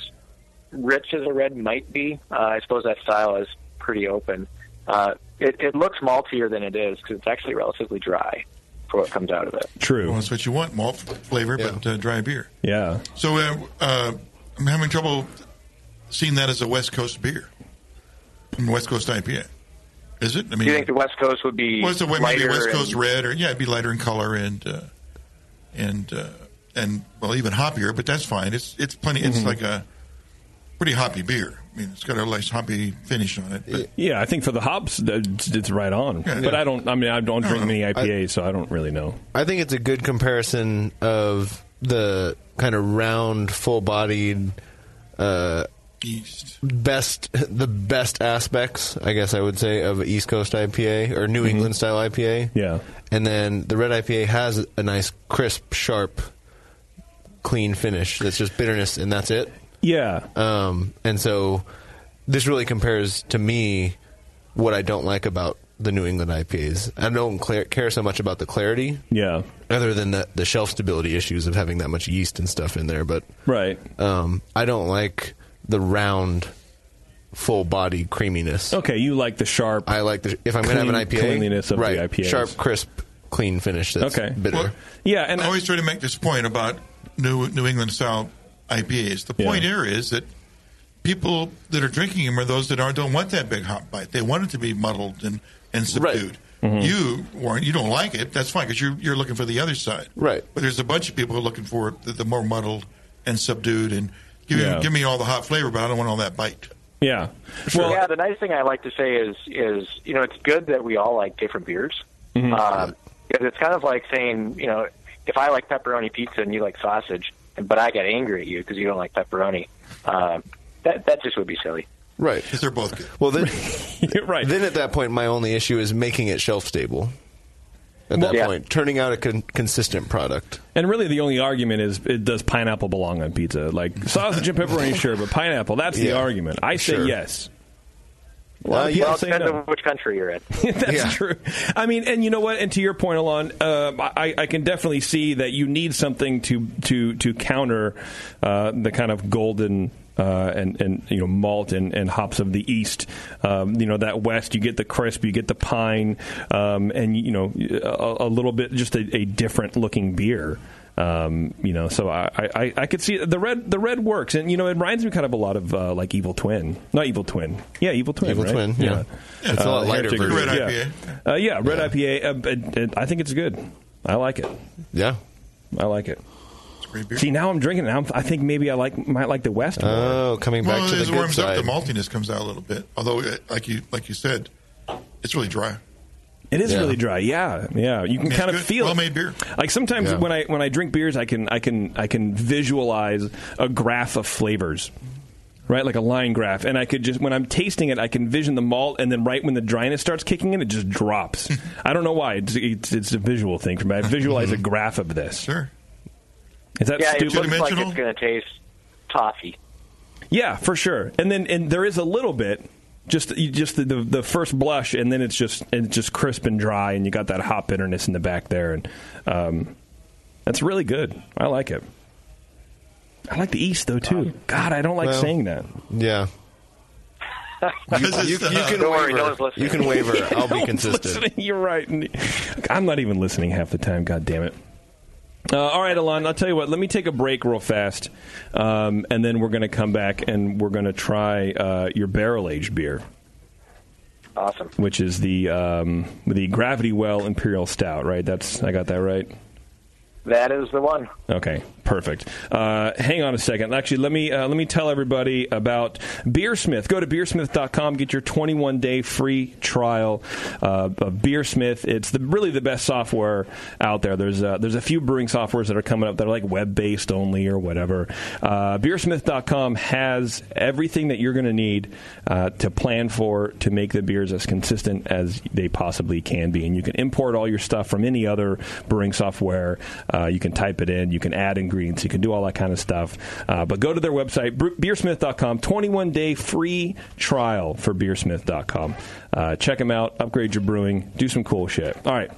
Speaker 16: rich as a red might be. Uh, I suppose that style is pretty open. Uh, it, it looks maltier than it is because it's actually relatively dry for what comes out of it.
Speaker 7: True.
Speaker 9: Well, that's what you want malt flavor, but uh, dry beer.
Speaker 7: Yeah.
Speaker 9: So, uh, uh, I'm having trouble seeing that as a West Coast beer. I mean, West Coast IPA. Is it? I mean,
Speaker 16: Do you think the West Coast would be
Speaker 9: What's the way, maybe
Speaker 16: lighter
Speaker 9: West Coast
Speaker 16: and-
Speaker 9: red, or yeah, it'd be lighter in color and uh, and uh, and well, even hoppier. But that's fine. It's it's plenty. It's
Speaker 7: Mhm.
Speaker 16: Mm-hmm.
Speaker 9: like a pretty hoppy beer. I mean, it's got a nice hoppy finish on it. But
Speaker 7: Yeah, I think for the hops, it's it's right on.
Speaker 9: Yeah. Uh-huh.
Speaker 7: But I don't. I mean, I don't drink many
Speaker 8: I-
Speaker 7: IPAs, so I don't really know.
Speaker 8: I think it's a good comparison of the kind of round, full-bodied uh,
Speaker 9: East
Speaker 8: best the best aspects, I guess I would say, of an East Coast IPA or New England style IPA.
Speaker 7: Mm-hmm. Yeah,
Speaker 8: and then the red IPA has a nice, crisp, sharp, clean finish. That's just bitterness, and that's it.
Speaker 7: Yeah.
Speaker 8: Um, and so this really compares to me what I don't like about the New England IPAs. I don't clear, care so much about the clarity.
Speaker 7: Yeah.
Speaker 8: Other than the, the shelf stability issues of having that much yeast and stuff in there, but
Speaker 7: right.
Speaker 8: Um, I don't like the round, full body creaminess.
Speaker 7: Okay, you like the sharp.
Speaker 8: I like the if I'm going to have
Speaker 7: clean-
Speaker 8: an IPA
Speaker 7: cleanliness of the
Speaker 8: right,
Speaker 7: IPAs.
Speaker 8: sharp, crisp, clean finish. That's
Speaker 7: Okay.
Speaker 8: bitter.
Speaker 9: Well,
Speaker 7: yeah, and
Speaker 9: I always try to make this point about New New England style IPAs. The point here is that people that are drinking them are those that aren't don't want that big hop bite. They want it to be muddled and and subdued.
Speaker 7: Mm-hmm.
Speaker 9: You, Warren, you don't like it. That's fine because you're you're looking for the other side,
Speaker 8: Right.
Speaker 9: But there's a bunch of people who are looking for the, the more muddled and subdued and give,
Speaker 7: Yeah.
Speaker 9: give me all the hot flavor, but I don't want all that bite.
Speaker 7: Yeah. Well,
Speaker 16: yeah, the nice thing I like to say is is you know it's good that we all like different beers. Um
Speaker 17: Mm-hmm.
Speaker 16: 'cause it's kind of like saying you know if I like pepperoni pizza and you like sausage, but I get angry at you because you don't like pepperoni. Um that that just would be silly.
Speaker 8: Right.
Speaker 9: Because they're both good.
Speaker 8: Well, then,
Speaker 7: right.
Speaker 8: Then at that point, my only issue is making it shelf stable. At that
Speaker 7: Well-
Speaker 8: point, turning out a con- consistent product.
Speaker 7: and really, the only argument is it does pineapple belong on pizza? Like sausage and pepperoni, sure, but pineapple. That's
Speaker 8: Yeah.
Speaker 7: the argument. I say
Speaker 8: Sure.
Speaker 7: yes. A lot
Speaker 8: Well,
Speaker 7: of people
Speaker 8: yeah,
Speaker 7: Uh, say
Speaker 16: Depends
Speaker 7: no.
Speaker 16: on which country you're in.
Speaker 7: That's true. I mean, and you know what? And to your point, Alon, uh, I, I can definitely see that you need something to to to counter uh, the kind of golden. Uh, and and you know malt and, and hops of the east, um, you know that west. You get the crisp, you get the pine, um, and you know a, a little bit just a, a different looking beer. Um, you know, so I, I- I, I could see the red the red works, and you know it reminds me kind of a lot of uh, like Evil Twin, not Evil Twin, yeah, Evil Twin,
Speaker 8: Evil
Speaker 7: right?
Speaker 8: Twin, yeah. Uh, It's a lot
Speaker 7: the
Speaker 8: lighter
Speaker 7: Heretic
Speaker 8: version.
Speaker 7: Group,
Speaker 9: Red
Speaker 7: yeah.
Speaker 9: IPA.
Speaker 7: Uh, yeah, red IPA. Uh, but it, I think it's good. I like it.
Speaker 8: Yeah.
Speaker 7: I like it.
Speaker 9: It's a great beer.
Speaker 7: See, now I'm drinking. it. Now I'm, I think maybe I like might like the West more.
Speaker 8: Oh, coming back
Speaker 9: well,
Speaker 8: to the
Speaker 9: as it
Speaker 8: good
Speaker 9: warms
Speaker 8: side.
Speaker 9: up, the maltiness comes out a little bit. Although, uh, like you like you said, it's really dry.
Speaker 7: it is
Speaker 8: yeah.
Speaker 7: really dry. Yeah, yeah. You can
Speaker 9: It's
Speaker 7: kind of
Speaker 9: good,
Speaker 7: feel it.
Speaker 9: well-made beer.
Speaker 7: Like sometimes
Speaker 8: Yeah.
Speaker 7: when I when I drink beers, I can I can I can visualize a graph of flavors. Right, like a line graph, and I could just when I'm tasting it, I can vision the malt, and then right when the dryness starts kicking in, it just drops. I don't know why. It's it's, it's a visual thing for me. I visualize a graph of this.
Speaker 9: Mm-hmm. Sure.
Speaker 7: Is that
Speaker 16: yeah, it
Speaker 7: stupid?
Speaker 16: looks like
Speaker 9: Two-dimensional?
Speaker 16: it's going to taste toffee.
Speaker 7: Yeah, for sure. And then and there is a little bit, Just you, just the, the the first blush, and then it's just it's just crisp and dry, and you got that hot bitterness in the back there, and um, that's really good. I like it. I like the East though too. God, I don't like
Speaker 8: Well,
Speaker 7: saying that.
Speaker 8: Yeah. You, you- you can
Speaker 7: Don't worry,
Speaker 8: waver.
Speaker 7: no one's listening.
Speaker 8: you can waver.
Speaker 7: Yeah,
Speaker 8: I'll
Speaker 7: no
Speaker 8: be
Speaker 7: one's
Speaker 8: consistent.
Speaker 7: listening. You're right. I'm not even listening half the time. God damn it. Uh, all right, Alon. I'll tell you what. Let me take a break real fast, um, and then we're going to come back and we're going to try uh, your barrel aged beer.
Speaker 16: Awesome.
Speaker 7: Which is the um, the Gravity Well Imperial Stout, right? That's I got that right.
Speaker 16: That is the one.
Speaker 7: Okay, perfect. Uh, hang on a second. Actually, let me uh, let me tell everybody about Beersmith. Go to beersmith.com, get your 21 day free trial uh, of Beersmith. It's the, really the best software out there. There's uh, there's a few brewing softwares that are coming up that are like web based only or whatever. Uh, beersmith.com has everything that you're going to need uh, to plan for to make the beers as consistent as they possibly can be. And you can import all your stuff from any other brewing software. Uh, you can type it in, you can add ingredients, you can do all that kind of stuff. Uh, but go to their website, bre- beersmith.com, 21 day free trial for beersmith.com. Uh, check them out, upgrade your brewing, do some cool shit. All right.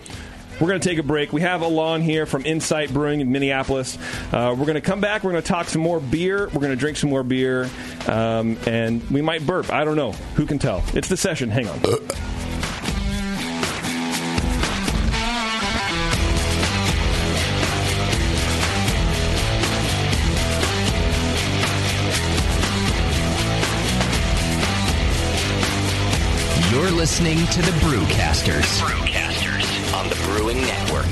Speaker 7: We're going to take a break. We have Alon here from Insight Brewing in Minneapolis. Uh, we're going to come back. We're going to talk some more beer. We're going to drink some more beer. Um, and we might burp. I don't know. Who can tell? It's the session. Hang on.
Speaker 11: You're listening to the Brewcasters. Brewcasters on the Brewing Network.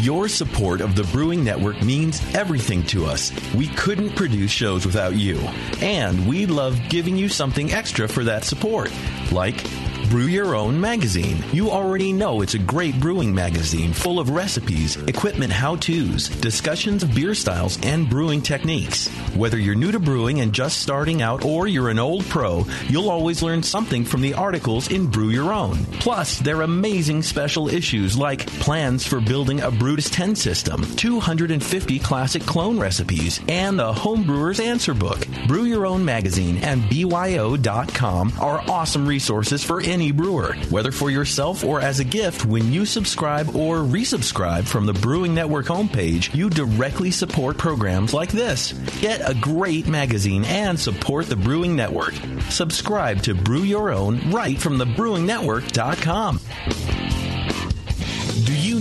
Speaker 1: Your support of the Brewing Network means everything to us. We couldn't produce shows without you. And we love giving you something extra for that support, like Brew Your Own magazine. You already know it's a great brewing magazine full of recipes, equipment how to's, discussions of beer styles, and brewing techniques. Whether you're new to brewing and just starting out, or you're an old pro, you'll always learn something from the articles in Brew Your Own. Plus, their amazing special issues like plans for building a Brutus 10 system, 250 classic clone recipes, and the Homebrewer's Answer Book. Brew Your Own magazine and BYO.com are awesome resources for any brewer, whether for yourself or as a gift when you subscribe or resubscribe from the Brewing Network homepage, you directly support programs like this. Get a great magazine and support the Brewing Network. Subscribe to Brew Your Own right from the brewingnetwork.com. Do you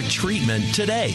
Speaker 1: treatment today.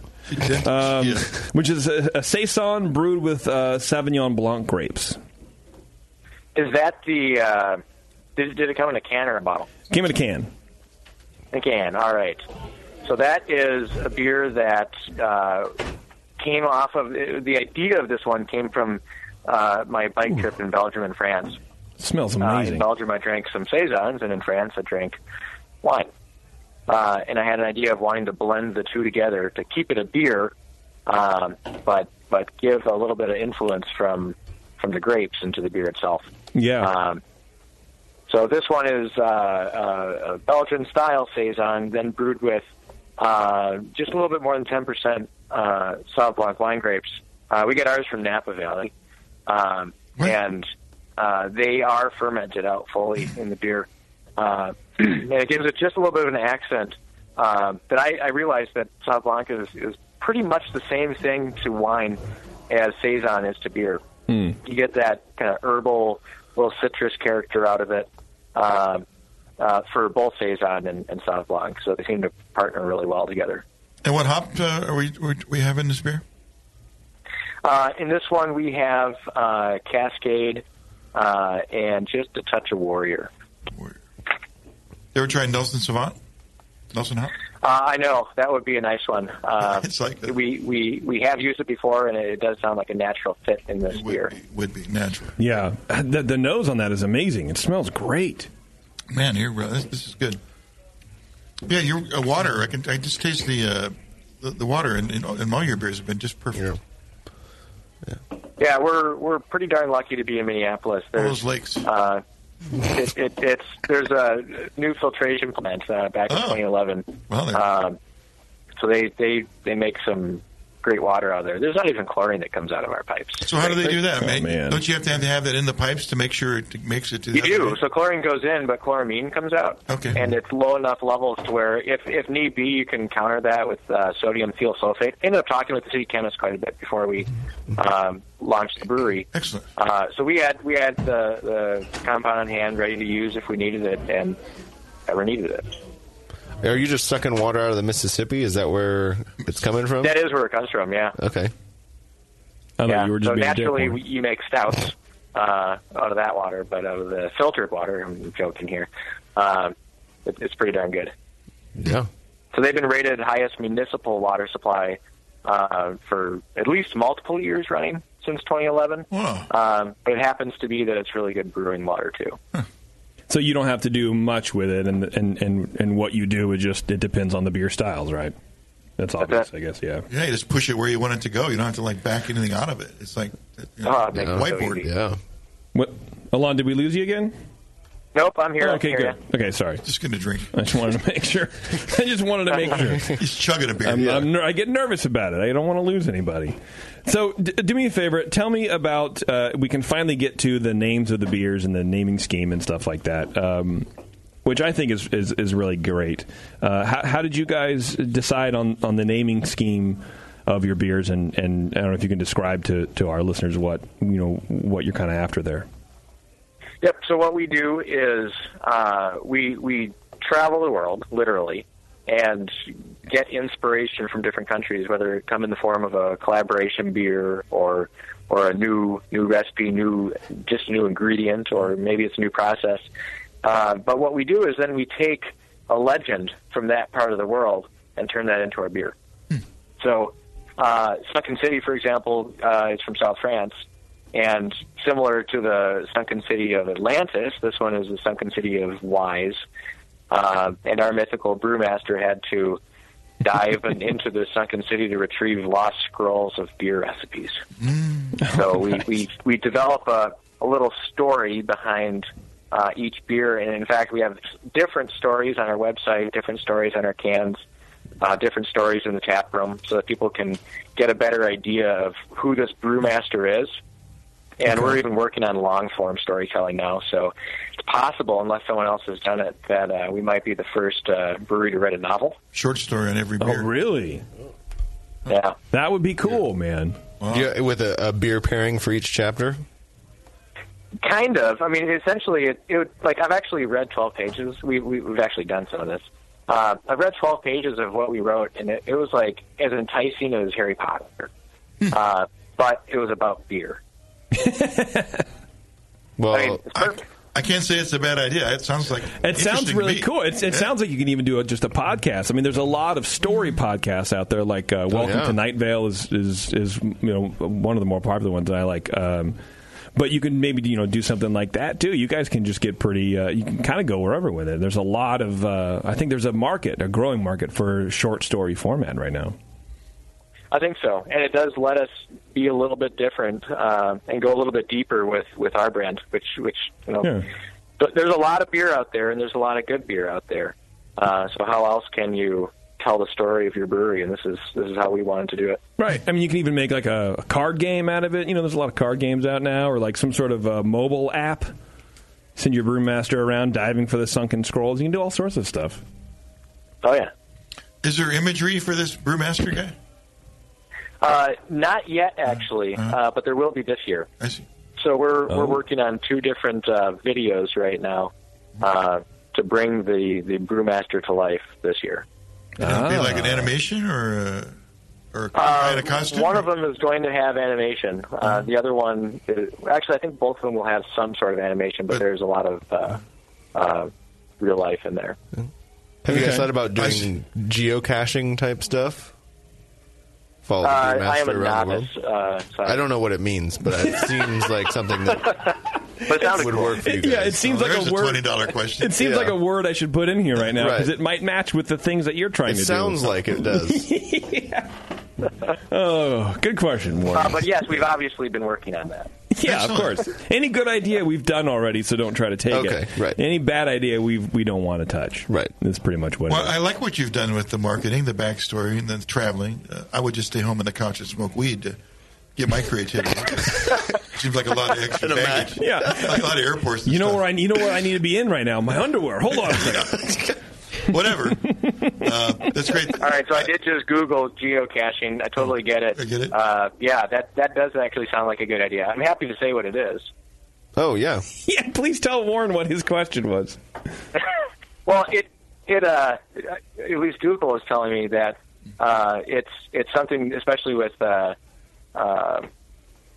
Speaker 7: Um, yeah. Which is a, a, saison brewed with uh, Sauvignon Blanc grapes.
Speaker 16: Is that the? Uh, did, did, it come in a can or a bottle?
Speaker 7: Came in a can.
Speaker 16: A can. All right. So that is a beer that uh, came off of the idea of this one came from uh, my bike Ooh. trip in Belgium and France. Uh,
Speaker 7: It smells amazing.
Speaker 16: in Belgium, I drank some saisons, and in France, I drank wine. Uh, and I had an idea of wanting to blend the two together to keep it a beer, um, but but give a little bit of influence from from the grapes into the beer itself.
Speaker 7: Yeah.
Speaker 16: Um, so this one is uh, uh, a Belgian style saison, then brewed with uh, just a little bit more than ten percent uh, Sauv Blanc wine grapes. Uh, we get ours from Napa Valley, um, and uh, they are fermented out fully in the beer Uh, and it gives it just a little bit of an accent. Um, but I, I realized that Sauv Blanc is, is pretty much the same thing to wine as saison is to beer.
Speaker 7: Mm.
Speaker 16: You get that kind of herbal, little citrus character out of it um, uh, for both saison and, and Sauv Blanc. So they seem to partner really well together.
Speaker 9: And what hop uh, are we are we have in this beer?
Speaker 16: Uh, in this one, we have uh, Cascade uh, and just a touch of Warrior.
Speaker 9: Warrior. You ever tried Nelson Savant? Nelson Hop?
Speaker 16: Uh, I know that would be a nice one. Uh, we, we we have used it before, and it does sound like a natural fit in this beer.
Speaker 9: Would be natural.
Speaker 7: Yeah, the, the nose on that is amazing. It smells great.
Speaker 9: Man, here bro, this, this is good. Yeah, your uh, water. I can. I just taste the uh, the, the water, and, and, and all your beers have been just perfect.
Speaker 16: Yeah, we're we're pretty darn lucky to be in Minneapolis. There's,
Speaker 9: those lakes.
Speaker 16: Uh, it, it, it's there's a new filtration plant uh, back in 2011.
Speaker 9: Oh. Well, there-
Speaker 16: um, so they they they make some great water out there. There's not even chlorine that comes out of our pipes.
Speaker 9: So how do they do
Speaker 7: Oh,
Speaker 9: that, mate?
Speaker 16: man.
Speaker 9: Don't you have to have, to have that in the pipes to make sure it makes it to the
Speaker 16: You
Speaker 9: other
Speaker 16: do.
Speaker 9: end?
Speaker 16: So chlorine goes in, but chloramine comes out.
Speaker 9: Okay.
Speaker 16: And it's low enough levels to where, if, if need be, you can counter that with uh, sodium thiol sulfate. Ended up talking with the city chemist quite a bit before we um, launched the brewery.
Speaker 9: Mm-hmm. Excellent.
Speaker 16: Uh, so we had we had the, the compound on hand, ready to use if we needed it, and ever needed it.
Speaker 8: Are you just sucking water out of the Mississippi? Is that where it's coming from?
Speaker 16: That is where it comes from. Yeah.
Speaker 8: Okay.
Speaker 7: I
Speaker 16: yeah. so naturally, we- you make stouts uh, out of that water, but out of the filtered water, I'm joking here. Um, it, it's pretty darn good.
Speaker 8: Yeah.
Speaker 16: So they've been rated highest municipal water supply uh, for at least multiple years running since 2011. Um, but it happens to be that it's really good brewing water too.
Speaker 7: So you don't have to do much with it, and and and, and what you do is just it depends on the beer styles, right? That's obvious, I guess. Yeah.
Speaker 9: Yeah, you just push it where you want it to go. You don't have to like back anything out of it. It's like you know,
Speaker 16: Oh, it makes it so
Speaker 9: whiteboard.
Speaker 16: easy.
Speaker 8: yeah.
Speaker 7: What, Alon? Did we lose you again?
Speaker 16: Nope, I'm here.
Speaker 7: Oh,
Speaker 16: I
Speaker 7: okay,
Speaker 16: hear
Speaker 7: good.
Speaker 16: ya.
Speaker 7: Okay, sorry.
Speaker 9: Just gonna drink.
Speaker 7: I just wanted to make sure. I just wanted to make sure.
Speaker 9: He's chugging a beer.
Speaker 7: I'm, I'm ner- I get nervous about it. I don't want to lose anybody. So, d- do me a favor. Tell me about. Uh, we can finally get to the names of the beers and the naming scheme and stuff like that, um, which I think is is, is really great. Uh, how, how did you guys decide on, on the naming scheme of your beers? And, and I don't know if you can describe to, to our listeners what you know what you're kind of after there.
Speaker 16: Yep. So what we do is uh, we we travel the world literally and get inspiration from different countries, whether it come in the form of a collaboration beer or or a new new recipe, new just a new ingredient, or maybe it's a new process. Uh, but what we do is then we take a legend from that part of the world and turn that into our beer. So, uh, Sunken City, for example, uh, is from South France, and similar to the Sunken City of Atlantis, this one is the Sunken City of Wise. Uh, and our mythical brewmaster had to dive in- into the Sunken City to retrieve lost scrolls of beer recipes. So we, we, we develop a, a little story behind uh, each beer, and in fact, we have different stories on our website, different stories on our cans, uh, different stories in the tap room, so that people can get a better idea of who this brewmaster is. And we're even working on long form storytelling now, so it's possible, unless someone else has done it, that uh, we might be the first uh, brewery to write a novel.
Speaker 9: Short story on every beer.
Speaker 7: Oh, really?
Speaker 16: Yeah.
Speaker 7: That would be cool, man.
Speaker 8: Do you- with a, a beer pairing for each chapter?
Speaker 16: Kind of. I mean, essentially, it, it would, like I've actually read twelve pages. We, we we've actually done some of this. Uh, I've read twelve pages of what we wrote, and it, it was like as enticing as Harry Potter, uh, but it was about beer.
Speaker 8: Well,
Speaker 16: I mean, it's perfect.
Speaker 9: I can't say it's a bad idea. It sounds like
Speaker 7: It sounds
Speaker 9: interesting to
Speaker 7: really
Speaker 9: me.
Speaker 7: cool. It's, it
Speaker 9: Yeah.
Speaker 7: sounds like you can even do a, just a podcast. I mean, there's a lot of story
Speaker 9: Mm-hmm.
Speaker 7: podcasts out there. Like
Speaker 9: Oh,
Speaker 7: uh, Welcome
Speaker 8: yeah.
Speaker 7: to Night Vale is is is you know one of the more popular ones that I like. Um, but you can maybe you know do something like that too. You guys can just get pretty. Uh, you can kind of go wherever with it. There's a lot of. Uh, I think there's a market, a growing market for short story format right now.
Speaker 16: I think so, and it does let us be a little bit different uh, and go a little bit deeper with with our brand, which which you know.
Speaker 7: Yeah.
Speaker 16: But there's a lot of beer out there, and there's a lot of good beer out there. Uh, so how else can you tell the story of your brewery? And this is this is how we wanted to do it.
Speaker 7: Right. I mean, you can even make like a, a card game out of it. You know, there's a lot of card games out now, or like some sort of uh, mobile app. Send your brewmaster around diving for the sunken scrolls. You can do all sorts of stuff.
Speaker 16: Oh yeah.
Speaker 9: Is there imagery for this brewmaster guy?
Speaker 16: Uh, not yet, actually, uh, but there will be this year.
Speaker 9: Mm-hmm. I see.
Speaker 16: So we're
Speaker 7: Oh.
Speaker 16: we're working on two different uh, videos right now uh, to bring the the brewmaster to life this year.
Speaker 9: It'd be like an
Speaker 7: Ah.
Speaker 9: animation or a, or a,
Speaker 16: Uh,
Speaker 9: a costume.
Speaker 16: One of them is going to have animation. Uh, the other one, is, actually, I think both of them will have some sort of animation, but there's a lot of uh, uh, real life in there.
Speaker 8: Have you guys
Speaker 9: Okay.
Speaker 8: thought about
Speaker 9: I
Speaker 8: doing geocaching type stuff? Follow the
Speaker 16: Uh,
Speaker 8: brewmaster
Speaker 16: I am a
Speaker 8: around the world?
Speaker 16: novice. Uh, so
Speaker 8: I don't know what it means, but it seems like something that
Speaker 16: but it sounded
Speaker 8: would
Speaker 16: cool.
Speaker 8: work for you
Speaker 7: It-
Speaker 8: guys. Oh,
Speaker 7: yeah, it seems like a, word. It seems
Speaker 8: Yeah.
Speaker 7: like a word I should put in here right now because it
Speaker 8: Right.
Speaker 7: might match with the things that you're trying
Speaker 8: It
Speaker 7: to
Speaker 8: sounds
Speaker 7: do.
Speaker 8: like it does.
Speaker 7: oh, good question, Warren.
Speaker 16: Uh, but yes, we've obviously been working on that.
Speaker 7: yeah, of course. Any good idea we've done already, so don't try to take it.
Speaker 8: Okay, right.
Speaker 7: Any bad idea we we don't want to touch. Right. That's pretty much what.
Speaker 9: Well,
Speaker 7: it is.
Speaker 9: I like what you've done with the marketing, the backstory, and the traveling. Uh, I would just stay home on the couch and smoke weed to get my creativity. Seems like a lot of extra baggage.
Speaker 7: Yeah.
Speaker 9: like a lot of airports.
Speaker 7: You know where I you know where I need to be in right now. My underwear. Hold on. a second.
Speaker 9: Whatever. Uh, that's great.
Speaker 16: All right, so I did just Google geocaching. I totally get it. I get it. Uh, yeah, that that does actually sound like a good idea. I'm happy to say what it is.
Speaker 8: Oh yeah.
Speaker 7: yeah. Please tell Warren what his question was.
Speaker 16: Well, it it uh, at least Google is telling me that uh, it's it's something, especially with uh, uh,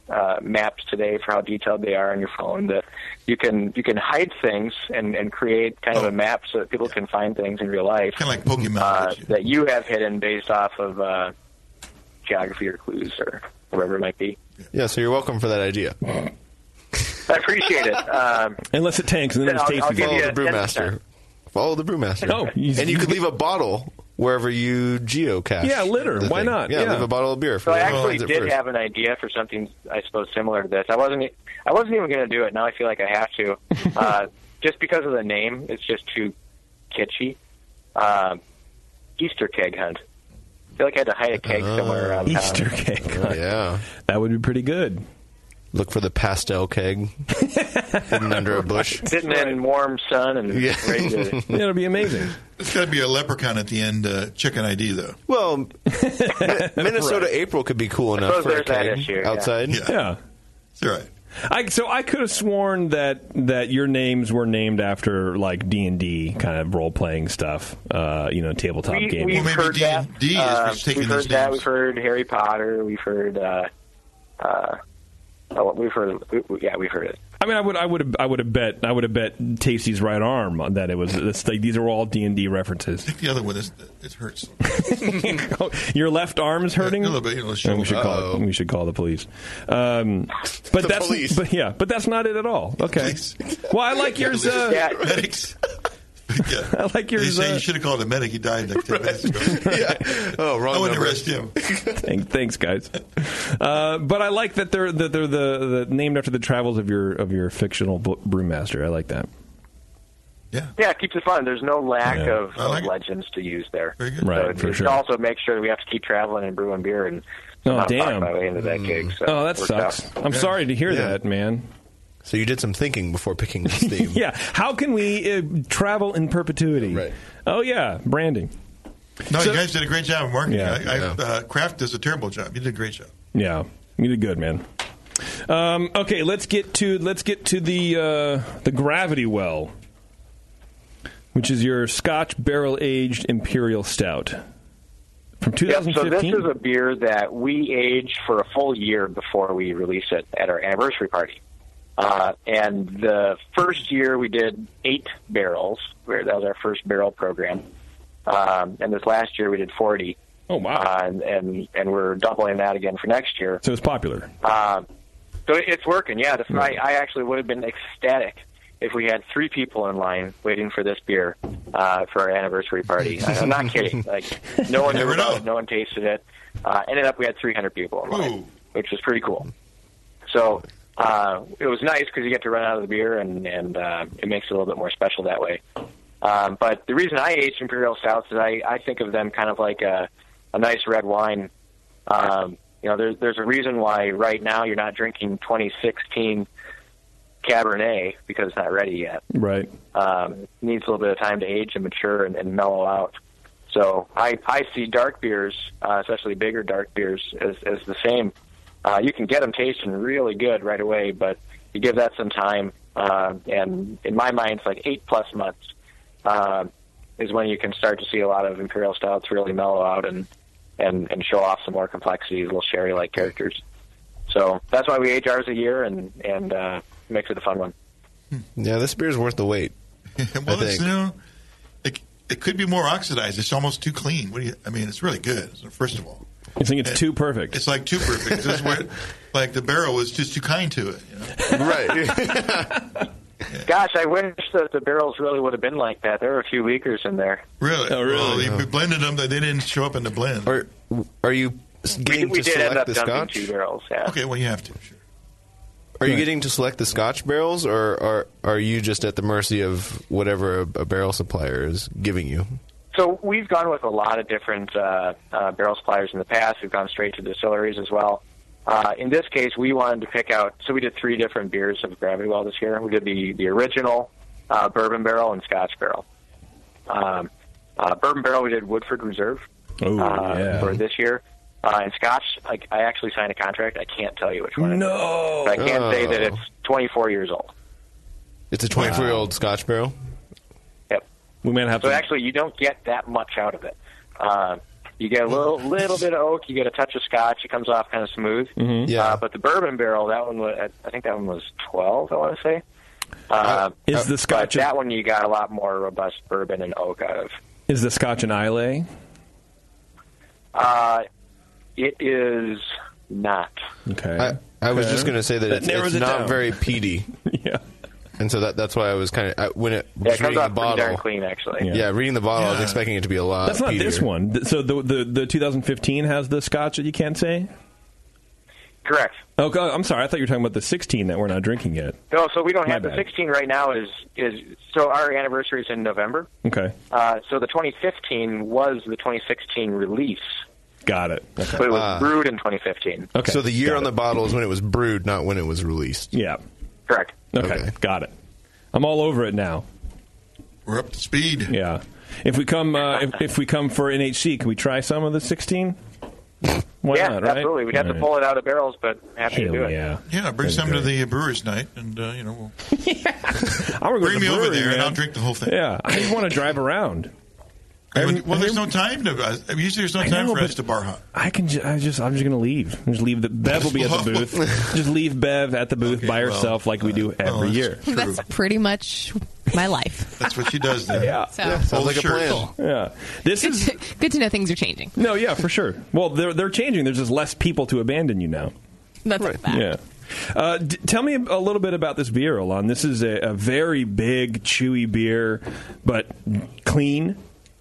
Speaker 16: uh, maps today for how detailed they are on your phone, that you can you can hide things and, and create kind of a map so that people can find things in real life.
Speaker 9: Kind of Oh. like Pokemon
Speaker 16: uh, that you have hidden based off of uh, geography or clues or whatever it might be.
Speaker 8: Yeah, so you're welcome for that idea.
Speaker 16: I appreciate it. Um,
Speaker 7: Unless it tanks, and then it's
Speaker 16: I'll- I'll
Speaker 7: tasty.
Speaker 16: give
Speaker 8: Follow
Speaker 16: you
Speaker 8: the
Speaker 16: a 10%.
Speaker 8: brewmaster. Follow the brewmaster.
Speaker 7: No, you-
Speaker 8: and you could leave a bottle wherever you geocache.
Speaker 7: Yeah, litter.
Speaker 8: the
Speaker 7: Why
Speaker 8: thing.
Speaker 7: not?
Speaker 8: Yeah,
Speaker 7: Yeah.
Speaker 8: leave a bottle of beer. For
Speaker 16: So I
Speaker 8: whoever
Speaker 16: actually
Speaker 8: finds it
Speaker 16: did
Speaker 8: first.
Speaker 16: have an idea for something, I suppose, similar to this. I wasn't, e, I wasn't even going to do it. Now I feel like I have to, uh, just because of the name. It's just too kitschy. Um, Easter keg hunt. I feel like I had to hide a keg somewhere
Speaker 8: Oh.
Speaker 16: around town.
Speaker 7: Ah, Easter cake.
Speaker 8: Yeah,
Speaker 7: that would be pretty good.
Speaker 8: Look for the pastel keg hidden under a bush.
Speaker 16: Sitting in warm sun and
Speaker 8: Yeah.
Speaker 16: ready to.
Speaker 7: It'll be amazing.
Speaker 9: It's got to be a leprechaun at the end, uh, chicken ID, though.
Speaker 8: Well, Mi- Minnesota April could be cool enough
Speaker 16: suppose
Speaker 8: for a
Speaker 16: there's that
Speaker 8: keg
Speaker 16: issue, yeah.
Speaker 8: outside.
Speaker 7: Yeah.
Speaker 9: That's right.
Speaker 7: I, so I could have sworn that that your names were named after like D and D kind of role playing stuff, uh, you know, tabletop
Speaker 16: We,
Speaker 7: gaming.
Speaker 16: we've
Speaker 9: Well, maybe
Speaker 16: heard that.
Speaker 9: D&D is
Speaker 16: Uh,
Speaker 9: what's taking
Speaker 16: we've heard
Speaker 9: these
Speaker 16: that.
Speaker 9: names.
Speaker 16: We've heard Harry Potter. We've heard. Uh, uh, oh, we've heard. We, we- yeah, we've heard it.
Speaker 7: I mean, I would, I would, have, I would have bet, I would have bet Tasty's right arm that it was. It's like these are all D and D references.
Speaker 9: The other one is it hurts.
Speaker 7: Your left arm is hurting
Speaker 9: A little bit, you know,
Speaker 7: And we should call.
Speaker 8: Uh-oh.
Speaker 7: We should call the police. Um, but
Speaker 8: The
Speaker 7: that's,
Speaker 8: police.
Speaker 7: but yeah, but that's not it at all. Okay. Well, I like yours. Uh,
Speaker 16: Yeah,
Speaker 9: Medics. Yeah.
Speaker 7: I like
Speaker 9: They
Speaker 7: yours.
Speaker 9: say
Speaker 7: Uh,
Speaker 9: you should have called a medic. He died like 10 minutes ago.
Speaker 8: Oh, wrong
Speaker 9: I wouldn't
Speaker 8: number.
Speaker 9: arrest him.
Speaker 7: Thank- Thanks, guys. Uh, but I like that they're that they're the, the named after the travels of your of your fictional b- brewmaster. I like that.
Speaker 9: Yeah.
Speaker 16: Yeah, it keeps it fun. There's no lack
Speaker 7: Yeah.
Speaker 16: of,
Speaker 9: I like
Speaker 16: of
Speaker 9: it.
Speaker 16: legends to use there.
Speaker 9: Very good.
Speaker 7: Right,
Speaker 16: So it-
Speaker 7: for
Speaker 16: it
Speaker 7: sure.
Speaker 16: also make sure that we have to keep traveling and brewing beer and
Speaker 7: Oh,
Speaker 16: not
Speaker 7: damn.
Speaker 16: talk my way into that
Speaker 9: Mm.
Speaker 16: gig. So
Speaker 7: Oh, that
Speaker 16: it worked
Speaker 7: sucks.
Speaker 16: out.
Speaker 7: I'm sorry to hear
Speaker 8: Yeah.
Speaker 7: that, man.
Speaker 8: So you did some thinking before picking this theme.
Speaker 7: Yeah. How can we uh, travel in perpetuity?
Speaker 8: Mm-hmm. Right.
Speaker 7: Oh yeah, branding.
Speaker 9: No, you guys did a great job of marketing.
Speaker 7: Yeah.
Speaker 9: I, I, uh, Kraft does a terrible job. You did a great job.
Speaker 7: Yeah, you did good, man. Um, okay, let's get to let's get to the uh, the gravity well, which is your Scotch barrel aged imperial stout from
Speaker 16: Yep, so
Speaker 7: 2015.
Speaker 16: this is a beer that we age for a full year before we release it at our anniversary party. Uh, and the first year we did eight barrels. Where that was our first barrel program. Um, and this last year we did 40.
Speaker 7: oh wow!
Speaker 16: Uh, and, and and we're doubling that again for next year.
Speaker 7: so it's popular.
Speaker 16: Um, so it- it's working, yeah. The, I, I actually would have been ecstatic if we had three people in line waiting for this beer uh, for our anniversary party. I, am not kidding. Like no one knew
Speaker 9: Never
Speaker 16: about
Speaker 9: know.
Speaker 16: it, no one tasted it. Uh, ended up we had 300 people in line,
Speaker 9: Ooh.
Speaker 16: which was pretty cool. So uh, it was nice because you get to run out of the beer, and and uh, it makes it a little bit more special that way. Um, but the reason I age imperial stouts is I, I think of them kind of like a, a nice red wine. Um, you know, there's there's a reason why right now you're not drinking 2016 Cabernet because it's not ready yet.
Speaker 7: Right.
Speaker 16: Um, it needs a little bit of time to age and mature and, and mellow out. So I, I see dark beers, uh, especially bigger dark beers, as, as the same. Uh, you can get them tasting really good right away, but you give that some time. Uh, and in my mind, it's like eight plus months uh, is when you can start to see a lot of imperial stouts really mellow out and, and, and show off some more complexities, little sherry like characters. So that's why we age ours a year and, and uh, makes it a fun one.
Speaker 8: Yeah, this beer's worth the wait.
Speaker 9: well, it's
Speaker 8: think.
Speaker 9: you know, it, it could be more oxidized. It's almost too clean. What do you? I mean, it's really good. First of all,
Speaker 7: you think it's and too perfect?
Speaker 9: It's like too perfect. this is what, like the barrel was just too kind to it. You know?
Speaker 8: Right.
Speaker 16: Gosh, I wish that the barrels really would have been like that. There were a few leakers in there.
Speaker 9: Really? Oh, really? Well, you blended them, they didn't show up in the blend.
Speaker 8: Are, are you getting
Speaker 16: we, we
Speaker 8: to
Speaker 16: did end
Speaker 8: select
Speaker 16: up
Speaker 8: the
Speaker 16: dumping
Speaker 8: scotch?
Speaker 16: two barrels. Yeah.
Speaker 9: Okay, well, you have to. Sure.
Speaker 8: Are you getting to select the Scotch barrels, or are are you just at the mercy of whatever a, a barrel supplier is giving you?
Speaker 16: So we've gone with a lot of different uh, uh, barrel suppliers in the past. We've gone straight to distilleries as well. Uh, in this case, we wanted to pick out. So we did three different beers of Gravity Well this year. We did the the original uh, bourbon barrel and Scotch barrel. Um, uh, bourbon barrel, we did Woodford Reserve
Speaker 7: Oh,
Speaker 16: uh,
Speaker 7: yeah.
Speaker 16: for this year. Uh, and Scotch, I, I actually signed a contract. I can't tell you which one. it is.
Speaker 7: No.
Speaker 16: But I can't say that
Speaker 8: Oh.
Speaker 16: it's 24 years old.
Speaker 8: It's a 24 year old Scotch barrel.
Speaker 16: Yep.
Speaker 7: We might have
Speaker 16: So
Speaker 7: to.
Speaker 16: actually, you don't get that much out of it. Uh, you
Speaker 7: Mm-hmm.
Speaker 16: get a little little bit of oak. You get a touch of scotch. It comes off kind of smooth.
Speaker 7: Mhm.
Speaker 8: Yeah.
Speaker 16: Uh, but the bourbon barrel, that one was, I think that one was twelve. I want to say. Uh,
Speaker 7: Is the
Speaker 16: but
Speaker 7: scotch
Speaker 16: that one you got a lot more robust bourbon and oak out of.
Speaker 7: is the Scotch an Islay?
Speaker 16: Uh, it is not.
Speaker 7: Okay.
Speaker 8: I, I was
Speaker 7: Okay.
Speaker 8: just going to say that
Speaker 7: That
Speaker 8: it's,
Speaker 7: narrows
Speaker 8: it's
Speaker 7: it
Speaker 8: not
Speaker 7: down.
Speaker 8: very peaty,
Speaker 7: yeah.
Speaker 8: and so that that's why I was kind of I, when it
Speaker 16: Yeah, it
Speaker 8: just
Speaker 16: comes
Speaker 8: reading
Speaker 16: off
Speaker 8: the
Speaker 16: pretty
Speaker 8: bottle.
Speaker 16: darn clean, actually.
Speaker 8: Yeah. reading the bottle, I was
Speaker 9: Yeah.
Speaker 8: expecting it to be a lot.
Speaker 7: That's not this
Speaker 8: peatier.
Speaker 7: one. Th- So the, the the 2015 has the Scotch that you can't say.
Speaker 16: Correct.
Speaker 7: Oh, God, I'm sorry. I thought you were talking about the 16 that we're not drinking yet.
Speaker 16: No, so we don't
Speaker 7: My
Speaker 21: have
Speaker 16: have
Speaker 21: the
Speaker 16: the
Speaker 7: bad.
Speaker 16: 16 right now. Is is so our anniversary is in November.
Speaker 7: Okay.
Speaker 16: Uh, so the 2015 was the 2016 release,
Speaker 7: Got it. Okay.
Speaker 16: but it was
Speaker 8: Ah.
Speaker 16: brewed in 2015.
Speaker 7: Okay.
Speaker 8: So the year
Speaker 7: Got
Speaker 8: on
Speaker 7: it.
Speaker 8: the bottle is when it was brewed, not when it was released.
Speaker 7: Yeah.
Speaker 16: Correct.
Speaker 7: Okay.
Speaker 8: Okay.
Speaker 7: Got it. I'm all over it now.
Speaker 9: We're up to speed.
Speaker 7: Yeah. If we come uh, if, if we come for NHC, can we try some of the 16? Why
Speaker 16: yeah,
Speaker 7: not, right?
Speaker 16: absolutely. We'd have to
Speaker 7: All
Speaker 16: pull it out of barrels, but
Speaker 7: right.
Speaker 16: happy to do
Speaker 7: Hell
Speaker 16: it.
Speaker 7: yeah.
Speaker 9: Yeah, bring
Speaker 7: That'd
Speaker 9: some
Speaker 7: be
Speaker 9: to
Speaker 7: great.
Speaker 9: the brewers' night, and uh, you know, we'll
Speaker 7: I'm gonna go to
Speaker 9: bring
Speaker 7: the
Speaker 9: me over
Speaker 7: brewery,
Speaker 9: there, and
Speaker 7: man.
Speaker 9: I'll drink the whole thing.
Speaker 7: Yeah, I just want to drive around.
Speaker 9: I mean,
Speaker 7: I'm-
Speaker 9: well, there's
Speaker 7: I'm-
Speaker 9: no time to. I mean, usually, there's no
Speaker 7: I
Speaker 9: time
Speaker 7: know,
Speaker 9: for
Speaker 7: but-
Speaker 9: us to bar hunt.
Speaker 7: I can. Ju- I just. I'm just gonna leave. Just leave the Bev will be at the booth. just leave Bev at the booth
Speaker 9: Okay,
Speaker 7: by
Speaker 9: well, uh,
Speaker 7: herself, like we do every
Speaker 9: well, Oh, that's-
Speaker 7: year.
Speaker 5: That's pretty much my life.
Speaker 9: That's what she does. There.
Speaker 7: Yeah.
Speaker 5: So
Speaker 8: Sounds like a
Speaker 9: Bullshit.
Speaker 8: plan.
Speaker 7: Yeah. This
Speaker 5: good,
Speaker 7: is
Speaker 5: to, good to know things are changing.
Speaker 7: no. Yeah, for sure. Well, they're they're changing. There's just less people to abandon you now.
Speaker 5: That's a fact.
Speaker 7: Yeah. Uh, d- tell me a little bit about this beer, Alon. This is a, a very big, chewy beer, but clean,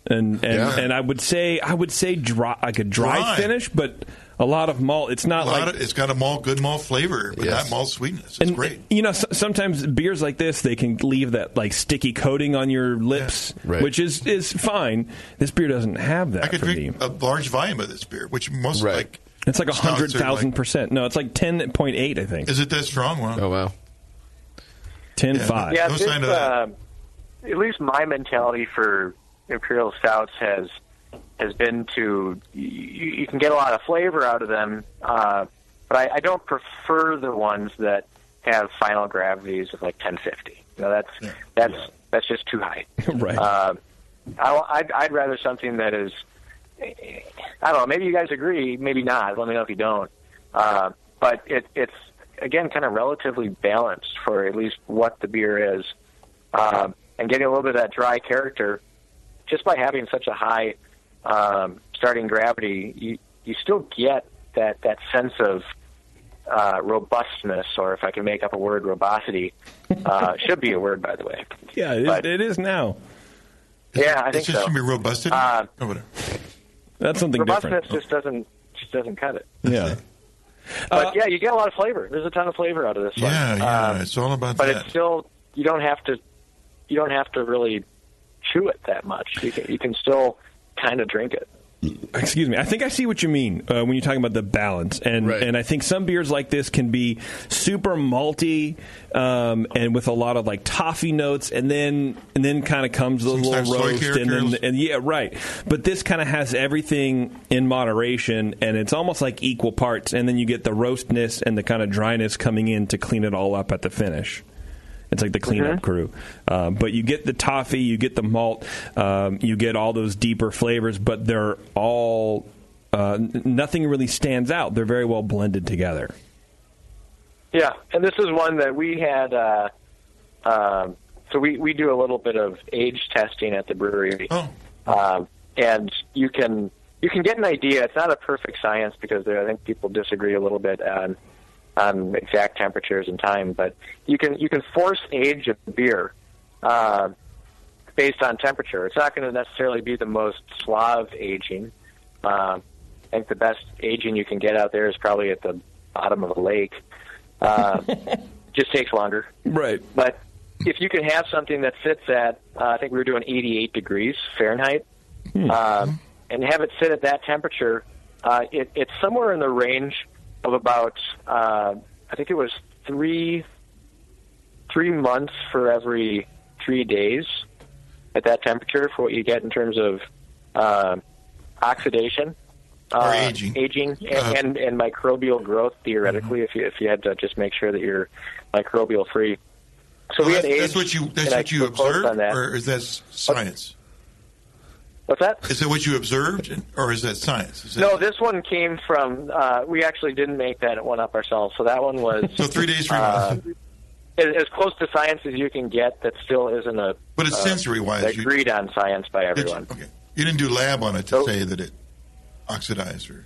Speaker 7: and and,
Speaker 8: Yeah.
Speaker 7: and I would say I would say dry, like a dry,
Speaker 9: Dry.
Speaker 7: finish, but a lot of malt. It's
Speaker 9: A
Speaker 7: not
Speaker 9: lot
Speaker 7: like
Speaker 9: of- it's got a malt, good malt flavor, but
Speaker 8: Yes.
Speaker 9: not malt sweetness. It's
Speaker 7: and,
Speaker 9: great.
Speaker 7: You know, so, sometimes beers like this they can leave that like sticky coating on your lips,
Speaker 8: Right.
Speaker 7: which is is fine. This beer doesn't have that
Speaker 9: I could
Speaker 7: for
Speaker 9: drink
Speaker 7: me.
Speaker 9: a large volume of this beer, which most
Speaker 8: Right.
Speaker 9: like
Speaker 7: It's like a
Speaker 9: stouts are
Speaker 7: hundred thousand
Speaker 9: like-
Speaker 7: percent. No, it's like ten point eight. I think
Speaker 9: Is it that strong? Well,
Speaker 8: Oh wow.
Speaker 7: ten
Speaker 9: yeah.
Speaker 7: five.
Speaker 9: Yeah.
Speaker 7: Yeah.
Speaker 9: No
Speaker 16: this,
Speaker 9: sign of that.
Speaker 16: um, at least my mentality for imperial stouts has has been to you, you can get a lot of flavor out of them, uh, but I, I don't prefer the ones that have final gravities of like 1050. You know, that's
Speaker 9: Yeah.
Speaker 16: that's that's just too high.
Speaker 7: Right.
Speaker 16: Uh, I, I'd, I'd rather something that is, I don't know. Maybe you guys agree. Maybe not. Let me know if you don't. Uh, but it, it's again kind of relatively balanced for at least what the beer is, um, and getting a little bit of that dry character just by having such a high um, starting gravity. You you still get that that sense of uh, robustness, or if I can make up a word, robustity uh, should be a word, by the way.
Speaker 7: it is-
Speaker 16: But-
Speaker 7: it is now.
Speaker 16: Yeah, I
Speaker 9: it's
Speaker 16: think
Speaker 9: just
Speaker 16: so.
Speaker 9: gonna be robust.
Speaker 16: Uh,
Speaker 9: or whatever.
Speaker 7: That's something different.
Speaker 16: Robustness just doesn't just doesn't cut it.
Speaker 7: Yeah.
Speaker 16: But
Speaker 7: Uh,
Speaker 16: yeah, you get a lot of flavor. There's a ton of flavor out of this one.
Speaker 9: Yeah, yeah.
Speaker 16: Um,
Speaker 9: it's all about
Speaker 16: but
Speaker 9: that.
Speaker 16: it's still you don't have to you don't have to really chew it that much. You can you can still kind of drink it.
Speaker 7: Excuse me. I think I see what you mean uh, when you're talking about the balance, and
Speaker 8: Right.
Speaker 7: and I think some beers like this can be super malty um, and with a lot of like toffee notes, and then and then kind of comes the
Speaker 9: Sometimes
Speaker 7: little
Speaker 9: soy
Speaker 7: roast, and then
Speaker 9: characters.
Speaker 7: and yeah, right. But this kind of has everything in moderation, and it's almost like equal parts, and then you get the roastness and the kind of dryness coming in to clean it all up at the finish. It's like the cleanup crew, um, but you get the toffee, you get the malt, um, you get all those deeper flavors, but they're all uh, n- nothing really stands out. They're very well blended together.
Speaker 16: Yeah, and this is one that we had uh, um so we, we do a little bit of age testing at the brewery,
Speaker 9: oh.
Speaker 16: um, and you can you can get an idea. It's not a perfect science because there, I think people disagree a little bit on on exact temperatures and time, but you can you can force age of beer uh, based on temperature. It's not going to necessarily be the most suave aging. Uh, I think the best aging you can get out there is probably at the bottom of a lake. Uh, just takes longer.
Speaker 7: Right.
Speaker 16: But if you can have something that sits at, uh, I think we were doing 88 degrees Fahrenheit,
Speaker 9: Hmm.
Speaker 16: um, and have it sit at that temperature, uh, it, it's somewhere in the range of about, uh, I think it was three, three months for every three days at that temperature for what you get in terms of uh, oxidation. uh,
Speaker 9: Or aging. Mm-hmm.
Speaker 16: aging and,
Speaker 9: Uh,
Speaker 16: and, and microbial growth theoretically. If you if you had to just make sure that you're microbial free, so
Speaker 9: Well,
Speaker 16: we had
Speaker 9: Uh, that's,
Speaker 16: age.
Speaker 9: that's what you that's
Speaker 16: and I
Speaker 9: what you
Speaker 16: put a post
Speaker 9: observed,
Speaker 16: on that.
Speaker 9: or is that s- science?
Speaker 16: What's that?
Speaker 9: Is that what you observed, and- or is that science? Is that,
Speaker 16: No, this one came from. Uh, we actually didn't make that one up ourselves. So that one was.
Speaker 9: So three days, three
Speaker 16: uh,
Speaker 9: months.
Speaker 16: as as close to science as you can get. That still isn't a.
Speaker 9: But it's
Speaker 16: uh,
Speaker 9: sensory-wise, you-
Speaker 16: Agreed on science by
Speaker 9: Did you-
Speaker 16: everyone.
Speaker 9: okay, you didn't do lab on it to say that it oxidized, or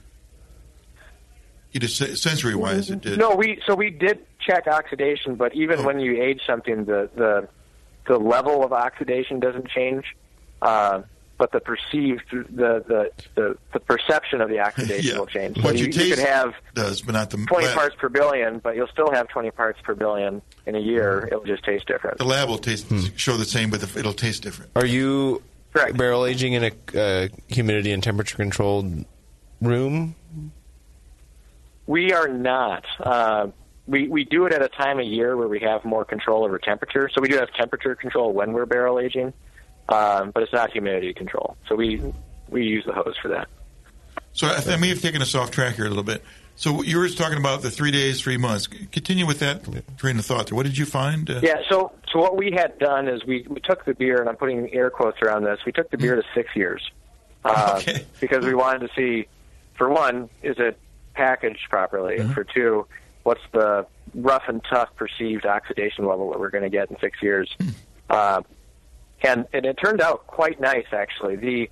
Speaker 9: you just sensory wise it did. Oh.
Speaker 16: No, we so we did check oxidation, but even when you age something, the the the level of oxidation doesn't change, uh, but the perceived the the, the the perception of the oxidation
Speaker 9: Yeah.
Speaker 16: will change.
Speaker 9: What
Speaker 16: so
Speaker 9: you
Speaker 16: you, could
Speaker 9: taste
Speaker 16: have
Speaker 9: does, but not the
Speaker 16: twenty
Speaker 9: lab.
Speaker 16: parts per billion, but you'll still have twenty parts per billion in a
Speaker 9: Mm-hmm.
Speaker 16: year. It'll just taste different.
Speaker 9: The lab will taste show the same, but the, it'll taste different.
Speaker 8: Are you barrel aging in a uh, humidity and temperature controlled room?
Speaker 16: We are not. Uh, we, we do it at a time of year where we have more control over temperature. So we do have temperature control when we're barrel aging, um, but it's not humidity control. So we we use the hose for that.
Speaker 9: So I, I may have taken us off track here a little bit. So you were talking about the three days, three months. C- Continue with that train of thought. There. What did you find? Uh,
Speaker 16: Yeah. So so what we had done is we, we took the beer, and I'm putting air quotes around this. We took the beer to six years uh, because we wanted to see, for one, is it packaged properly, and for two, what's the rough and tough perceived oxidation level that we're going to get in six years. Uh, and and it turned out quite nice actually. The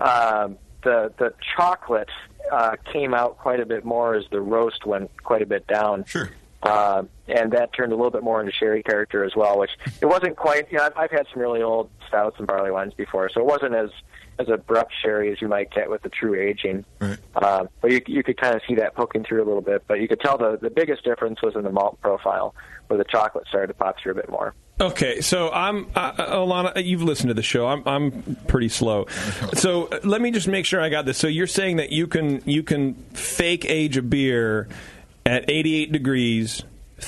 Speaker 16: um, the the chocolate uh, came out quite a bit more as the roast went quite a bit down.
Speaker 9: Sure.
Speaker 16: Uh, and that turned a little bit more into sherry character as well, which it wasn't quite. You know, I've, I've had some really old stouts and barley wines before, so it wasn't as as abrupt sherry as you might get with the true aging.
Speaker 9: Right.
Speaker 16: Uh, but you you could kind of see that poking through a little bit, but you could tell the the biggest difference was in the malt profile, where the chocolate started to pop through a bit more.
Speaker 7: Okay, so I'm uh, Alana. You've listened to the show. I'm I'm pretty slow, so uh, let me just make sure I got this. So you're saying that you can you can fake age a beer at 88 degrees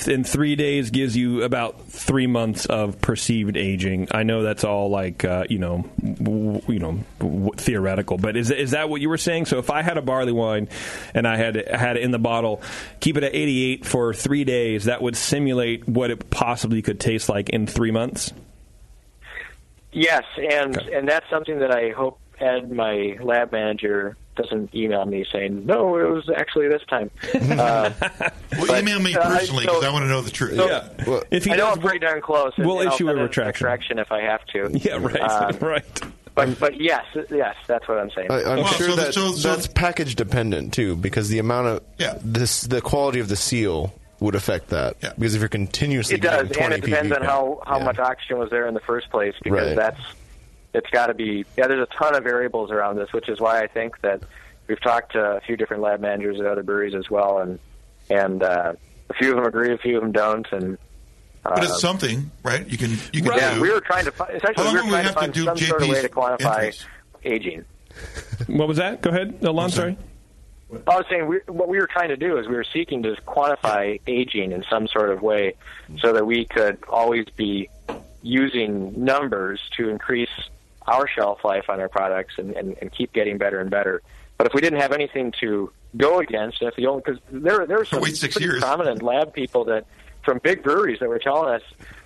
Speaker 7: in three days gives you about three months of perceived aging. I know that's all like uh, you know w- you know w- theoretical, but is is that what you were saying? So if I had a barley wine and I had had it in the bottle, keep it at 88 for three days, that would simulate what it possibly could taste like in three months.
Speaker 16: Yes, and and that's something that I hope Ed, my lab manager, doesn't email me saying no. It was actually this time. Uh,
Speaker 9: well, email me personally because I want to know the truth.
Speaker 16: Yeah. I know I'm pretty darn close. and-
Speaker 9: we'll
Speaker 16: and I'll
Speaker 9: issue a
Speaker 16: send
Speaker 9: retraction.
Speaker 16: retraction if I have to. Um,
Speaker 7: Yeah, right, right.
Speaker 16: But but yes, yes, that's what I'm saying.
Speaker 8: I, I'm sure that
Speaker 16: so,
Speaker 8: that's package dependent too, because the amount of this the quality of the seal would affect that. Because if you're continuously
Speaker 16: it does,
Speaker 8: getting 20
Speaker 16: and it depends
Speaker 8: ppm,
Speaker 16: on how how much oxygen was there in the first place because
Speaker 8: Right.
Speaker 16: that's it's got to be yeah. There's a ton of variables around this, which is why I think that we've talked to a few different lab managers at other breweries as well, and and uh, a few of them agree, a few of them don't, and.
Speaker 9: But
Speaker 16: uh,
Speaker 9: it's something, right? You can you can
Speaker 16: yeah,
Speaker 9: do.
Speaker 16: we were trying to find. Essentially,
Speaker 9: How long
Speaker 16: we were
Speaker 9: do we
Speaker 16: trying
Speaker 9: have to
Speaker 16: to find
Speaker 9: do
Speaker 16: some sort of way to
Speaker 9: JP's
Speaker 16: quantify
Speaker 9: entries?
Speaker 16: aging.
Speaker 7: What was that? Go ahead, Alon. Sorry.
Speaker 16: I was saying we, what we were trying to do is we were seeking to quantify aging in some sort of way, so that we could always be using numbers to increase our shelf life on our products and, and, and keep getting better and better. But if we didn't have anything to go against, if the only because there there were some pretty prominent lab people that from big breweries that were telling us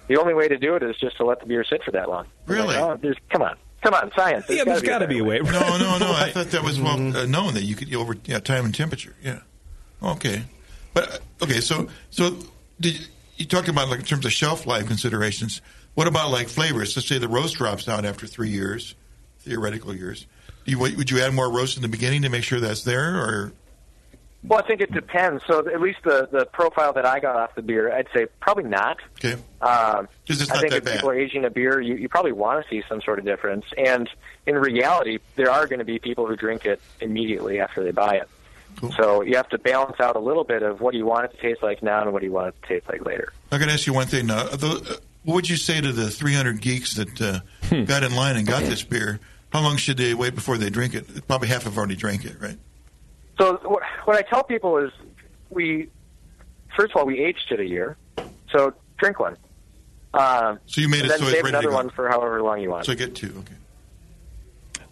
Speaker 16: the only way to do it is just to let the beer sit for that long. Really? oh, there's, come on, come on, science.
Speaker 7: Yeah, there's got to
Speaker 16: better
Speaker 7: be a way. Mm-hmm.
Speaker 9: No, no, no. I thought that was well uh, known that you could over yeah, time and temperature. Yeah. Okay. But uh, okay, so so did you, you talked about like in terms of shelf life considerations. What about like flavors? Let's say the roast drops out after three years, theoretical years. Do you, would you add more roast in the beginning to make sure that's there, or
Speaker 16: Well, I think it depends. So at least the the profile that I got off the beer, I'd say probably not.
Speaker 9: Okay.
Speaker 16: Um,
Speaker 9: Because it's
Speaker 16: I
Speaker 9: not
Speaker 16: think
Speaker 9: that
Speaker 16: if
Speaker 9: bad.
Speaker 16: people are aging a beer, you, you probably want to see some sort of difference. And in reality, there are going to be people who drink it immediately after they buy it. So you have to balance out a little bit of what do you want it to taste like now and what do you want it to taste like later.
Speaker 9: I'm going to ask you one thing. Uh, the, uh, what would you say to the 300 geeks that uh,
Speaker 7: Hmm.
Speaker 9: got in line and got this beer? How long should they wait before they drink it? Probably half have already drank it, right?
Speaker 16: So what, what I tell people is, we first of all we aged it a year, so drink one. Um,
Speaker 9: So you made
Speaker 16: and
Speaker 9: it
Speaker 16: then
Speaker 9: so it's
Speaker 16: save
Speaker 9: ready to
Speaker 16: another
Speaker 9: go.
Speaker 16: one for however long you want.
Speaker 9: So I get two. Okay.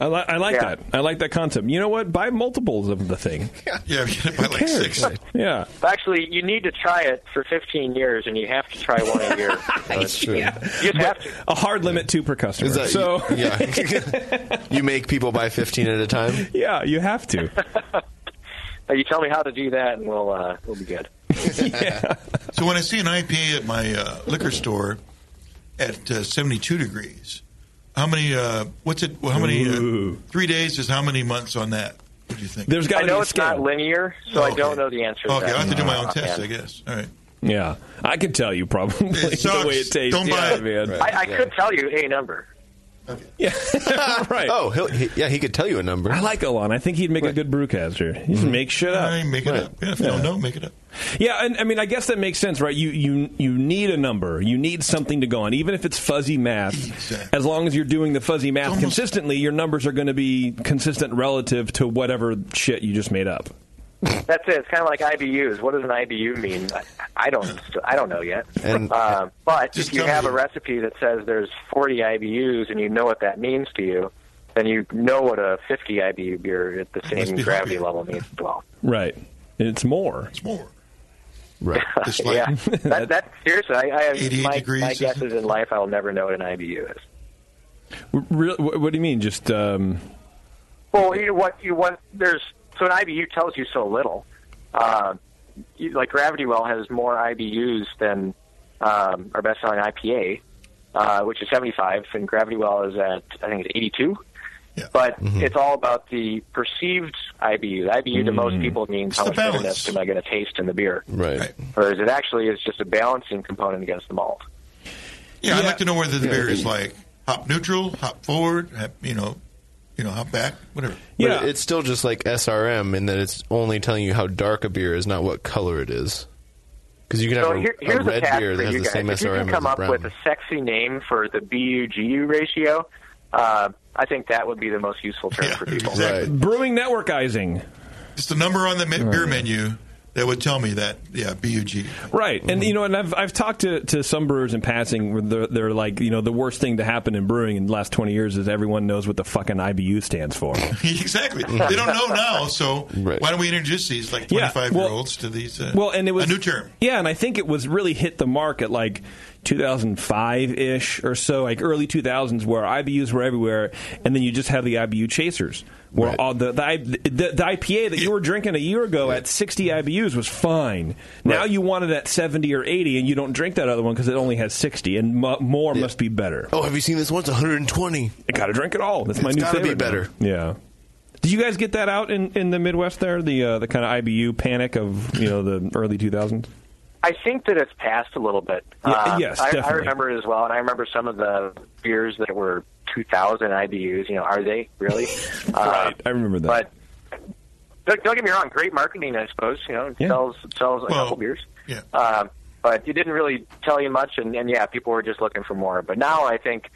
Speaker 7: I, li- I like that. I like that concept. You know what? Buy multiples of the thing.
Speaker 9: Yeah, get it by
Speaker 7: Who
Speaker 9: like
Speaker 7: cares?
Speaker 9: six.
Speaker 7: Yeah.
Speaker 16: Actually, you need to try it for 15 years, and you have to try one a year.
Speaker 8: That's true.
Speaker 16: You just have to.
Speaker 7: A hard limit two per customer.
Speaker 8: Is that-
Speaker 7: so
Speaker 8: yeah. you make people buy 15 at a time?
Speaker 7: Yeah, you have to.
Speaker 16: Uh, You tell me how to do that, and we'll uh, we'll be good.
Speaker 9: So when I see an IPA at my uh, liquor store at uh, 72 degrees, how many? Uh, what's it? Well, how many? Uh, three days is how many months on that? What do you think?
Speaker 7: There's got
Speaker 16: I
Speaker 7: to be
Speaker 16: know
Speaker 7: a
Speaker 16: it's not
Speaker 7: scale.
Speaker 16: linear, so I don't know the answer. to
Speaker 9: Okay,
Speaker 16: that.
Speaker 9: I have to do my own
Speaker 8: Uh,
Speaker 16: offhand.
Speaker 9: test, I guess. All right.
Speaker 7: yeah, I could tell you probably
Speaker 9: It
Speaker 7: the way
Speaker 9: sucks.
Speaker 7: it tastes.
Speaker 9: Don't buy
Speaker 7: yeah,
Speaker 9: it.
Speaker 7: man.
Speaker 16: I, I could tell you a number.
Speaker 7: right.
Speaker 8: Oh, he'll, he, yeah, he could tell you a number. Mm-hmm.
Speaker 7: I like Alon. I think he'd make a good brewcaster. He just make shit up.
Speaker 9: I make it up. Yeah, if you don't know, make it up.
Speaker 7: Yeah, and I mean, I guess that makes sense, right? You you you need a number. You need something to go on, even if it's fuzzy math. As long as you're doing the fuzzy math consistently, your numbers are going to be consistent relative to whatever shit you just made up.
Speaker 16: That's it. It's kind of like IBUs. What does an IBU mean? I, I don't. I don't know yet.
Speaker 8: And-
Speaker 16: Uh, but
Speaker 9: Just
Speaker 16: if you
Speaker 9: tell me.
Speaker 16: have a recipe that says there's 40 IBUs and you know what that means to you, then you know what a 50 IBU beer at the same
Speaker 9: be
Speaker 16: gravity
Speaker 9: healthy.
Speaker 16: level means as well.
Speaker 7: Right. And it's more.
Speaker 9: It's more.
Speaker 8: Right.
Speaker 9: It's like
Speaker 16: yeah. That, that seriously, I, I have
Speaker 9: 88
Speaker 16: my,
Speaker 9: degrees,
Speaker 16: my
Speaker 9: isn't
Speaker 16: guess is in life I'll never know what an IBU is.
Speaker 7: Re- wh- what do you mean? Just um,
Speaker 16: Well, you know what you what there's so an IBU tells you so little. Uh, you, like Gravity Well has more IBUs than um, our best-selling IPA, uh, which is 75, and Gravity Well is at I think it's 82. But
Speaker 9: Mm-hmm.
Speaker 16: it's all about the perceived IBU. The IBU to most people means how
Speaker 9: Mm. the
Speaker 16: much bitterness
Speaker 9: balance.
Speaker 16: am I going to taste in the beer,
Speaker 8: Right.
Speaker 16: whereas it actually is just a balancing component against the malt.
Speaker 9: Yeah, I'd like to know whether the beer is like hop neutral, hop forward, hop, you know, you know, hop back, whatever.
Speaker 8: But
Speaker 7: yeah.
Speaker 8: it's still just like SRM in that it's only telling you how dark a beer is, not what color it is. Because you can have
Speaker 16: So
Speaker 8: a,
Speaker 16: here,
Speaker 8: a
Speaker 16: here's a
Speaker 8: red
Speaker 16: task
Speaker 8: beer
Speaker 16: for
Speaker 8: that has
Speaker 16: you
Speaker 8: the
Speaker 16: guys.
Speaker 8: same
Speaker 16: if you
Speaker 8: SRM
Speaker 16: can
Speaker 8: as
Speaker 16: come
Speaker 8: a
Speaker 16: up
Speaker 8: brown.
Speaker 16: with a sexy name for the BU-GU ratio, uh, I think that would be the most useful term for people.
Speaker 9: Exactly.
Speaker 7: brewing networkizing.
Speaker 9: It's the number on the me- beer menu that would tell me that. Yeah, BUG.
Speaker 7: Right, and you know, and I've I've talked to, to some brewers in passing where they're, they're like, you know, the worst thing to happen in brewing in the last twenty years is everyone knows what the fucking IBU stands for.
Speaker 9: exactly. They don't know now, so
Speaker 8: Right.
Speaker 9: why don't we introduce these like
Speaker 7: Yeah,
Speaker 9: 25 year olds to these? Uh,
Speaker 7: Well, and it was
Speaker 9: a new term.
Speaker 7: Yeah, and I think it was really hit the mark at like 2005 ish or so, like early 2000s, where IBUs were everywhere, and then you just had the IBU chasers, where
Speaker 8: Right.
Speaker 7: all the the, I- the the IPA that you were drinking a year ago at 60 IBUs was fine. Now
Speaker 8: Right.
Speaker 7: you want it at 70 or 80, and you don't drink that other one because it only has 60, and mo more must be better.
Speaker 8: Oh, have you seen this one? It's 120.
Speaker 7: I gotta drink it
Speaker 16: Oh,
Speaker 7: all. That's my
Speaker 8: It's
Speaker 7: new
Speaker 8: gotta be
Speaker 7: favorite. now.
Speaker 8: better.
Speaker 7: Yeah. Did you guys get that out in, in the Midwest there? The uh, the kind of IBU panic of you know the early 2000s.
Speaker 16: I think that it's passed a little bit.
Speaker 7: Yeah,
Speaker 16: Um,
Speaker 7: yes,
Speaker 16: I, I
Speaker 7: definitely.
Speaker 16: remember it as well, and I remember some of the beers that were 2,000 IBUs. You know, are they really? Uh,
Speaker 7: I remember that.
Speaker 16: but don't, don't get me wrong, great marketing, I suppose. You know, it
Speaker 7: Yeah.
Speaker 16: sells sells a
Speaker 9: Well,
Speaker 16: couple beers.
Speaker 9: yeah.
Speaker 16: Um, but it didn't really tell you much, and, and yeah, people were just looking for more. But now I think,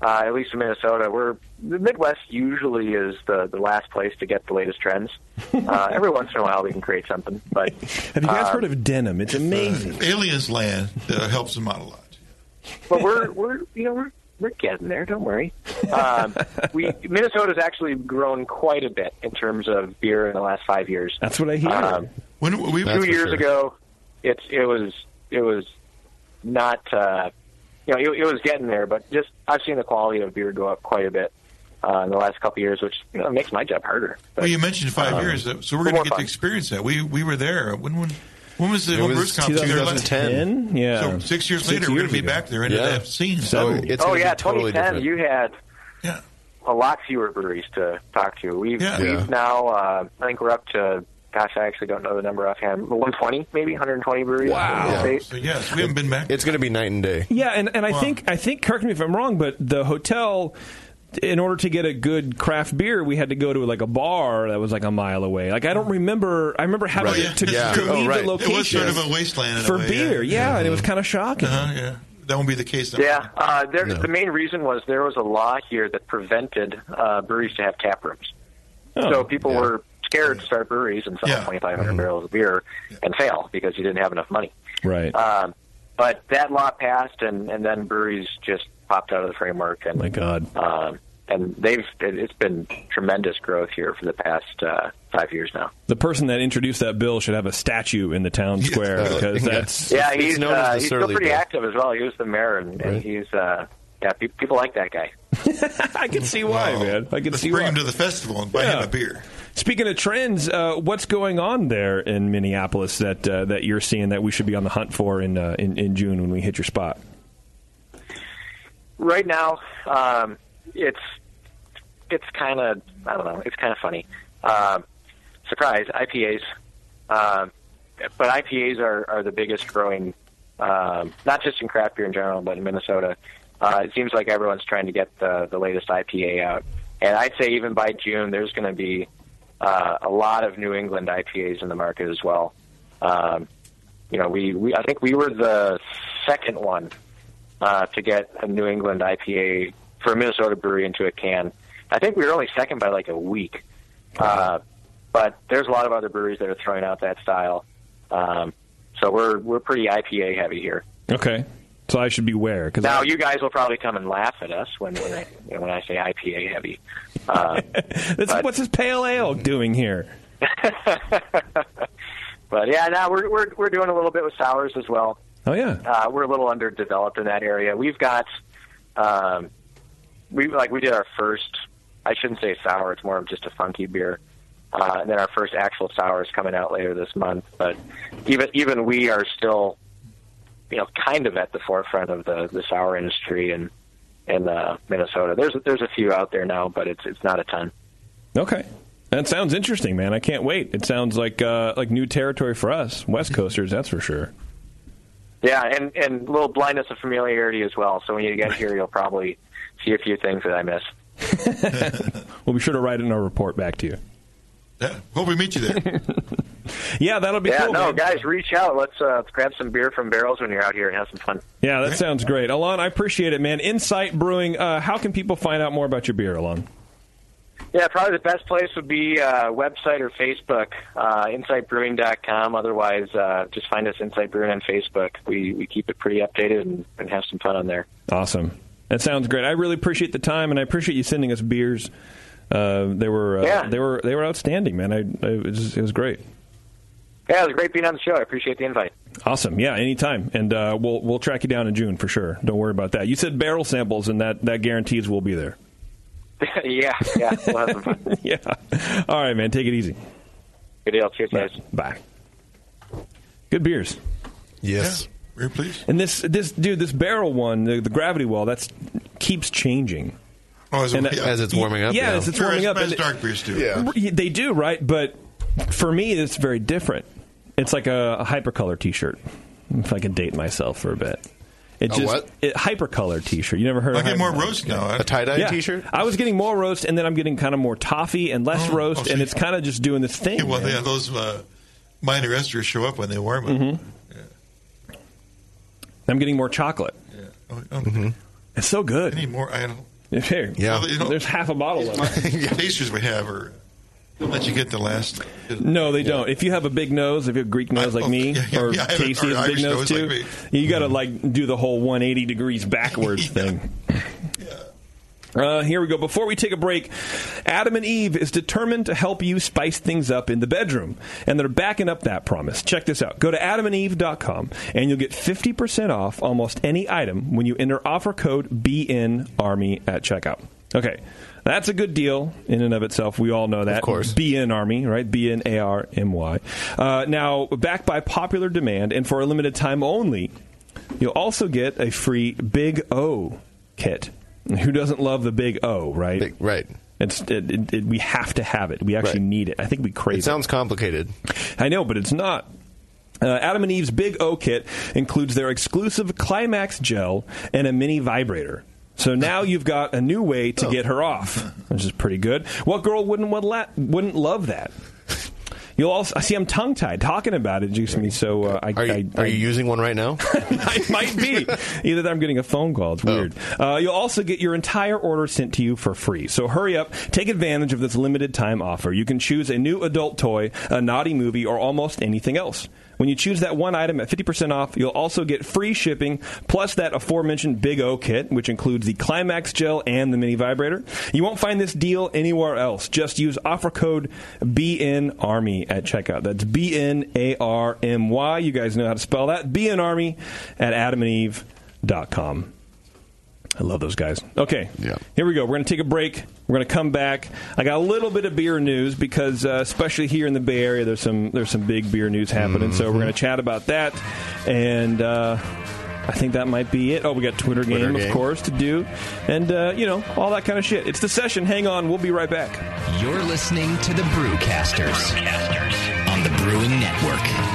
Speaker 16: uh, at least in Minnesota, we're the Midwest usually is the, the last place to get the latest trends. Uh, every once in a while, we can create something, but
Speaker 7: Have you
Speaker 16: Uh,
Speaker 7: guys heard of denim? It's amazing.
Speaker 9: Aliens land uh, helps them out a lot.
Speaker 16: but we're we're you know we're we're getting there. Don't worry. Um, we Minnesota's actually grown quite a bit in terms of beer in the last five years.
Speaker 7: That's what I hear.
Speaker 16: Um,
Speaker 9: When we,
Speaker 8: That's
Speaker 16: two
Speaker 8: for
Speaker 16: years
Speaker 8: sure.
Speaker 16: ago, it's it was it was not uh, you know it, it was getting there, but just I've seen the quality of beer go up quite a bit uh, in the last couple of years, which you know, makes my job harder. But
Speaker 9: well, you mentioned five years, uh, so we're
Speaker 16: Uh, One
Speaker 9: going
Speaker 16: more
Speaker 9: to get
Speaker 16: fun.
Speaker 9: to experience that. We we were there. When when When was the
Speaker 8: It
Speaker 9: home
Speaker 8: was
Speaker 9: brews conference? They were last-
Speaker 8: 2010.
Speaker 7: Yeah.
Speaker 9: So six years
Speaker 7: Six
Speaker 9: later, we're
Speaker 7: years
Speaker 9: going to be
Speaker 7: ago.
Speaker 9: back there into
Speaker 7: Yeah.
Speaker 9: that scene.
Speaker 7: So- Oh, it's
Speaker 16: oh
Speaker 7: gonna be
Speaker 16: yeah,
Speaker 7: totally
Speaker 16: 2010.
Speaker 7: different.
Speaker 16: You had a lot fewer breweries to talk to. We've,
Speaker 9: Yeah.
Speaker 16: we've
Speaker 9: Yeah.
Speaker 16: now uh, I think we're up to gosh, I actually don't know the number offhand. But 120 maybe 120 breweries. in the state.
Speaker 9: So yes, we haven't been back.
Speaker 8: It's going to be night and day.
Speaker 7: Yeah, and, and I
Speaker 16: Wow.
Speaker 7: think I think correct me if I'm wrong, but the hotel in order to get a good craft beer, we had to go to like a bar that was like a mile away. Like I don't remember. I remember having
Speaker 9: Right.
Speaker 7: to,
Speaker 9: Yeah.
Speaker 7: to
Speaker 9: Oh,
Speaker 7: leave
Speaker 9: right.
Speaker 7: the
Speaker 9: It was
Speaker 7: location.
Speaker 9: sort of a wasteland in a
Speaker 7: for
Speaker 9: way, yeah. Mm-hmm.
Speaker 7: beer.
Speaker 9: Uh-huh,
Speaker 7: Yeah, and it was kind of shocking.
Speaker 9: yeah, that won't be the case.
Speaker 16: Yeah, uh, there,
Speaker 9: No.
Speaker 16: the main reason was there was a law here that prevented uh, breweries to have tap rooms.
Speaker 9: Oh,
Speaker 16: so people were scared to start breweries and sell 2,500
Speaker 7: Mm-hmm.
Speaker 16: barrels of beer and fail because you didn't have enough money.
Speaker 7: Right.
Speaker 16: Um, but that law passed, and, and then breweries just popped out of the framework. And
Speaker 7: my God.
Speaker 16: Um, and they've it- it's been tremendous growth here for the past uh, five years now.
Speaker 7: The person that introduced that bill should have a statue in the town square Uh, because that's
Speaker 16: yeah, he's uh, he's still pretty active as well. He was the mayor, and, and he's uh, yeah, pe- people like that guy.
Speaker 7: I can see why, man. I can
Speaker 16: Let's
Speaker 7: see
Speaker 16: bring
Speaker 7: why.
Speaker 16: him
Speaker 9: to the festival and
Speaker 7: buy
Speaker 9: him a beer.
Speaker 7: Speaking of trends, uh, what's going on there in Minneapolis that uh, that you're seeing that we should be on the hunt for in uh, in, in June when we hit your spot?
Speaker 16: right now um, it's it's kind of I don't know it's kind of funny. Um, surprise IPAs, um, but IPAs are, are the biggest growing, um, not just in craft beer in general, but in Minnesota. Uh, it seems like everyone's trying to get the the latest IPA out, and I'd say even by June there's going to be uh, a lot of New England IPAs in the market as well. Um, you know, we, we I think we were the second one uh, to get a New England IPA for a Minnesota brewery into a can. I think we were only second by like a week, uh, but there's a lot of other breweries that are throwing out that style. Um, so we're we're pretty IPA heavy here.
Speaker 7: Okay, so I should beware because
Speaker 16: Now you guys will probably come and laugh at us when when I, when I say IPA heavy. Uh, but-
Speaker 7: what's this pale ale doing here?
Speaker 16: But yeah, now we're we're we're doing a little bit with sours as well.
Speaker 7: Oh yeah,
Speaker 16: uh, we're a little underdeveloped in that area. We've got um, we like we did our first. I shouldn't say sour; it's more of just a funky beer. Uh, and then our first actual sour is coming out later this month. But even even we are still, you know, kind of at the forefront of the the sour industry in in uh, Minnesota. There's there's a few out there now, but it's it's not a ton.
Speaker 7: Okay. That sounds interesting, man. I can't wait. It sounds like uh, like new territory for us, West Coasters, that's for sure.
Speaker 16: Yeah, and and a little blindness of familiarity as well. So when you get here, you'll probably see a few things that I missed.
Speaker 7: We'll be sure to write in our report back to you.
Speaker 9: Yeah, hope we meet you there.
Speaker 7: yeah, that'll be
Speaker 16: yeah,
Speaker 7: cool.
Speaker 16: no,
Speaker 7: man.
Speaker 16: guys, reach out. Let's uh, let's grab some beer from barrels when you're out here and have some fun.
Speaker 7: Yeah, that sounds great. Alon, I appreciate it, man. Insight Brewing, uh, how can people find out more about your beer, Alon?
Speaker 16: Yeah, probably the best place would be uh, website or Facebook, uh, insightbrewing.com. Otherwise, uh, just find us Insight Brewing on Facebook. We we keep it pretty updated and, and have some fun on there.
Speaker 7: Awesome. That sounds great. I really appreciate the time, and I appreciate you sending us beers. Uh, they were uh,
Speaker 16: Yeah.
Speaker 7: they were they were outstanding, man. I, I it, was, it was great.
Speaker 16: Yeah, it was great being on the show. I appreciate the invite.
Speaker 7: Awesome. Yeah, anytime. And uh, we'll we'll track you down in June for sure. Don't worry about that. You said barrel samples and that that guarantees we'll be there.
Speaker 16: yeah, yeah, we'll have some fun.
Speaker 7: yeah. All right, man. Take it easy.
Speaker 16: Good deal. Cheers, guys.
Speaker 7: Bye. Good beers.
Speaker 8: Yes.
Speaker 9: Very pleased.
Speaker 7: And this this dude, this barrel one, the, the gravity wall, that's keeps changing.
Speaker 9: Oh, as,
Speaker 7: And,
Speaker 9: it,
Speaker 7: uh,
Speaker 8: As it's warming up,
Speaker 7: Yeah,
Speaker 8: yeah.
Speaker 7: as it's
Speaker 9: Or as-
Speaker 7: warming up.
Speaker 9: as
Speaker 7: and it-
Speaker 9: dark beers do.
Speaker 7: R- They do, right? But for me, it's very different. It's like a, a hypercolor T-shirt. If I can date myself for a bit, it
Speaker 8: A
Speaker 7: just
Speaker 8: what?
Speaker 7: It, hypercolor T-shirt. You never heard?
Speaker 9: I
Speaker 7: of
Speaker 9: get
Speaker 7: hypercolor?
Speaker 9: more roast now.
Speaker 8: A tie-dye
Speaker 7: Yeah.
Speaker 8: T-shirt?
Speaker 7: I was getting more roast, and then I'm getting kind of more toffee and less roast, and it's kind of just doing this thing.
Speaker 9: Oh, Yeah, well,
Speaker 7: man.
Speaker 9: yeah, those uh, minor esters show up when they warm up.
Speaker 7: Mm-hmm. I'm getting more chocolate. Mm-hmm. It's so good.
Speaker 9: Any more? Oh, I don't.
Speaker 7: Here,
Speaker 9: Yeah. Well, you know-
Speaker 7: there's half a bottle of it.
Speaker 9: Tasters we have are they'll let you get the last.
Speaker 7: No, they don't. If you have a big nose, if you have a Greek nose like me,
Speaker 9: Oh, yeah,
Speaker 7: or
Speaker 9: yeah, I have a-
Speaker 7: Casey
Speaker 9: or
Speaker 7: has a big
Speaker 9: Irish
Speaker 7: nose,
Speaker 9: nose like
Speaker 7: too, you got to like do the whole 180 degrees backwards thing. Uh, here we go. Before we take a break, Adam and Eve is determined to help you spice things up in the bedroom, and they're backing up that promise. Check this out. Go to adamandeve.com, and you'll get 50% off almost any item when you enter offer code BNARMY at checkout. Okay, That's a good deal in and of itself. We all know that. Of course. BN Army, right? BN A-R-M-Y. Uh, now, backed by popular demand and for a limited time only, you'll also get a free Big O kit. Who doesn't love the Big O, right?
Speaker 8: right.
Speaker 7: It's it, it, it- we have to have it. We actually
Speaker 8: Right.
Speaker 7: need it. I think we crave it.
Speaker 8: It sounds complicated.
Speaker 7: I know, but it's not. Uh, Adam and Eve's Big O kit includes their exclusive Climax gel and a mini vibrator. So now you've got a new way to get her off, which is pretty good. What girl wouldn't would la- wouldn't love that? You'll also I see I'm tongue tied talking about it. Juice me. So uh, I,
Speaker 8: Are you,
Speaker 7: I,
Speaker 8: are you
Speaker 7: I-
Speaker 8: using one right now? Oh.
Speaker 7: I might be. Either that, or I'm getting a phone call. It's weird. Uh, you'll also get your entire order sent to you for free. So hurry up, take advantage of this limited time offer. You can choose a new adult toy, a naughty movie, or almost anything else. When you choose that one item at 50% off, you'll also get free shipping plus that aforementioned Big O kit, which includes the Climax Gel and the mini vibrator. You won't find this deal anywhere else. Just use offer code BNARMY at checkout. That's B N A R M Y. You guys know how to spell that. BN Army at adamandeve.com. I love those guys. Okay. Yeah. Here we go. We're going to take a break. We're going to come back. I got a little bit of beer news because, uh, especially here in the Bay Area, there's some there's some big beer news happening. So
Speaker 8: Mm-hmm.
Speaker 7: we're going to chat about that, and uh, I think that might be it. Oh, we got Twitter game,
Speaker 8: Twitter
Speaker 7: of
Speaker 8: game.
Speaker 7: course, to do, and uh, you know all that kind of shit. It's the session. Hang on, we'll be right back.
Speaker 11: You're listening to the Brewcasters, on the Brewing Network.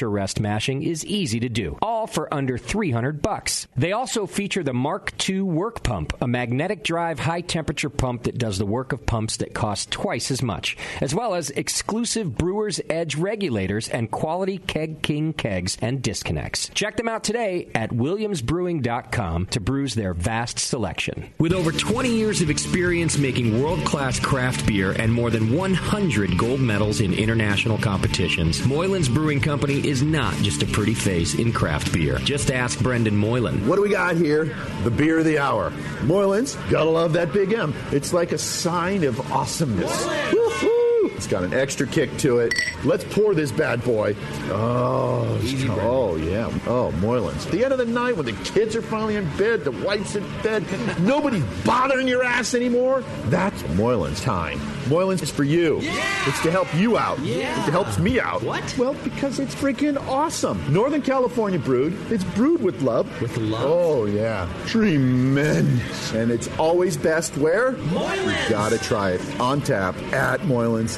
Speaker 3: rest mashing is easy to do, all for under 300 bucks. They also feature the Mark II work pump, a magnetic drive high temperature pump that does the work of pumps that cost twice as much, as well as exclusive Brewer's Edge regulators and quality Keg King kegs and disconnects. Check them out today at williamsbrewing.com to brews their vast selection. With over 20 years of experience making world class craft beer and more than 100 gold medals in international competitions, Moylan's Brewing Company is not just a pretty face in craft beer. Just ask Brendan Moylan.
Speaker 9: What do we got here? The beer of the hour. Moylan's, gotta love that big M. It's like a sign of awesomeness. Woo-hoo! It's got an extra kick to it. Let's pour this bad boy. Oh, it's- oh yeah. Oh, Moylan's. The end of the night when the kids are finally in bed, the wife's in bed, nobody's bothering your ass anymore. That's Moylan's time. Moylan's is for you. It's to help you out. It helps me out. What? Well, because it's freaking awesome. Northern California brewed. It's brewed with love. With love. Oh yeah, tremendous. And it's always best where Moylan's. You gotta try it on tap at Moylan's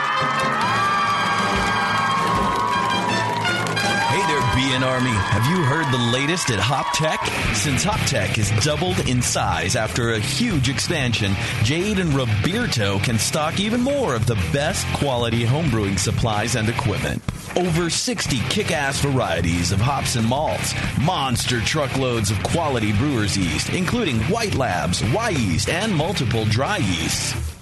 Speaker 1: Hey there, BN Army. Have you heard the latest at Hop Tech? Since Hop Tech has doubled in size after a huge expansion, Jade and Roberto can stock even more of the best quality homebrewing supplies and equipment. Over 60 kick ass varieties of hops and malts, monster truckloads of quality brewer's yeast, including white labs, Y yeast, and multiple dry yeasts.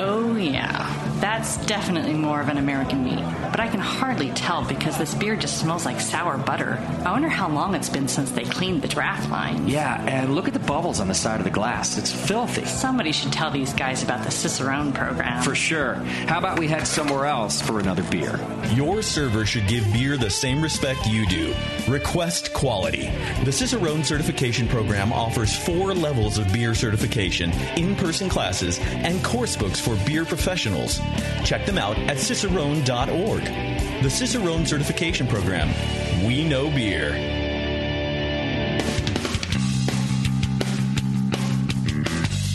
Speaker 17: Oh, yeah. That's definitely more of an American meat. But I can hardly tell because this beer just smells like sour butter. I wonder how long it's been since they cleaned the draft line.
Speaker 3: Yeah, and look at the bubbles on the side of the glass. It's filthy.
Speaker 17: Somebody should tell these guys about the Cicerone program.
Speaker 3: For sure. How about we head somewhere else for another beer?
Speaker 4: Your server should give beer the same respect you do. Request quality. The Cicerone certification program offers four levels of beer certification, in person classes, and course books for beer professionals. Check them out at cicerone.org. The Cicerone certification program. We know beer.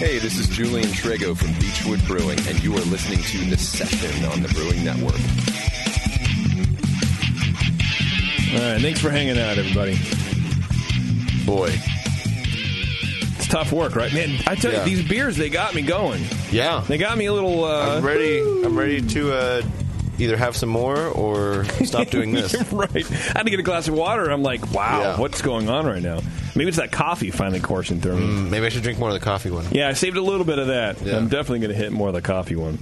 Speaker 22: Hey, this is Julian Trago from Beechwood Brewing, and you are listening to The Session on the Brewing Network.
Speaker 7: All right, thanks for hanging out, everybody.
Speaker 8: Boy.
Speaker 7: It's tough work, right, man? I tell
Speaker 8: Yeah.
Speaker 7: you, these beers—they got me going.
Speaker 8: Yeah.
Speaker 7: They got me a little. Uh,
Speaker 8: I'm ready. I'm ready to uh, either have some more or stop doing this.
Speaker 7: You're right. I had to get a glass of water. and I'm like, wow,
Speaker 8: Yeah.
Speaker 7: what's going on right now? Maybe it's that coffee finally coursing through me.
Speaker 22: Mm.
Speaker 8: Maybe I should drink more of the coffee one.
Speaker 7: Yeah, I saved a little bit of that.
Speaker 8: Yeah.
Speaker 7: I'm definitely going to hit more of the coffee one.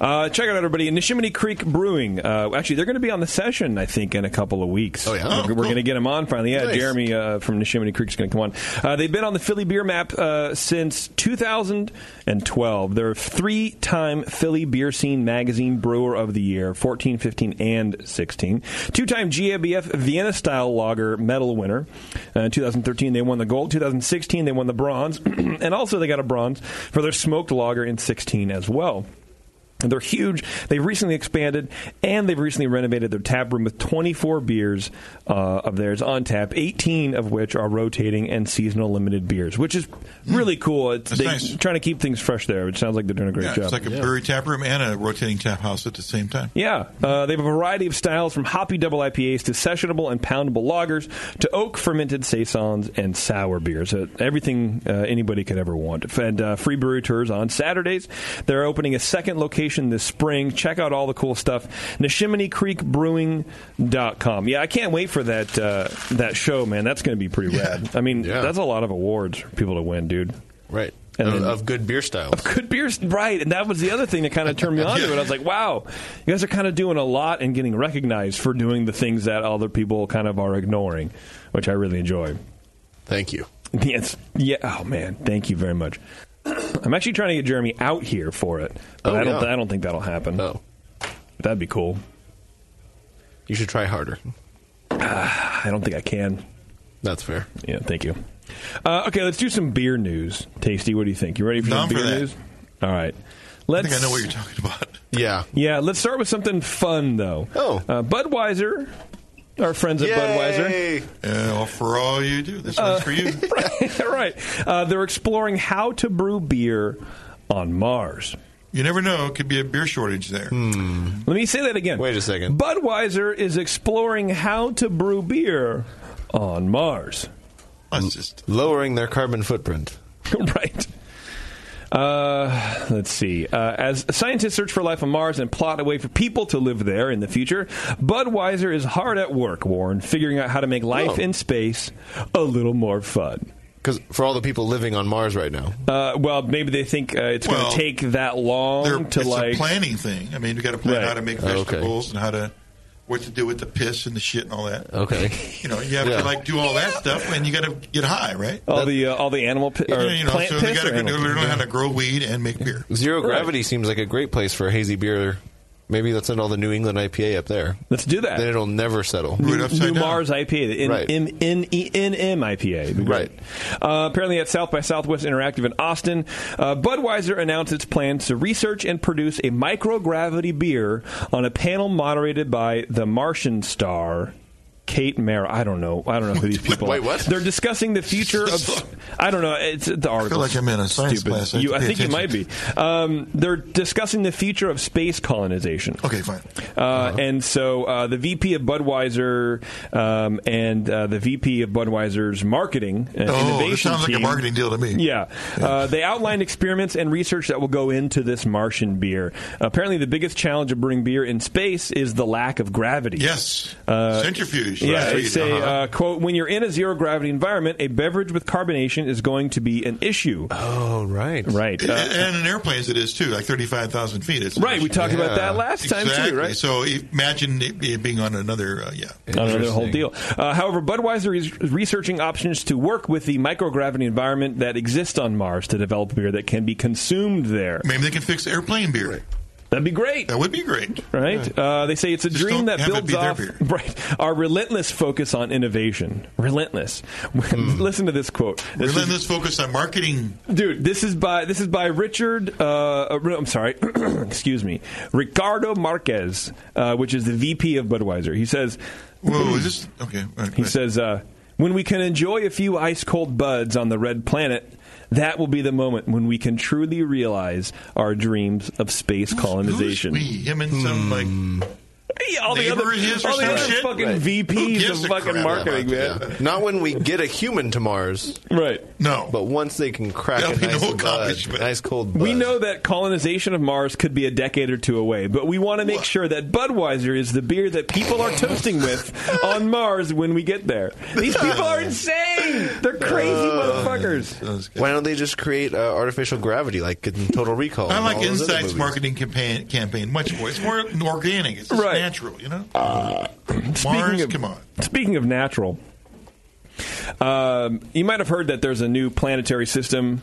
Speaker 7: Uh, check it out, everybody. Nishimini Creek Brewing. Uh, actually, they're going to be on the session, I think, in a couple of weeks.
Speaker 8: Oh, yeah?
Speaker 7: We're-
Speaker 8: Oh,
Speaker 7: we're
Speaker 8: cool.
Speaker 7: going to get them on finally. Yeah,
Speaker 8: Nice.
Speaker 7: Jeremy uh, from Nishimini Creek is going to come on. Uh, they've been on the Philly beer map uh, since 2012. They're a three-time Philly Beer Scene Magazine Brewer of the Year, 14, 15, and 16. Two-time GABF Vienna Style Lager Medal winner. Uh, in 2013, they won the gold. 2016, they won the bronze, and also they got a bronze for their smoked lager in 16 as well. And they're huge. They've recently expanded, and they've recently renovated their tap room with 24 beers uh, of theirs on tap, 18 of which are rotating and seasonal limited beers, which is really cool. It's,
Speaker 9: That's
Speaker 7: they,
Speaker 9: nice.
Speaker 7: Trying to keep things fresh there. It sounds like they're doing a great
Speaker 9: Yeah,
Speaker 7: job.
Speaker 9: it's like a brewery tap room and a rotating tap house at the same time.
Speaker 7: Yeah, uh, they have a variety of styles from hoppy double IPAs to sessionable and poundable lagers to oak fermented saisons and sour beers. Uh, everything uh, anybody could ever want. And uh, free brewery tours on Saturdays. They're opening a second location this spring. Check out all the cool stuff. NeshiminyCreekBrewing.com. Yeah, I can't wait for that uh, that show, man. That's going to be pretty rad. I mean, that's a lot of awards for people to win, dude.
Speaker 8: Right.
Speaker 7: And
Speaker 8: of,
Speaker 7: then-
Speaker 8: of good beer styles.
Speaker 7: good beers, right? And that was the other thing that kind of turned me on to it. I was like, wow, you guys are kind of doing a lot and getting recognized for doing the things that other people kind of are ignoring, which I really enjoy.
Speaker 8: Thank you.
Speaker 7: Yes, yeah. Oh man, thank you very much. I'm actually trying to get Jeremy out here for it, but
Speaker 8: Oh,
Speaker 7: I don't.
Speaker 8: yeah.
Speaker 7: I don't think that'll happen.
Speaker 8: Oh,
Speaker 7: that'd be cool.
Speaker 8: You should try harder.
Speaker 7: Ah, I don't think I can.
Speaker 8: That's fair.
Speaker 7: Yeah, thank you. Uh, okay, let's do some beer news. Tasty, what do you think? You ready for
Speaker 9: Down
Speaker 7: some
Speaker 9: for
Speaker 7: beer
Speaker 9: that.
Speaker 7: news? All right.
Speaker 9: I
Speaker 7: Let's,
Speaker 9: think I know what you're talking about.
Speaker 8: Yeah.
Speaker 7: Yeah, let's start with something fun, though. Oh. Uh, Budweiser, our friends at Budweiser. Uh,
Speaker 9: Yeah, well, for all you do, this one's for you.
Speaker 7: right. Uh, they're exploring how to brew beer on Mars.
Speaker 9: You never know; it could be a beer shortage there.
Speaker 7: Hmm. Let me say that again.
Speaker 8: Hmm. Wait a second.
Speaker 7: Budweiser is exploring how to brew beer on Mars.
Speaker 9: Let's just
Speaker 8: Lowering their carbon footprint.
Speaker 7: right. Uh, let's see. Uh, as scientists search for life on Mars and plot a way for people to live there in the future, Budweiser is hard at work, Warren, figuring out how to make
Speaker 8: Oh.
Speaker 7: life in space a little more fun.
Speaker 8: Because for all the people living on Mars right now,
Speaker 7: Uh, well, maybe they think uh, it's
Speaker 9: Well,
Speaker 7: going to take that
Speaker 9: They're-
Speaker 7: long to
Speaker 9: it's
Speaker 7: like
Speaker 9: a planning thing. I mean, you got to plan
Speaker 7: Right.
Speaker 9: how to make
Speaker 7: Oh, okay.
Speaker 9: vegetables and how to what to do with the piss and the shit and all that.
Speaker 8: Okay.
Speaker 9: you know, you have
Speaker 7: Yeah.
Speaker 9: to like do all that stuff, and you got to get high, right?
Speaker 7: all the uh, all the animal pi-
Speaker 9: You
Speaker 7: or
Speaker 9: know, you know,
Speaker 7: plant
Speaker 9: so they
Speaker 7: piss
Speaker 9: got
Speaker 7: or
Speaker 9: to
Speaker 7: animal
Speaker 9: learn how to grow weed and make beer.
Speaker 8: zero
Speaker 9: Right.
Speaker 8: gravity seems like a great place for a hazy beer. Maybe let's send all the New England IPA up there.
Speaker 7: Let's do that.
Speaker 8: Then it'll never settle.
Speaker 7: New, New Mars IPA, the N- E,
Speaker 8: Right.
Speaker 7: M- NENM IPA. Right. Uh, apparently at South by Southwest Interactive in Austin, uh, Budweiser announced its plans to research and produce a microgravity beer on a panel moderated by the Martian star. Kate Mara, I don't know. I don't know who these people
Speaker 9: Wait,
Speaker 7: are.
Speaker 9: what?
Speaker 7: They're discussing the future of. I don't know. It's the article.
Speaker 9: like I'm in a science
Speaker 7: Stupid.
Speaker 9: class. I have
Speaker 7: You-
Speaker 9: to
Speaker 7: I
Speaker 9: pay
Speaker 7: think you
Speaker 9: attention.
Speaker 7: might be. Um, they're discussing the future of space colonization.
Speaker 9: Okay, fine.
Speaker 7: Uh, And so uh, the VP of Budweiser um, and uh, the VP of Budweiser's marketing and
Speaker 9: Oh, this
Speaker 7: innovation
Speaker 9: sounds like a
Speaker 7: team-
Speaker 9: marketing deal to me.
Speaker 7: Yeah, Uh, they outlined experiments and research that will go into this Martian beer. Apparently, the biggest challenge of brewing beer in space is the lack of gravity.
Speaker 9: Yes,
Speaker 7: uh,
Speaker 9: centrifuge.
Speaker 7: yeah,
Speaker 9: Right.
Speaker 7: they say,
Speaker 9: Uh-huh.
Speaker 7: uh, quote, when you're in a zero gravity environment, a beverage with carbonation is going to be an issue.
Speaker 8: Oh, right.
Speaker 7: Right.
Speaker 9: And-
Speaker 7: Uh,
Speaker 9: and in airplanes, it is too, like thirty-five thousand feet. It's
Speaker 7: Right, we talked about Yeah. that last time, too,
Speaker 9: Exactly.
Speaker 7: right?
Speaker 9: So imagine it it being on another, uh, yeah,
Speaker 7: Another whole deal. Uh, however, Budweiser is researching options to work with the microgravity environment that exists on Mars to develop beer that can be consumed there.
Speaker 9: Maybe they can fix airplane beer.
Speaker 7: That'd be great.
Speaker 9: That would be great.
Speaker 7: Right? Uh, they say it's a dream that
Speaker 9: have it
Speaker 7: builds
Speaker 9: be their
Speaker 7: off
Speaker 9: beer.
Speaker 7: right, our relentless focus on innovation. Relentless. Listen to this quote. This is-
Speaker 9: Relentless focus on marketing.
Speaker 7: Dude, this is by this is by Richard. Uh, uh, I'm sorry, excuse me, Ricardo Marquez, uh, which is the VP of Budweiser. He says,
Speaker 9: "Whoa, is this okay?"
Speaker 7: he says, uh, "When we can enjoy a few ice cold buds on the red planet." That will be the moment when we can truly realize our dreams of space colonization.
Speaker 9: We, him and
Speaker 8: Hmm.
Speaker 9: some like
Speaker 7: Hey, all the
Speaker 9: neighbor
Speaker 7: other,
Speaker 9: of his or
Speaker 7: all the
Speaker 9: some
Speaker 7: other
Speaker 9: shit?
Speaker 7: fucking
Speaker 9: Right. Who
Speaker 7: VPs
Speaker 9: gives
Speaker 7: of
Speaker 9: a
Speaker 7: fucking
Speaker 9: crap about
Speaker 7: marketing, man.
Speaker 8: Yeah. Not when we get a human to Mars.
Speaker 7: Right.
Speaker 9: No.
Speaker 8: But once they can crack
Speaker 9: That'll
Speaker 8: a
Speaker 9: be
Speaker 8: nice,
Speaker 9: no
Speaker 8: bud,
Speaker 9: accomplishment.
Speaker 8: nice cold bud.
Speaker 7: We know that colonization of Mars could be a decade or two away, but we want to make sure that Budweiser is the beer that people are toasting with on Mars when we get there. These people are insane. They're crazy motherfuckers.
Speaker 8: Uh, Why don't they just create uh, artificial gravity like in Total Recall?
Speaker 9: I
Speaker 8: and
Speaker 9: like
Speaker 8: Oh, all those other
Speaker 9: Insight's
Speaker 8: movies?
Speaker 9: marketing campaign, campaign much more. It's more organic. It's just natural, you know. Mars,
Speaker 7: Uh, Speaking of,
Speaker 9: come on.
Speaker 7: Speaking of natural, um, you might have heard that there's a new planetary system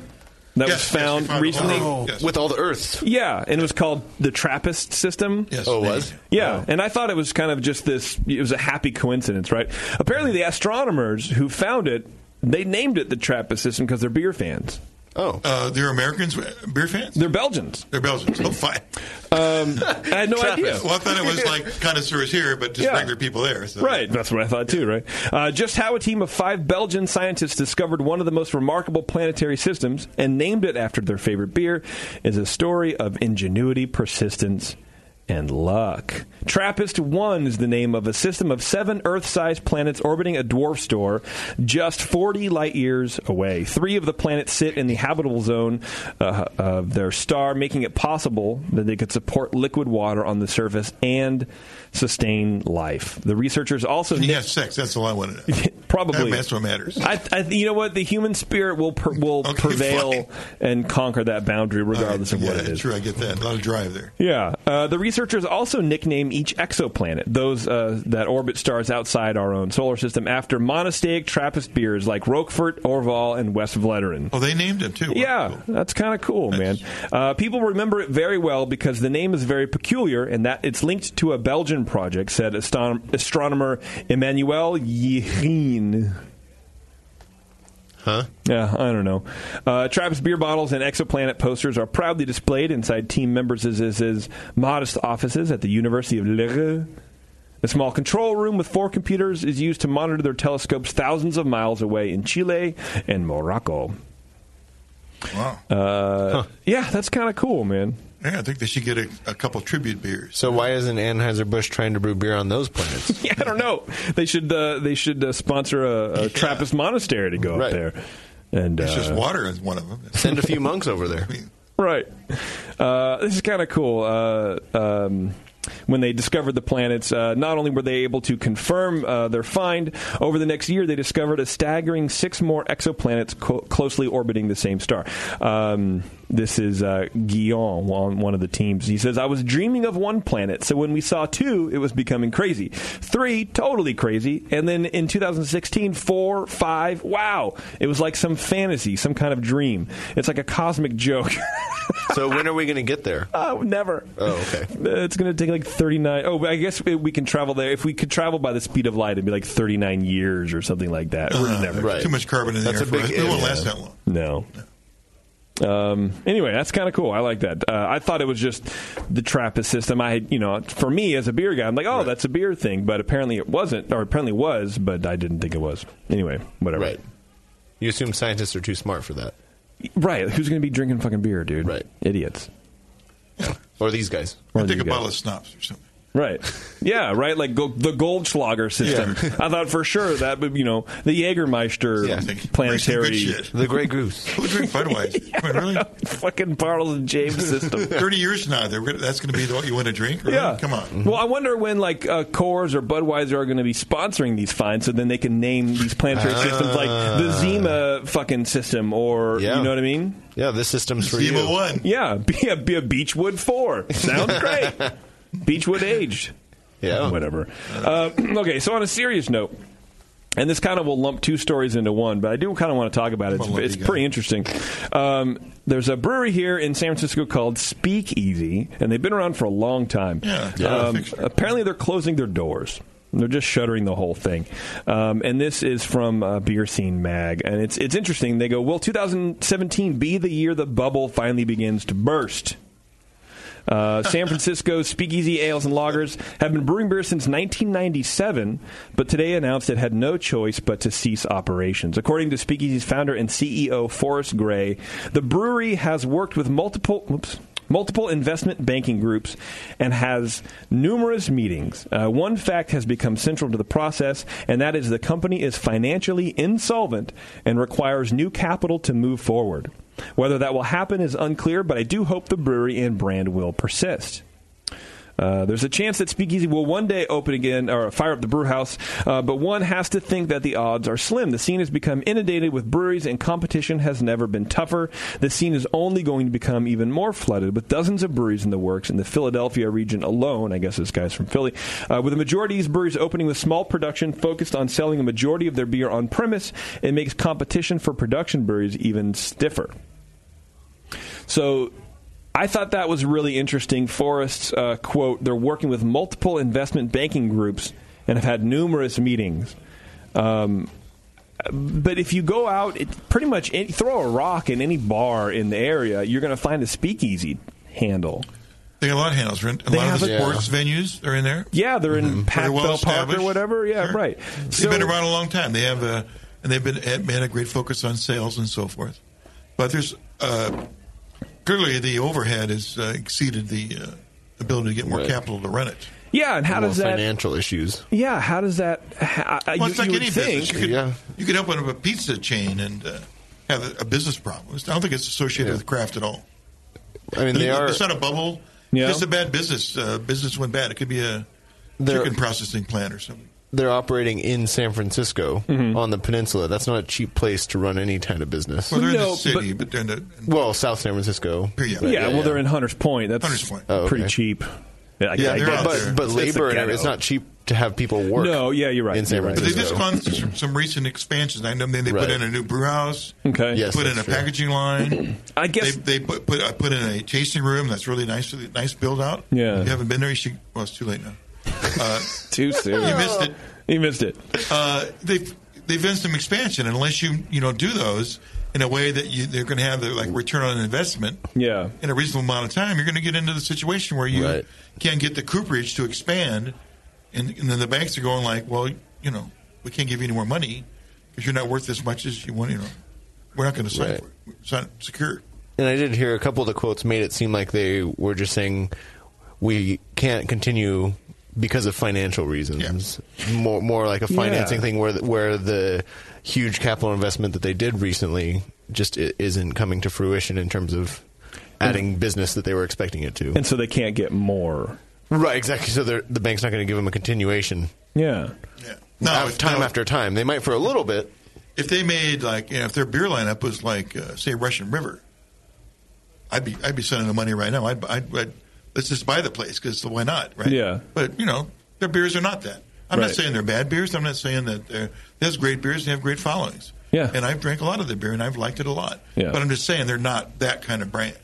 Speaker 7: that
Speaker 9: Yes, yes,
Speaker 7: was found
Speaker 9: we found Oh.
Speaker 7: recently.
Speaker 9: the whole- yes.
Speaker 8: With all the Earths.
Speaker 7: Yeah, and it was called the Trappist system.
Speaker 9: Yes, Oh, it maybe. was?
Speaker 7: Yeah, and I thought it was kind of just this. It was a happy coincidence, right? Apparently, the astronomers who found it, they named it the Trappist system because they're beer fans.
Speaker 8: Oh,
Speaker 9: Uh, they're Americans, beer fans.
Speaker 7: They're Belgians.
Speaker 9: They're Belgians. Oh, fine.
Speaker 7: Um, I had no idea.
Speaker 9: Well, I thought it was like connoisseurs here, but just
Speaker 7: Yeah.
Speaker 9: regular people there. So.
Speaker 7: Right, that's what I thought too, right? Uh, just how a team of five Belgian scientists discovered one of the most remarkable planetary systems and named it after their favorite beer is a story of ingenuity, persistence, and luck. TRAPPIST 1 is the name of a system of seven Earth sized planets orbiting a dwarf star just 40 light years away. Three of the planets sit in the habitable zone uh, of their star, making it possible that they could support liquid water on the surface and sustain life. The researchers also
Speaker 9: And you have sex. That's all I wanted to know.
Speaker 7: probably
Speaker 9: That's what matters.
Speaker 7: I, I, you know what? The human spirit will per, will
Speaker 9: Okay,
Speaker 7: prevail
Speaker 9: fine.
Speaker 7: and conquer that boundary, regardless of
Speaker 9: yeah,
Speaker 7: what it is.
Speaker 9: Sure, I get that. A lot of drive there.
Speaker 7: Yeah, uh, the researchers also nickname each exoplanet, those uh, that orbit stars outside our own solar system, after monastic Trappist beers like Roquefort, Orval, and West Vleteren.
Speaker 9: Oh, they named him too.
Speaker 7: Yeah, that's kind of cool, man. Uh, people remember it very well because the name is very peculiar and that it's linked to a Belgian project, said aston- astronomer Emmanuel Yehin.
Speaker 8: Huh?
Speaker 7: Yeah, I don't know. Uh, Trappist beer bottles and exoplanet posters are proudly displayed inside team members' modest offices at the University of Lille. A small control room with four computers is used to monitor their telescopes thousands of miles away in Chile and Morocco.
Speaker 9: Wow.
Speaker 7: Uh, Yeah, that's kind of cool, man.
Speaker 9: Yeah, I think they should get a, a couple tribute beers.
Speaker 8: So why isn't Anheuser Busch trying to brew beer on those planets?
Speaker 7: Yeah, I don't know. They should uh, they should uh, sponsor a, a Trappist monastery to go
Speaker 8: Right.
Speaker 7: up there. And
Speaker 9: It's
Speaker 7: uh,
Speaker 9: just water is one of them.
Speaker 8: Send a few monks over there.
Speaker 7: right. Uh, this is kind of cool. Uh, um, when they discovered the planets, uh, not only were they able to confirm uh, their find, over the next year they discovered a staggering six more exoplanets co- closely orbiting the same star. Um, this is uh, Guillaume, one one of the teams. He says, I was dreaming of one planet, so when we saw two, it was becoming crazy. Three, totally crazy. And then in 2016, four, five, wow. It was like some fantasy, some kind of dream. It's like a cosmic joke.
Speaker 8: so when are we going to get there?
Speaker 7: Oh, never.
Speaker 8: Oh, okay.
Speaker 7: It's going to take like 39. Oh, but I guess we can travel there. If we could travel by the speed of light, it'd be like 39 years or something like that. We're
Speaker 9: Uh,
Speaker 7: never.
Speaker 9: Too much carbon in the
Speaker 8: That's
Speaker 9: air
Speaker 8: a
Speaker 9: for
Speaker 8: big
Speaker 9: us. It won't
Speaker 8: if.
Speaker 9: last that long.
Speaker 7: No. Um, anyway, that's kind of cool. I like that. Uh, I thought it was just the Trappist system. I, had, you know, for me as a beer guy, I'm like, oh, that's a beer thing, but apparently it wasn't, or apparently was, but I didn't think it was. Anyway, whatever.
Speaker 8: Right. You assume scientists are too smart for that,
Speaker 7: Right. Who's going to be drinking fucking beer, dude?
Speaker 8: Right.
Speaker 7: Idiots.
Speaker 8: or these guys?
Speaker 7: Or
Speaker 9: Take
Speaker 7: you
Speaker 9: a
Speaker 7: guys.
Speaker 9: bottle of schnapps or something.
Speaker 7: Right. Yeah, right. Like go, the Goldschlager system. I thought for sure that, would, you know, the Jägermeister
Speaker 8: Yeah.
Speaker 7: planetary.
Speaker 9: Bring some good shit.
Speaker 8: The Grey Goose.
Speaker 9: Who drink Budweiser? I mean, really?
Speaker 7: Fucking Bartles and James system.
Speaker 9: Thirty years from now, they're gonna, that's going to be what you want to drink. Really?
Speaker 7: Yeah.
Speaker 9: Come on.
Speaker 7: Well, I wonder when like uh, Coors or Budweiser are going to be sponsoring these finds, so then they can name these planetary systems like the Zima fucking system, or
Speaker 8: Ah. Yeah.
Speaker 7: you know what I mean?
Speaker 8: Yeah, this system's for
Speaker 9: Zima
Speaker 8: you.
Speaker 9: one.
Speaker 7: Yeah, be a, be a Beechwood four. Sounds great. Beechwood aged.
Speaker 8: Yeah.
Speaker 7: whatever. Uh, okay, so on a serious note. And this kind of will lump two stories into one, but I do kind of want to talk about it.
Speaker 9: Well,
Speaker 7: It's,
Speaker 9: lucky
Speaker 7: it's
Speaker 9: guy.
Speaker 7: pretty interesting. Um, there's a brewery here in San Francisco called Speakeasy, and they've been around for a long time.
Speaker 9: Yeah, yeah,
Speaker 7: Um,
Speaker 9: fixture.
Speaker 7: apparently, they're closing their doors. They're just shuttering the whole thing. Um, and this is from uh, Beer Scene Mag, and it's it's interesting. They go, "Will 2017 be the year the bubble finally begins to burst?" Uh, San Francisco's speakeasy ales and lagers have been brewing beer since 1997, but today announced it had no choice but to cease operations. According to Speakeasy's founder and CEO Forrest Gray, the brewery has worked with multiple. Whoops, Multiple investment banking groups and has numerous meetings. Uh, one fact has become central to the process, and that is the company is financially insolvent and requires new capital to move forward. Whether that will happen is unclear, but I do hope the brewery and brand will persist. Uh, there's a chance that Speakeasy will one day open again or fire up the brew house, uh, but one has to think that the odds are slim. The scene has become inundated with breweries, and competition has never been tougher. The scene is only going to become even more flooded with dozens of breweries in the works in the Philadelphia region alone. I guess this guy's from Philly. Uh, with the majority of these breweries opening with small production focused on selling a majority of their beer on premise, it makes competition for production breweries even stiffer. So I thought that was really interesting. Forrest's uh, quote They're working with multiple investment banking groups and have had numerous meetings. Um, but if you go out, it, pretty much any, throw a rock in any bar in the area, you're going to find a speakeasy handle.
Speaker 9: They got a lot of handles. right? A
Speaker 7: They
Speaker 9: lot of the
Speaker 7: have a-
Speaker 9: sports venues are in there. Mm-hmm.
Speaker 7: Yeah, they're in
Speaker 9: They're
Speaker 7: Pac
Speaker 9: well
Speaker 7: Bell Park or
Speaker 9: established.
Speaker 7: whatever. Yeah,
Speaker 9: Sure.
Speaker 7: right.
Speaker 9: They've been around a long time. They have a, and they've been had, had a great focus on sales and so forth. But there's uh, clearly the overhead has uh, exceeded the uh, ability to get more
Speaker 8: Right.
Speaker 9: capital to run it.
Speaker 7: Yeah, and how
Speaker 8: Well,
Speaker 7: does that?
Speaker 8: financial issues?
Speaker 7: Yeah, how does that? ha- I-
Speaker 9: Well,
Speaker 7: Uh, you,
Speaker 9: it's like
Speaker 7: you would
Speaker 9: any
Speaker 7: think,
Speaker 9: business. You could,
Speaker 8: Yeah.
Speaker 9: you could open up a pizza chain and uh, have a, a business problem. I don't think it's associated
Speaker 8: Yeah.
Speaker 9: with craft at all.
Speaker 8: I mean, they are.
Speaker 9: It's not a bubble.
Speaker 7: Yeah.
Speaker 9: It's just a bad business. Uh, business went bad. It could be a
Speaker 8: They're-
Speaker 9: chicken processing plant or something.
Speaker 8: They're operating in San Francisco
Speaker 7: Mm-hmm.
Speaker 8: on the peninsula. That's not a cheap place to run any kind of business.
Speaker 9: Well, they're in
Speaker 7: No,
Speaker 9: the city, but, they're in the. in-
Speaker 8: Well, South San Francisco.
Speaker 9: Yeah.
Speaker 8: But
Speaker 7: yeah, well, they're in Hunters Point. That's
Speaker 9: Hunters Point.
Speaker 8: Oh,
Speaker 7: pretty
Speaker 8: okay.
Speaker 7: cheap. I,
Speaker 9: Yeah, they're out
Speaker 7: guess.
Speaker 9: there.
Speaker 8: But, but
Speaker 7: It's- it's the
Speaker 8: labor and
Speaker 7: ghetto.
Speaker 8: it's not cheap to have people work.
Speaker 7: No, yeah, you're right,
Speaker 8: In San
Speaker 7: you're right.
Speaker 9: But they've
Speaker 8: Francisco,
Speaker 9: just gone through some, some recent expansions. I know they, they
Speaker 8: Right.
Speaker 9: put in a new brew house.
Speaker 7: Okay.
Speaker 8: Yes,
Speaker 9: put in a
Speaker 8: that's true.
Speaker 9: packaging line.
Speaker 7: I guess-
Speaker 9: they, they put put, uh, put in a tasting room. That's really nice. really Nice build out.
Speaker 7: Yeah.
Speaker 9: If you haven't been there, you should. Well, it's too late now. Uh,
Speaker 7: Too soon.
Speaker 9: you missed it.
Speaker 7: You missed it.
Speaker 9: Uh, they've they've done some expansion. Unless you you know do those in a way that you, they're going to have the like return on investment.
Speaker 7: Yeah.
Speaker 9: in a reasonable amount of time, you're going to get into the situation where you
Speaker 8: Right.
Speaker 9: can't get the cooperage to expand, and, and then the banks are going like, well, you know, we can't give you any more money because you're not worth as much as you want. You know, we're not going to sign
Speaker 8: Right.
Speaker 9: for it. It's not secure.
Speaker 8: And I did hear a couple of the quotes made it seem like they were just saying we can't continue because of financial reasons. More, more like a financing
Speaker 7: Yeah.
Speaker 8: thing where the, where the huge capital investment that they did recently just i- isn't coming to fruition in terms of adding business that they were expecting it to.
Speaker 7: And so they can't get more.
Speaker 8: Right, exactly. So they're- the bank's not going to give them a continuation.
Speaker 7: Yeah.
Speaker 9: No,
Speaker 8: Af-
Speaker 9: it's
Speaker 8: time
Speaker 9: no-
Speaker 8: after time. They might for a little bit.
Speaker 9: If they made like, you know, if their beer lineup was like, uh, say, Russian River, I'd be I'd be sending the money right now. I'd, I'd, I'd let's just buy the place because why not, right?
Speaker 7: Yeah.
Speaker 9: But you know, their beers are not that. I'm not
Speaker 7: Right.
Speaker 9: saying they're bad beers. I'm not saying that they're they have great beers. They have great followings.
Speaker 7: Yeah.
Speaker 9: And I've drank a lot of their beer and I've liked it a lot.
Speaker 7: Yeah.
Speaker 9: But I'm just saying they're not that kind of brand.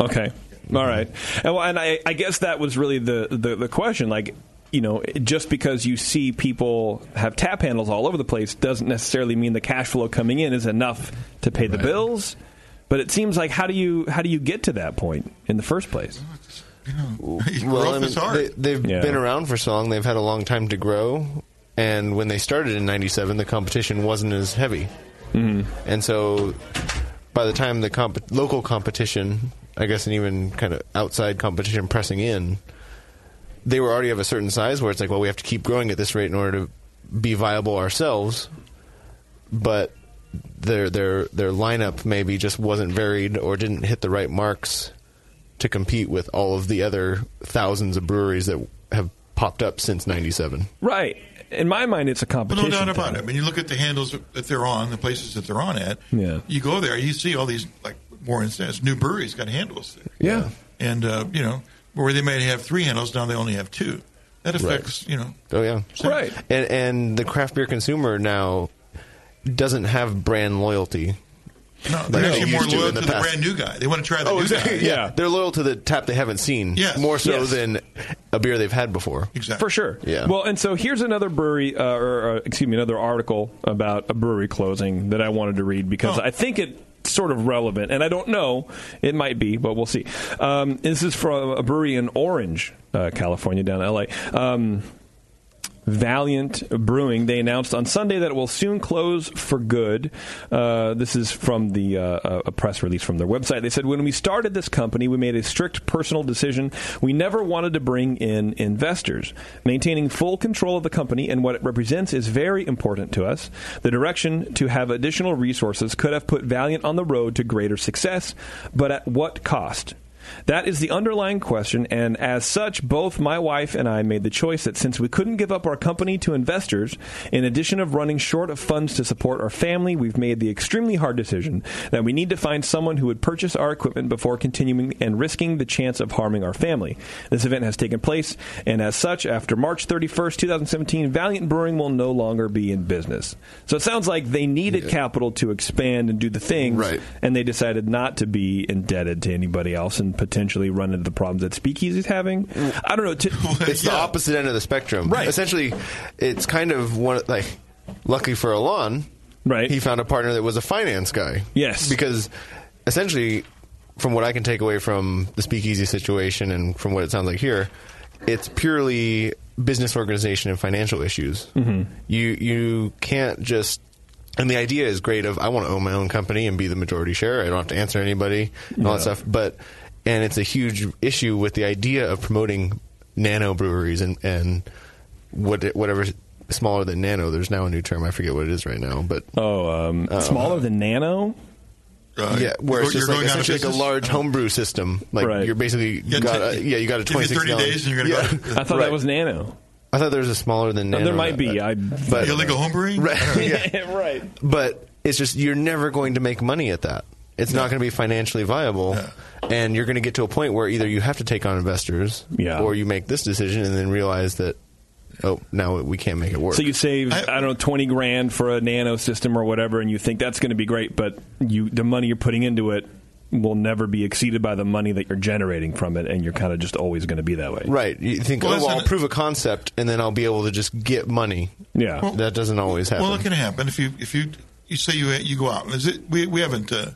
Speaker 7: Okay. All right. And, well, and I, I guess that was really the, the, the question. Like, you know, just because you see people have tap handles all over the place doesn't necessarily mean the cash flow coming in is enough to pay the bills. But it seems like how do you how do you get to that point in the first place?
Speaker 8: Well, I mean, they, they've
Speaker 7: Yeah.
Speaker 8: been around for so long. They've had a long time to grow. And when they started in '97, the competition wasn't as heavy. Mm-hmm. And so, by the time the comp- local competition, I guess, and even kind of outside competition pressing in, they were already of a certain size where it's like, well, we have to keep growing at this rate in order to be viable ourselves. But their their their lineup maybe just wasn't varied or didn't hit the right marks to compete with all of the other thousands of breweries that have popped up since '97.
Speaker 7: Right. In my mind, it's a
Speaker 9: Well, no
Speaker 7: competition.
Speaker 9: doubt about
Speaker 7: thing.
Speaker 9: it. I mean, you look at the handles that they're on, the places that they're on at.
Speaker 7: Yeah.
Speaker 9: You go there, you see all these like Warren says, new breweries got handles there.
Speaker 7: Yeah.
Speaker 9: and uh, you know where they might have three handles now they only have two. That affects you know.
Speaker 8: Oh yeah,
Speaker 9: Right.
Speaker 8: And and the craft beer consumer now doesn't have brand loyalty.
Speaker 9: No,
Speaker 8: Like
Speaker 9: they're
Speaker 8: they
Speaker 9: actually more
Speaker 8: used to
Speaker 9: loyal
Speaker 8: in
Speaker 9: to
Speaker 8: the
Speaker 9: the
Speaker 8: past.
Speaker 9: brand new guy. They want to try the
Speaker 8: Oh,
Speaker 9: new
Speaker 8: exactly.
Speaker 9: guy.
Speaker 8: Yeah. they're loyal to the tap they haven't seen.
Speaker 9: Yes.
Speaker 8: more so
Speaker 9: Yes.
Speaker 8: than a beer they've had before.
Speaker 9: Exactly.
Speaker 7: For sure.
Speaker 8: Yeah.
Speaker 7: Well, and so here's another brewery, uh, or, or excuse me, another article about a brewery closing that I wanted to read because I think it sort of relevant, and I don't know, it might be, but we'll see. Um, this is from a brewery in Orange, uh, California, down in L.A. Um, Valiant Brewing. They announced on Sunday that it will soon close for good. Uh, this is from the uh, uh, a press release from their website. They said, "When we started this company, we made a strict personal decision. We never wanted to bring in investors. Maintaining full control of the company and what it represents is very important to us. The direction to have additional resources could have put Valiant on the road to greater success, but at what cost?" That is the underlying question, and as such, both my wife and I made the choice that since we couldn't give up our company to investors, in addition of running short of funds to support our family, we've made the extremely hard decision that we need to find someone who would purchase our equipment before continuing and risking the chance of harming our family. This event has taken place, and as such, after March 31st, 2017, Valiant Brewing will no longer be in business. So it sounds like they needed capital to expand and do the things,
Speaker 8: Right.
Speaker 7: and they decided not to be indebted to anybody else and potentially run into the problems that Speakeasy's having. I don't know. To,
Speaker 8: It's the opposite end of the spectrum.
Speaker 7: Right.
Speaker 8: Essentially, it's kind of one like lucky for Alon.
Speaker 7: Right.
Speaker 8: He found a partner that was a finance guy.
Speaker 7: Yes.
Speaker 8: Because essentially, from what I can take away from the speakeasy situation and from what it sounds like here, it's purely business organization and financial issues.
Speaker 21: Mhm.
Speaker 8: You you can't just and the idea is great of I want to own my own company and be the majority share. I don't have to answer anybody and all that
Speaker 7: Yeah.
Speaker 8: stuff. But and it's a huge issue with the idea of promoting nano breweries and and what whatever smaller than nano. There's now a new term. I forget what it is right now, but
Speaker 7: oh, um, smaller than nano.
Speaker 8: yeah,
Speaker 9: Uh,
Speaker 8: where it's
Speaker 9: you're-
Speaker 8: just
Speaker 9: you're
Speaker 8: like,
Speaker 9: going out of
Speaker 8: essentially like a
Speaker 9: business? Uh-huh.
Speaker 8: large homebrew system. Like
Speaker 7: Right.
Speaker 8: you're basically
Speaker 9: Yeah,
Speaker 8: got
Speaker 9: t-
Speaker 8: a, yeah, you got a
Speaker 9: give you
Speaker 8: 26
Speaker 9: 30
Speaker 8: gallon-
Speaker 9: days and you're gonna
Speaker 8: yeah.
Speaker 9: go to-
Speaker 7: I thought that was nano.
Speaker 8: I thought there was a smaller than
Speaker 7: No,
Speaker 8: nano.
Speaker 7: there might be. I
Speaker 8: but
Speaker 9: Illegal homebrewing.
Speaker 8: Right. Yeah.
Speaker 7: right.
Speaker 8: but it's just you're never going to make money at that. It's not going to be financially viable, and you're going to get to a point where either you have to take on investors,
Speaker 7: Yeah.
Speaker 8: or you make this decision and then realize that oh, now we can't make it work.
Speaker 7: So you save I, don't know twenty grand for a nano system or whatever, and you think that's going to be great, but you the money you're putting into it will never be exceeded by the money that you're generating from it, and you're kind of just always going to be that way.
Speaker 8: right? You think
Speaker 9: Well,
Speaker 8: oh, well,
Speaker 9: isn't
Speaker 8: I'll
Speaker 9: it-
Speaker 8: prove a concept, and then I'll be able to just get money.
Speaker 7: Yeah,
Speaker 8: that doesn't always happen.
Speaker 9: Well, it can happen if you if you you say you you go out. Is it, we we haven't uh,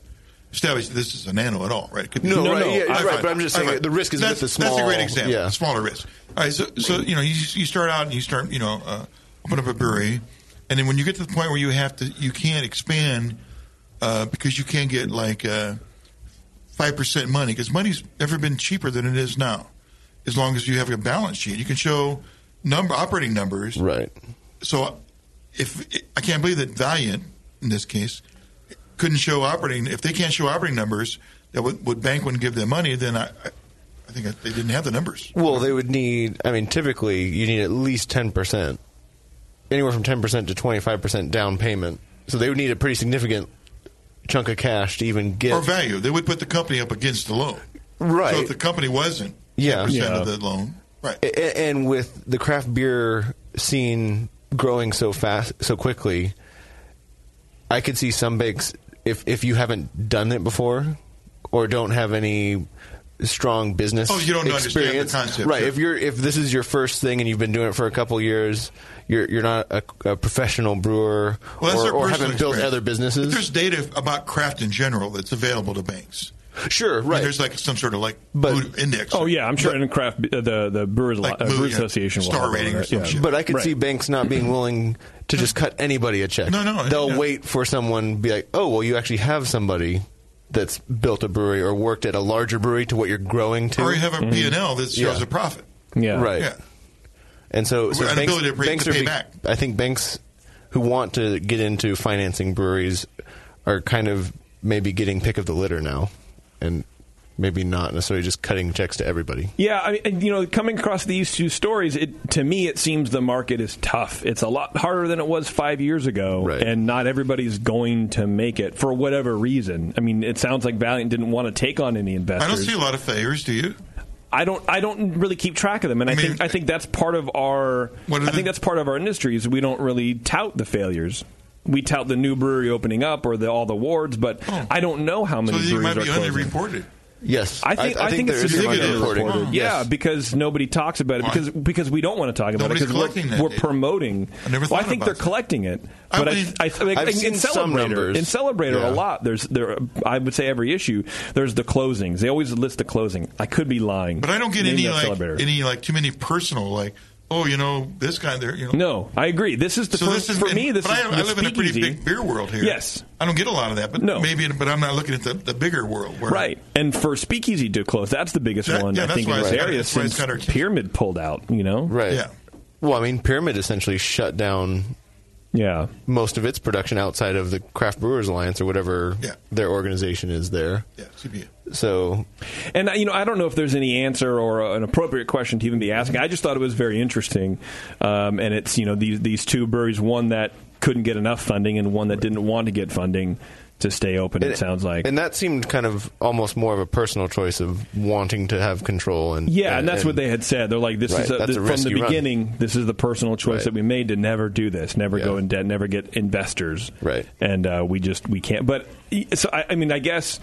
Speaker 9: established that this is a nano at all, right? It could
Speaker 8: No, right, yeah,
Speaker 9: All
Speaker 8: right, but I'm just
Speaker 9: all
Speaker 8: saying the risk is
Speaker 9: that's,
Speaker 8: with the
Speaker 9: That's a great
Speaker 8: small-
Speaker 9: example.
Speaker 8: yeah.
Speaker 9: Smaller risk. All right, so so you know you you start out and you start you know uh, open up a brewery, and then when you get to the point where you have to you can't expand uh, because you can't get like uh, five percent money because money's never been cheaper than it is now. As long as you have a balance sheet, you can show number operating numbers,
Speaker 8: right?
Speaker 9: so if I can't believe that Valiant in this case couldn't show operating if they can't show operating numbers that would, would bank wouldn't give them money, then I, I think they didn't have the numbers.
Speaker 8: Well, they would need. I mean, typically you need at least ten percent, anywhere from ten percent to twenty five percent down payment. So they would need a pretty significant chunk of cash to even get
Speaker 9: Or value. They would put the company up against the loan.
Speaker 8: Right.
Speaker 9: So if the company wasn't
Speaker 8: Yeah.
Speaker 9: 10%
Speaker 8: Yeah.
Speaker 9: of the loan, right.
Speaker 8: A- a- And with the craft beer scene growing so fast, so quickly, I could see some bakes if if you haven't done it before or don't have any strong business.
Speaker 9: Oh, you don't understand the
Speaker 8: experience,
Speaker 9: concept,
Speaker 8: right?
Speaker 9: sure.
Speaker 8: If you're if this is your first thing and you've been doing it for a couple years, you're you're not a, a professional brewer
Speaker 9: Well, that's
Speaker 8: or,
Speaker 9: their
Speaker 8: or
Speaker 9: personal
Speaker 8: haven't built
Speaker 9: experience.
Speaker 8: other
Speaker 9: But
Speaker 8: businesses.
Speaker 9: there's data about craft in general that's available to banks.
Speaker 8: Sure,
Speaker 9: right. there's like some sort of like food index.
Speaker 7: Oh yeah, I'm sure in craft uh, the the brewers li-
Speaker 9: Like
Speaker 7: uh,
Speaker 9: Moon,
Speaker 7: brew
Speaker 9: yeah,
Speaker 7: association will
Speaker 9: star
Speaker 7: have one,
Speaker 9: rating or
Speaker 7: right?
Speaker 9: some
Speaker 7: Yeah.
Speaker 9: shit.
Speaker 8: But I could
Speaker 7: Right.
Speaker 8: see banks not being willing to just cut anybody a check.
Speaker 9: No, no,
Speaker 8: They'll
Speaker 9: yeah.
Speaker 8: wait for someone to be like, oh, well, you actually have somebody that's built a brewery or worked at a larger brewery to what you're growing to.
Speaker 9: Or you have
Speaker 7: Mm-hmm.
Speaker 9: a P&L that shows
Speaker 8: Yeah.
Speaker 9: a profit.
Speaker 7: Yeah.
Speaker 8: Right.
Speaker 9: Yeah.
Speaker 8: And so, so
Speaker 9: An
Speaker 8: banks,
Speaker 9: ability to pay-
Speaker 8: banks
Speaker 9: to
Speaker 8: are
Speaker 9: pay
Speaker 8: be-
Speaker 9: back.
Speaker 8: I think banks who want to get into financing breweries are kind of maybe getting pick of the litter now and maybe not necessarily just cutting checks to everybody.
Speaker 7: Yeah, I mean, and, you know, coming across these two stories, it, to me, it seems the market is tough. It's a lot harder than it was five years ago, and not everybody's going to make it for whatever reason. I mean, it sounds like Valiant didn't want to take on any investors.
Speaker 9: I don't see a lot of failures, do you?
Speaker 7: I don't. I don't really keep track of them, and I, think I think that's part of our. I think that's part of our industry is we don't really tout the failures. We tout the new brewery opening up or the, all the wards, but I don't know how many
Speaker 9: Oh. So you
Speaker 7: breweries
Speaker 9: might
Speaker 7: are
Speaker 9: be
Speaker 7: closing.
Speaker 9: underreported.
Speaker 8: Yes,
Speaker 7: I think I, think,
Speaker 8: there
Speaker 7: it's
Speaker 8: is
Speaker 7: significantly
Speaker 8: some underreporting.
Speaker 7: underreported. Yeah, because nobody talks about it because because we don't want to talk about
Speaker 9: Nobody's
Speaker 7: it because
Speaker 9: collecting
Speaker 7: we're,
Speaker 9: that
Speaker 7: we're
Speaker 9: data.
Speaker 7: promoting.
Speaker 9: I never
Speaker 7: well, I
Speaker 9: thought
Speaker 7: think
Speaker 9: about
Speaker 7: they're
Speaker 9: that.
Speaker 7: collecting it,
Speaker 9: I
Speaker 7: but I,
Speaker 9: mean,
Speaker 7: I, think
Speaker 8: I've
Speaker 7: in
Speaker 8: seen
Speaker 7: Celebrator,
Speaker 8: some numbers.
Speaker 7: in Celebrator
Speaker 8: Yeah.
Speaker 7: a lot. There's there I would say every issue there's the closings. They always list the closing. I could be lying,
Speaker 9: But I don't get any
Speaker 7: Maybe that's
Speaker 9: like
Speaker 7: Celebrator.
Speaker 9: any like too many personal like oh you know this guy there you know
Speaker 7: No, I agree. This is the
Speaker 9: so
Speaker 7: first
Speaker 9: this is
Speaker 7: for me. This
Speaker 9: but
Speaker 7: is
Speaker 9: I,
Speaker 7: the
Speaker 9: I live in a pretty
Speaker 7: speakeasy.
Speaker 9: big beer world here
Speaker 7: Yes.
Speaker 9: I don't get a lot of that but
Speaker 7: No.
Speaker 9: maybe but I'm not looking at the, the bigger world where
Speaker 7: Right, and for Speakeasy to close, that's the biggest
Speaker 9: That-
Speaker 7: one
Speaker 9: yeah,
Speaker 7: I
Speaker 9: that's
Speaker 7: think in
Speaker 9: why
Speaker 7: this
Speaker 9: it's got-
Speaker 7: area
Speaker 9: that's why it's
Speaker 7: since
Speaker 9: got our
Speaker 7: Pyramid pulled out. You know,
Speaker 8: Right.
Speaker 9: Yeah.
Speaker 8: Well, I mean, Pyramid essentially shut down.
Speaker 7: Yeah.
Speaker 8: Most of its production outside of the Craft Brewers Alliance or whatever
Speaker 9: Yeah.
Speaker 8: their organization is there.
Speaker 9: yeah CBA.
Speaker 8: So
Speaker 7: And uh, you know, I don't know if there's any answer or uh, an appropriate question to even be asking. I just thought it was very interesting, um, and it's you know these these two breweries, one that couldn't get enough funding and one that didn't want to get funding to stay open. It,
Speaker 8: And-
Speaker 7: sounds like.
Speaker 8: and that seemed kind of almost more of a personal choice of wanting to have control and
Speaker 7: yeah, and that's what they had said. They're like, this
Speaker 8: Right,
Speaker 7: is a,
Speaker 8: that's
Speaker 7: this,
Speaker 8: a
Speaker 7: from the
Speaker 8: risky run.
Speaker 7: beginning. This is the personal choice
Speaker 8: Right.
Speaker 7: that we made to never do this, never go
Speaker 8: Yeah.
Speaker 7: in debt, never get investors.
Speaker 8: Right.
Speaker 7: And uh, we just we can't. But so I, I mean, I guess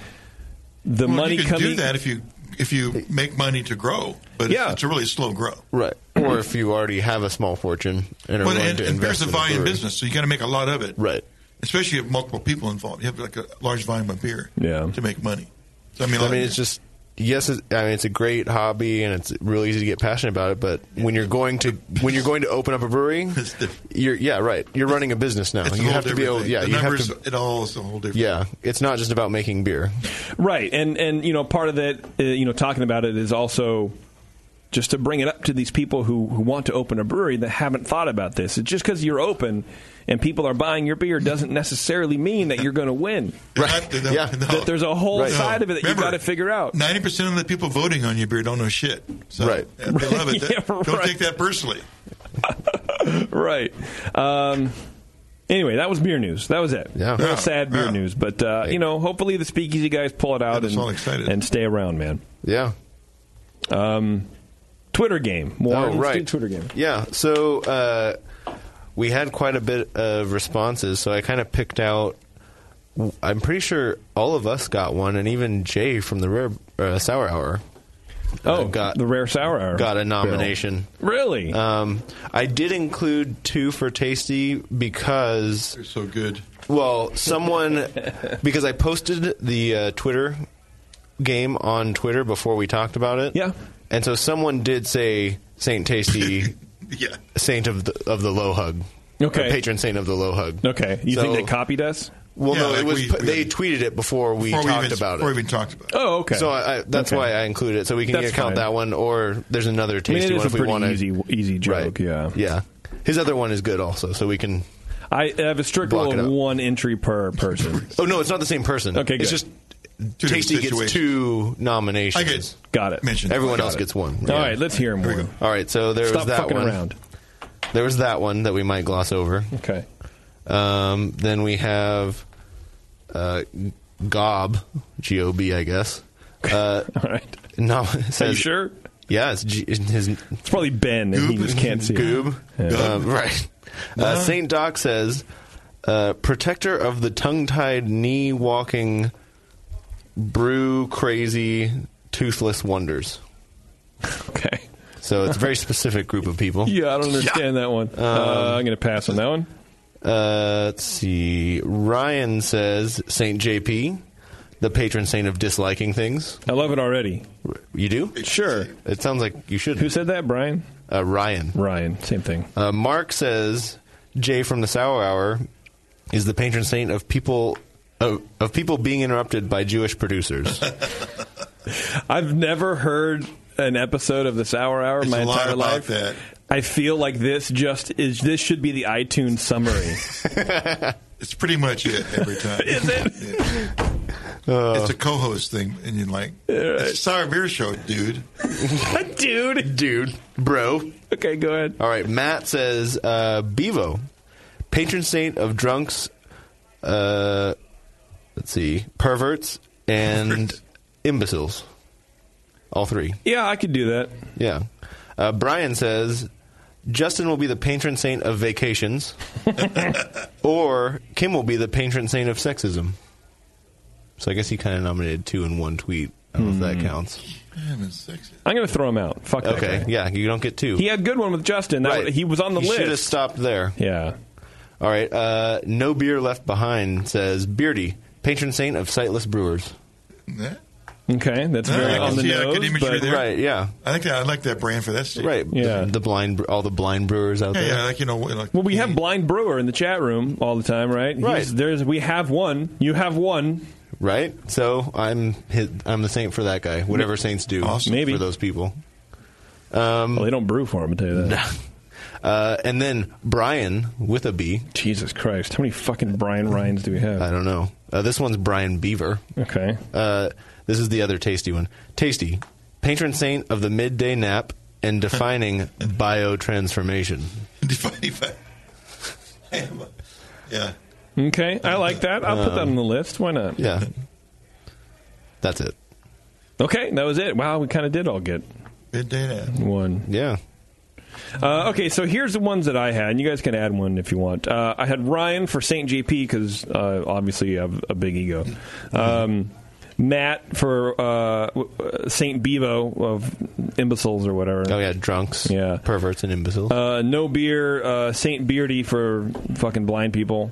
Speaker 7: the
Speaker 9: Well,
Speaker 7: money
Speaker 9: you can
Speaker 7: coming
Speaker 9: do that if you if you make money to grow but it's,
Speaker 7: Yeah.
Speaker 9: it's a really slow grow
Speaker 8: right. Or if you already have a small fortune and are
Speaker 9: but
Speaker 8: willing
Speaker 9: and,
Speaker 8: to
Speaker 9: and beer's
Speaker 8: invest
Speaker 9: a
Speaker 8: in a
Speaker 9: volume
Speaker 8: brewery.
Speaker 9: business so you got to make a lot of it
Speaker 8: right?
Speaker 9: especially if multiple people involved you have like a large volume of beer
Speaker 7: Yeah.
Speaker 9: to make money so I mean
Speaker 8: I
Speaker 9: like-
Speaker 8: mean, it's just yes. It's, I mean, it's a great hobby, and it's really easy to get passionate about it. But when you're going to when you're going to open up a brewery, you're yeah, right. You're running a business now.
Speaker 9: it's a
Speaker 8: You
Speaker 9: whole
Speaker 8: have to be
Speaker 9: different
Speaker 8: able,
Speaker 9: thing.
Speaker 8: yeah.
Speaker 9: the
Speaker 8: You have
Speaker 9: numbers
Speaker 8: to,
Speaker 9: it all is a whole different
Speaker 8: yeah. It's not just about making beer.
Speaker 7: Right, and and you know part of that, uh, you know, talking about it is also just to bring it up to these people who who want to open a brewery that haven't thought about this. It's just because you're open and people are buying your beer doesn't necessarily mean that you're going to win.
Speaker 9: Right.
Speaker 7: Yeah. That there's a whole side of it that you gotta
Speaker 9: figure
Speaker 7: out.
Speaker 9: Ninety percent of the people voting on your beer don't know shit. So
Speaker 8: Right.
Speaker 9: yeah, They love it. That-
Speaker 7: Yeah,
Speaker 9: don't
Speaker 7: right.
Speaker 9: take that personally.
Speaker 7: right. Um, anyway, that was beer news. That was it.
Speaker 8: Yeah.
Speaker 7: Real
Speaker 9: Yeah,
Speaker 7: sad beer
Speaker 9: yeah.
Speaker 7: news, but uh, you know, hopefully the speakeasy guys pull it out
Speaker 9: Got us all
Speaker 7: and
Speaker 9: excited.
Speaker 7: and stay around, man.
Speaker 8: Yeah.
Speaker 7: Um, Twitter game. Warren,
Speaker 8: oh,
Speaker 7: let's
Speaker 8: right.
Speaker 7: do Twitter game.
Speaker 8: Yeah. So uh, we had quite a bit of responses. So I kind of picked out. I'm pretty sure all of us got one, and even Jay from the rare uh, sour hour. uh,
Speaker 7: Oh,
Speaker 8: got
Speaker 7: the rare sour hour
Speaker 8: got a nomination.
Speaker 7: Really?
Speaker 8: Um, I did include two for Tasty because
Speaker 9: they're so good.
Speaker 8: Well, someone because I posted the uh, Twitter game on Twitter before we talked about it.
Speaker 7: Yeah,
Speaker 8: and so someone did say Saint Tasty,
Speaker 9: yeah,
Speaker 8: Saint of the of the low hug.
Speaker 7: Okay.
Speaker 8: Or patron saint of the low hug.
Speaker 7: Okay, you think
Speaker 8: So-
Speaker 7: they copied us?
Speaker 8: Well,
Speaker 9: Yeah,
Speaker 8: no,
Speaker 9: like
Speaker 8: it was.
Speaker 9: we-
Speaker 8: put-
Speaker 9: we-
Speaker 8: they tweeted it before we
Speaker 9: Before we
Speaker 8: talked
Speaker 9: even-
Speaker 8: about
Speaker 9: before
Speaker 8: it.
Speaker 9: we even talked about it.
Speaker 7: Oh, okay.
Speaker 8: So I, I, that's
Speaker 7: Okay.
Speaker 8: why I included it, so we can
Speaker 7: That's
Speaker 8: count
Speaker 7: fine.
Speaker 8: that one, or there's another
Speaker 7: I mean,
Speaker 8: tasty
Speaker 7: it is
Speaker 8: one
Speaker 7: a
Speaker 8: if we
Speaker 7: pretty
Speaker 8: want to.
Speaker 7: easy, easy joke. Yeah,
Speaker 8: Yeah, his other one is good also, so we can.
Speaker 7: I have a strict
Speaker 8: Block
Speaker 7: rule
Speaker 8: it
Speaker 7: of
Speaker 8: up.
Speaker 7: one entry per person.
Speaker 8: Oh no, it's not the same person.
Speaker 7: Okay, good.
Speaker 8: it's just
Speaker 9: Two
Speaker 8: Tasty
Speaker 9: different situations.
Speaker 8: gets two nominations.
Speaker 9: I get-
Speaker 7: Got it.
Speaker 9: mentioned.
Speaker 8: Everyone
Speaker 9: Got
Speaker 8: else
Speaker 9: it.
Speaker 8: gets one.
Speaker 7: All right, let's hear him one.
Speaker 8: All right, so there
Speaker 7: Stop
Speaker 8: was that
Speaker 7: fucking
Speaker 8: one.
Speaker 7: around.
Speaker 8: There was that one that we might gloss over.
Speaker 7: Okay.
Speaker 8: Um, then we have uh, Gob, G O B, I guess. Uh,
Speaker 7: All right.
Speaker 8: No,
Speaker 7: Are you
Speaker 8: says-
Speaker 7: sure?
Speaker 8: Yeah, it's, G- his, it's
Speaker 7: probably Ben, and he just can't see it.
Speaker 8: Goob.
Speaker 7: Yeah.
Speaker 8: Um, right. Uh,
Speaker 7: No.
Speaker 8: St. Doc says, uh, protector of the tongue tied, knee walking, brew crazy, toothless wonders.
Speaker 7: Okay.
Speaker 8: So it's a very specific group of people.
Speaker 7: Yeah, I don't understand that one. uh, I'm going to pass on that one.
Speaker 8: Uh, let's see. Ryan says, St. JP, the patron saint of disliking things.
Speaker 7: I love it already.
Speaker 8: You do?
Speaker 7: Sure.
Speaker 8: It sounds like you should.
Speaker 7: Who said that, Brian?
Speaker 8: Uh, Ryan.
Speaker 7: Ryan, same thing.
Speaker 8: Uh, Mark says Jay from the Sour Hour is the patron saint of people of, of people being interrupted by Jewish producers.
Speaker 7: I've never heard an episode of the Sour Hour
Speaker 9: It's
Speaker 7: my
Speaker 9: a lot
Speaker 7: entire
Speaker 9: about
Speaker 7: life.
Speaker 9: that.
Speaker 7: I feel like this just is. This should be the iTunes summary.
Speaker 9: It's pretty much it every time. Is it?
Speaker 8: Uh.
Speaker 9: it's a co-host thing, and you're like, it's a Sour Beer Show, dude.
Speaker 7: dude,
Speaker 8: dude, bro.
Speaker 7: Okay, go ahead.
Speaker 8: All right, Matt says uh, Bevo, patron saint of drunks. Uh, let's see, perverts and imbeciles. All three.
Speaker 7: Yeah, I could do that.
Speaker 8: Yeah. Uh, Brian says Justin will be the patron saint of vacations, or Kim will be the patron saint of sexism. So I guess he kind of nominated two in one tweet. I don't
Speaker 7: Hmm.
Speaker 8: know if that counts.
Speaker 9: Man, it's sexy.
Speaker 7: I'm going to throw him out. Fuck. that
Speaker 8: Okay.
Speaker 7: guy.
Speaker 8: Yeah, you don't get two.
Speaker 7: He had a good one with Justin. That was- he was on the
Speaker 8: You Should have
Speaker 7: list.
Speaker 8: stopped there.
Speaker 7: Yeah.
Speaker 8: All right. Uh, no beer left behind says Beardy, patron saint of sightless brewers.
Speaker 9: Yeah.
Speaker 7: Okay, that's
Speaker 9: No,
Speaker 7: very
Speaker 9: I
Speaker 7: on
Speaker 9: can
Speaker 7: the
Speaker 9: see that good
Speaker 7: nose.
Speaker 9: imagery
Speaker 7: but
Speaker 9: there.
Speaker 8: Right. Yeah.
Speaker 9: I think I like that brand for that. State.
Speaker 8: Right.
Speaker 7: Yeah.
Speaker 8: The, the blind, all the blind brewers out
Speaker 9: Yeah,
Speaker 8: there.
Speaker 9: yeah. Like you know, like
Speaker 7: Well, we have Blind Brewer in the chat room all the time, right?
Speaker 8: Right.
Speaker 7: He's- there's we have one. You have one.
Speaker 8: Right? So I'm his, I'm the saint for that guy. Whatever saints do
Speaker 9: Awesome.
Speaker 7: Maybe. Um,
Speaker 8: for those people. Um,
Speaker 7: well, they don't brew for him. I tell you that.
Speaker 8: Uh, and then Brian with a B.
Speaker 7: Jesus Christ! How many fucking Brian Ryans do we have?
Speaker 8: I don't know. Uh, this one's Brian Beaver.
Speaker 7: Okay.
Speaker 8: Uh, this is the other tasty one. Tasty, patron saint of the midday nap and defining biotransformation.
Speaker 9: defining fact. uh, yeah.
Speaker 7: Okay, I like that. I'll put that on the list. Why not?
Speaker 8: Um, Yeah. That's it.
Speaker 7: Okay, that was it. Wow, we kind of did all get
Speaker 9: Good data.
Speaker 7: one.
Speaker 8: Yeah.
Speaker 7: Uh, okay, so here's the ones that I had, and you guys can add one if you want. Uh, I had Ryan for St. JP because uh, obviously you have a big ego. Um, Matt for uh, w- uh, St. Bevo of imbeciles or whatever.
Speaker 8: Oh yeah, drunks,
Speaker 7: Yeah.
Speaker 8: perverts and imbeciles.
Speaker 7: Uh, no beer, uh, Saint Beardy for fucking blind people,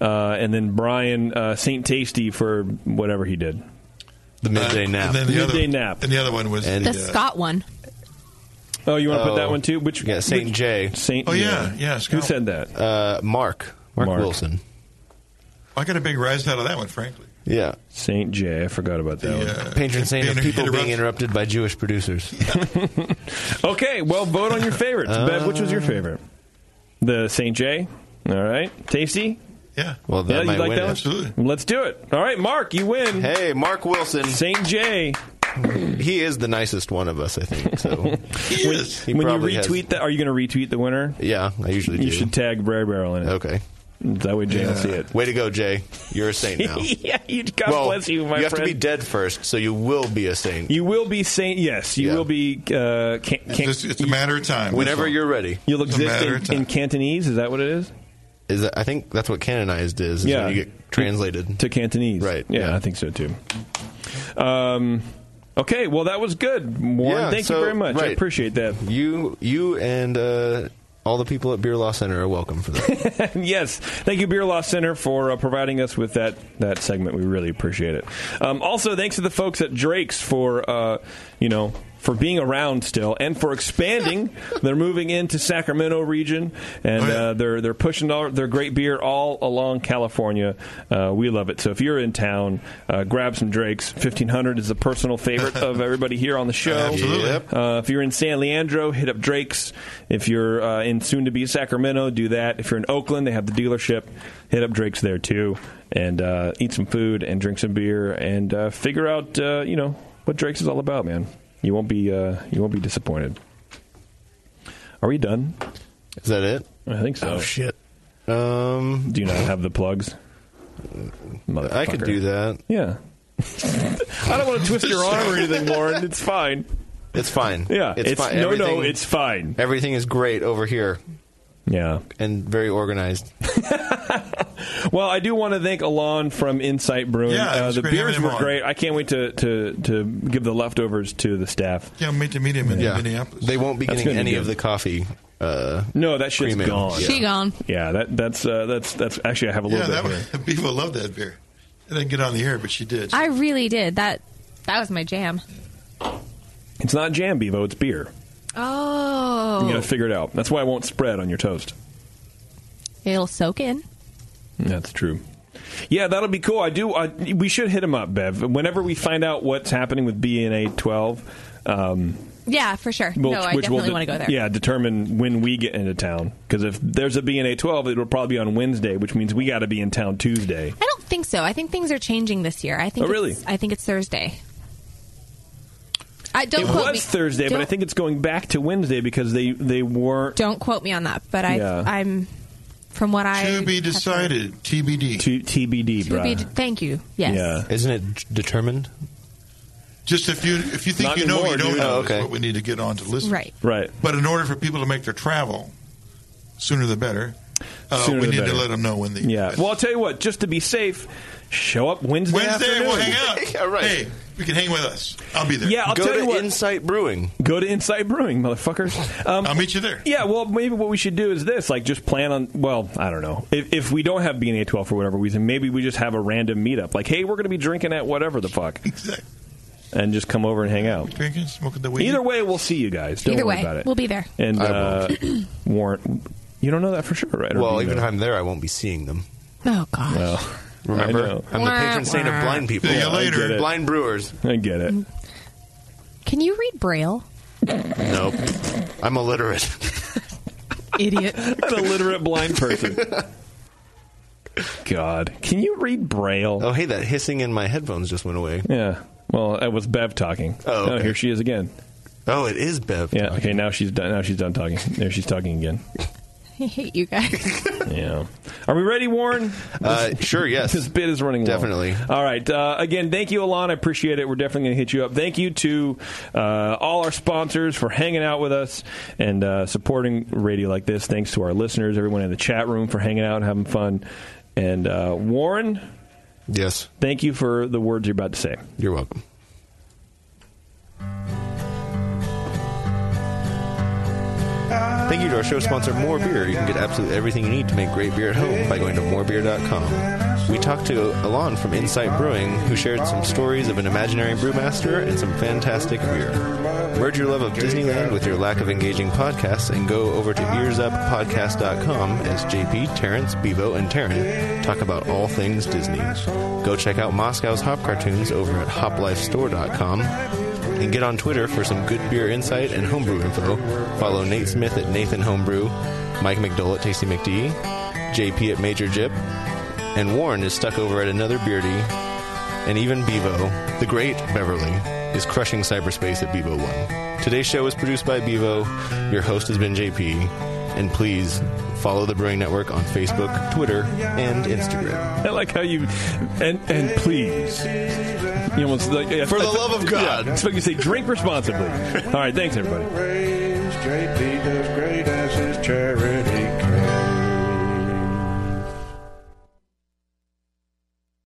Speaker 7: uh, and then Brian uh, Saint Tasty for whatever he did.
Speaker 8: the midday
Speaker 9: Uh,
Speaker 8: nap.
Speaker 9: And then the
Speaker 7: Midday
Speaker 9: other,
Speaker 7: nap.
Speaker 9: And the other one was
Speaker 8: And-
Speaker 5: The
Speaker 9: uh,
Speaker 5: Scott one.
Speaker 7: Oh, you want to
Speaker 8: Oh.
Speaker 7: put that one too? Which
Speaker 8: yeah, Saint
Speaker 7: which-
Speaker 8: J.
Speaker 7: Saint.
Speaker 9: Oh, yeah, yeah,
Speaker 7: Who
Speaker 9: Scott.
Speaker 7: said that?
Speaker 8: Uh, Mark. Mark.
Speaker 7: Mark.
Speaker 8: Wilson.
Speaker 9: I got a big rise out of that one, frankly.
Speaker 8: Yeah.
Speaker 7: Saint J. I forgot about that one.
Speaker 9: The, uh,
Speaker 8: Patron saint of
Speaker 9: being
Speaker 8: people being
Speaker 9: interrupted.
Speaker 8: interrupted by Jewish producers.
Speaker 7: Okay, well, vote on your favorites.
Speaker 8: Uh,
Speaker 7: Bev, which was your favorite? The Saint J. All right, Tasty.
Speaker 9: Yeah.
Speaker 8: Well, that
Speaker 7: yeah,
Speaker 8: might
Speaker 7: you like that?
Speaker 8: win it.
Speaker 7: One?
Speaker 9: Absolutely.
Speaker 7: Let's do it. All right, Mark, you win.
Speaker 8: Hey, Mark Wilson.
Speaker 7: Saint J.
Speaker 8: He is the nicest one of us, I think. So,
Speaker 9: Yes.
Speaker 8: He
Speaker 7: when you
Speaker 8: probably has-
Speaker 7: retweet that, are you going to retweet the winner?
Speaker 8: yeah, I usually do.
Speaker 7: You should tag Brer Barrel in it.
Speaker 8: okay.
Speaker 7: That way Jay will see it.
Speaker 8: Way to go, Jay. You're a saint now.
Speaker 7: yeah, you, God
Speaker 8: well,
Speaker 7: bless you, my
Speaker 8: you have
Speaker 7: friend.
Speaker 8: to be dead first, so you will be a saint
Speaker 7: you will be saint. Yes, you
Speaker 8: Yeah.
Speaker 7: will be. Uh, can,
Speaker 9: It's, just, it's a matter of time.
Speaker 8: whenever
Speaker 9: That's all.
Speaker 8: you're ready.
Speaker 7: you'll
Speaker 9: it's a matter of
Speaker 7: exist in,
Speaker 9: time.
Speaker 7: in Cantonese. Is that what it is?
Speaker 8: Is that, I think that's what canonized is. is
Speaker 7: Yeah.
Speaker 8: when you get translated.
Speaker 7: To Cantonese,
Speaker 8: Right,
Speaker 7: Yeah,
Speaker 8: yeah.
Speaker 7: I think so too. Um, okay, well that was good, Warren.
Speaker 8: Yeah,
Speaker 7: thank
Speaker 8: so-
Speaker 7: you very much. I
Speaker 8: right.
Speaker 7: appreciate that.
Speaker 8: you, you, and uh, all the people at Beer Law Center are welcome for that.
Speaker 7: yes, thank you, Beer Law Center, for uh, providing us with that that segment. We really appreciate it. Um, also, thanks to the folks at Drake's for uh, you know for being around still and for expanding. they're moving into Sacramento region and uh, they're they're pushing all, their great beer all along California. Uh, we love it. So if you're in town, uh, grab some Drakes. Fifteen hundred is a personal favorite of everybody here on the show.
Speaker 9: Absolutely.
Speaker 7: Uh, if you're in San Leandro, hit up Drake's. If you're uh, in soon to be Sacramento, do that. If you're in Oakland, they have the dealership. Hit up Drake's there too, and uh, eat some food and drink some beer and uh, figure out uh, you know what Drake's is all about, man. You won't be uh, you won't be disappointed. Are we done?
Speaker 8: Is that it?
Speaker 7: I think so.
Speaker 8: Oh shit. Um,
Speaker 7: do you not have the plugs?
Speaker 8: I could
Speaker 7: Motherfucker.
Speaker 8: do that.
Speaker 7: Yeah. I don't want to twist your arm or anything, Warren. It's fine.
Speaker 8: It's fine.
Speaker 7: Yeah, it's-
Speaker 8: fine.
Speaker 7: no, no,
Speaker 8: Everything-
Speaker 7: it's fine.
Speaker 8: Everything is great over here
Speaker 7: Yeah.
Speaker 8: and very organized.
Speaker 7: Well, I do want to thank Alon from Insight Brewing.
Speaker 9: Yeah, it
Speaker 7: uh,
Speaker 9: was
Speaker 7: the
Speaker 9: great having
Speaker 7: beers
Speaker 9: him
Speaker 7: were
Speaker 9: on.
Speaker 7: great. I can't wait to, to, to give the leftovers to the staff.
Speaker 9: Yeah, I'm meant to meet him in
Speaker 8: Yeah.
Speaker 9: Minneapolis.
Speaker 8: They won't be
Speaker 7: That's
Speaker 8: getting
Speaker 7: gonna be
Speaker 8: any of
Speaker 7: good.
Speaker 8: the coffee. Uh,
Speaker 7: No, that shit's
Speaker 8: cream ale.
Speaker 7: gone.
Speaker 5: She gone.
Speaker 7: Yeah, that that's uh, that's that's actually I have a little
Speaker 9: yeah, that
Speaker 7: bit here.
Speaker 9: was, Bevo loved that beer. It didn't get on the air, but she did.
Speaker 5: I really did. That that was my jam.
Speaker 7: It's not jam, Bevo. It's beer.
Speaker 5: Oh.
Speaker 7: You got to figure it out. That's why I won't spread on your toast.
Speaker 5: It'll soak in.
Speaker 7: That's true. Yeah, that'll be cool. I do. I, we should hit him up, Bev. Whenever we find out what's happening with BNA twelve, um,
Speaker 5: Yeah, for sure.
Speaker 7: we'll-
Speaker 5: no, I
Speaker 7: which
Speaker 5: definitely
Speaker 7: will de-
Speaker 5: want to go there.
Speaker 7: Yeah, determine when we get into town. Because if there's a BNA twelve, it'll probably be on Wednesday, which means we got to be in town Tuesday.
Speaker 5: I don't think so. I think things are changing this year. I think
Speaker 7: Oh, really?
Speaker 5: it's, I think it's Thursday. I don't
Speaker 7: it
Speaker 5: quote
Speaker 7: was
Speaker 5: me.
Speaker 7: Thursday, but I
Speaker 5: don't-
Speaker 7: think it's going back to Wednesday because they they weren't
Speaker 5: don't quote me on that, but I
Speaker 7: Yeah.
Speaker 5: I'm from what I
Speaker 9: to be decided, TBD.
Speaker 7: T- TBD,
Speaker 5: To be-
Speaker 7: bruh.
Speaker 5: thank you. Yes.
Speaker 8: Isn't it d- determined?
Speaker 9: Just if you if you think
Speaker 7: Not
Speaker 9: you know,
Speaker 7: anymore,
Speaker 9: you don't
Speaker 7: dude.
Speaker 9: know.
Speaker 8: Oh,
Speaker 9: is
Speaker 8: okay.
Speaker 9: what we need to get on to listen.
Speaker 5: Right.
Speaker 7: Right.
Speaker 9: But in order for people to make their travel, sooner the better. Uh,
Speaker 7: Sooner
Speaker 9: we
Speaker 7: the
Speaker 9: need
Speaker 7: better.
Speaker 9: to let them know when the
Speaker 7: Yeah. Well, I'll tell you what. Just to be safe, show up Wednesday.
Speaker 9: Wednesday
Speaker 7: afternoon.
Speaker 9: we'll hang out.
Speaker 8: Yeah, right.
Speaker 9: Hey, we can hang with us. I'll be there.
Speaker 7: Yeah, I'll
Speaker 8: Go
Speaker 7: tell
Speaker 8: to
Speaker 7: you what.
Speaker 8: Insight Brewing.
Speaker 7: Go to Inside Brewing, motherfuckers. Um,
Speaker 9: I'll meet you there.
Speaker 7: Yeah, well, maybe what we should do is this: like, just plan on. Well, I don't know. If, if we don't have BNA twelve for whatever reason, maybe we just have a random meetup. Like, hey, we're going to be drinking at whatever the fuck,
Speaker 9: Exactly.
Speaker 7: and just come over and hang out.
Speaker 9: Drinking, smoking the weed.
Speaker 7: Either way, we'll see you guys. Don't
Speaker 5: Either
Speaker 7: worry
Speaker 5: way,
Speaker 7: about it.
Speaker 5: we'll be there.
Speaker 7: And
Speaker 8: I
Speaker 7: uh, Warren, you don't know that for sure, right? Or
Speaker 8: Well,
Speaker 7: do you
Speaker 8: even if
Speaker 7: know?
Speaker 8: I'm there, I won't be seeing them.
Speaker 5: Oh gosh.
Speaker 7: Well, I
Speaker 8: Remember,
Speaker 7: know.
Speaker 8: I'm the
Speaker 5: Wah,
Speaker 8: patron saint of
Speaker 5: wah.
Speaker 8: blind people.
Speaker 9: See you
Speaker 8: Yeah, I
Speaker 9: later.
Speaker 8: get it. Blind brewers.
Speaker 7: I get it.
Speaker 5: Can you read Braille?
Speaker 8: Nope. I'm illiterate.
Speaker 5: Idiot.
Speaker 7: An illiterate blind person. God, can you read Braille?
Speaker 8: Oh, hey, that hissing in my headphones just went away.
Speaker 7: Yeah. Well, that was Bev talking.
Speaker 8: Oh, okay.
Speaker 7: here she is again.
Speaker 8: Oh, it is Bev.
Speaker 7: Yeah. Okay. Now she's done. Now she's done talking. There she's talking again.
Speaker 5: I hate you guys.
Speaker 7: Yeah. Are we ready, Warren?
Speaker 8: Uh, sure, yes.
Speaker 7: This bit is running long.
Speaker 8: Definitely.
Speaker 7: All right. Uh, again, thank you, Alon. I appreciate it. We're definitely going to hit you up. Thank you to uh, all our sponsors for hanging out with us and uh, supporting radio like this. Thanks to our listeners, everyone in the chat room for hanging out and having fun. And uh, Warren,
Speaker 8: Yes.
Speaker 7: thank you for the words you're about to say.
Speaker 8: You're welcome. Thank you to our show sponsor, More Beer. You can get absolutely everything you need to make great beer at home by going to morebeer.com. We talked to Alon from Insight Brewing, who shared some stories of an imaginary brewmaster and some fantastic beer. Merge your love of Disneyland with your lack of engaging podcasts and go over to earsuppodcast.com as JP, Terrence, Bevo, and Taryn talk about all things Disney. Go check out Moscow's Hop Cartoons over at hoplifestore.com and get on Twitter for some good beer insight and homebrew info. Follow Nate Smith at Nathan Homebrew, Mike McDowell at Tasty McD, JP at Major Jip, and Warren is stuck over at another Beardy, and even Bevo, the great Beverly, is crushing cyberspace at Bevo One. Today's show is produced by Bevo. Your host has been JP, and please follow the Brewing Network on Facebook, Twitter, and Instagram.
Speaker 7: I like how you and and please. You almost like yeah,
Speaker 8: For the love of God.
Speaker 7: Yeah, I expect you to say drink responsibly. All right, thanks everybody.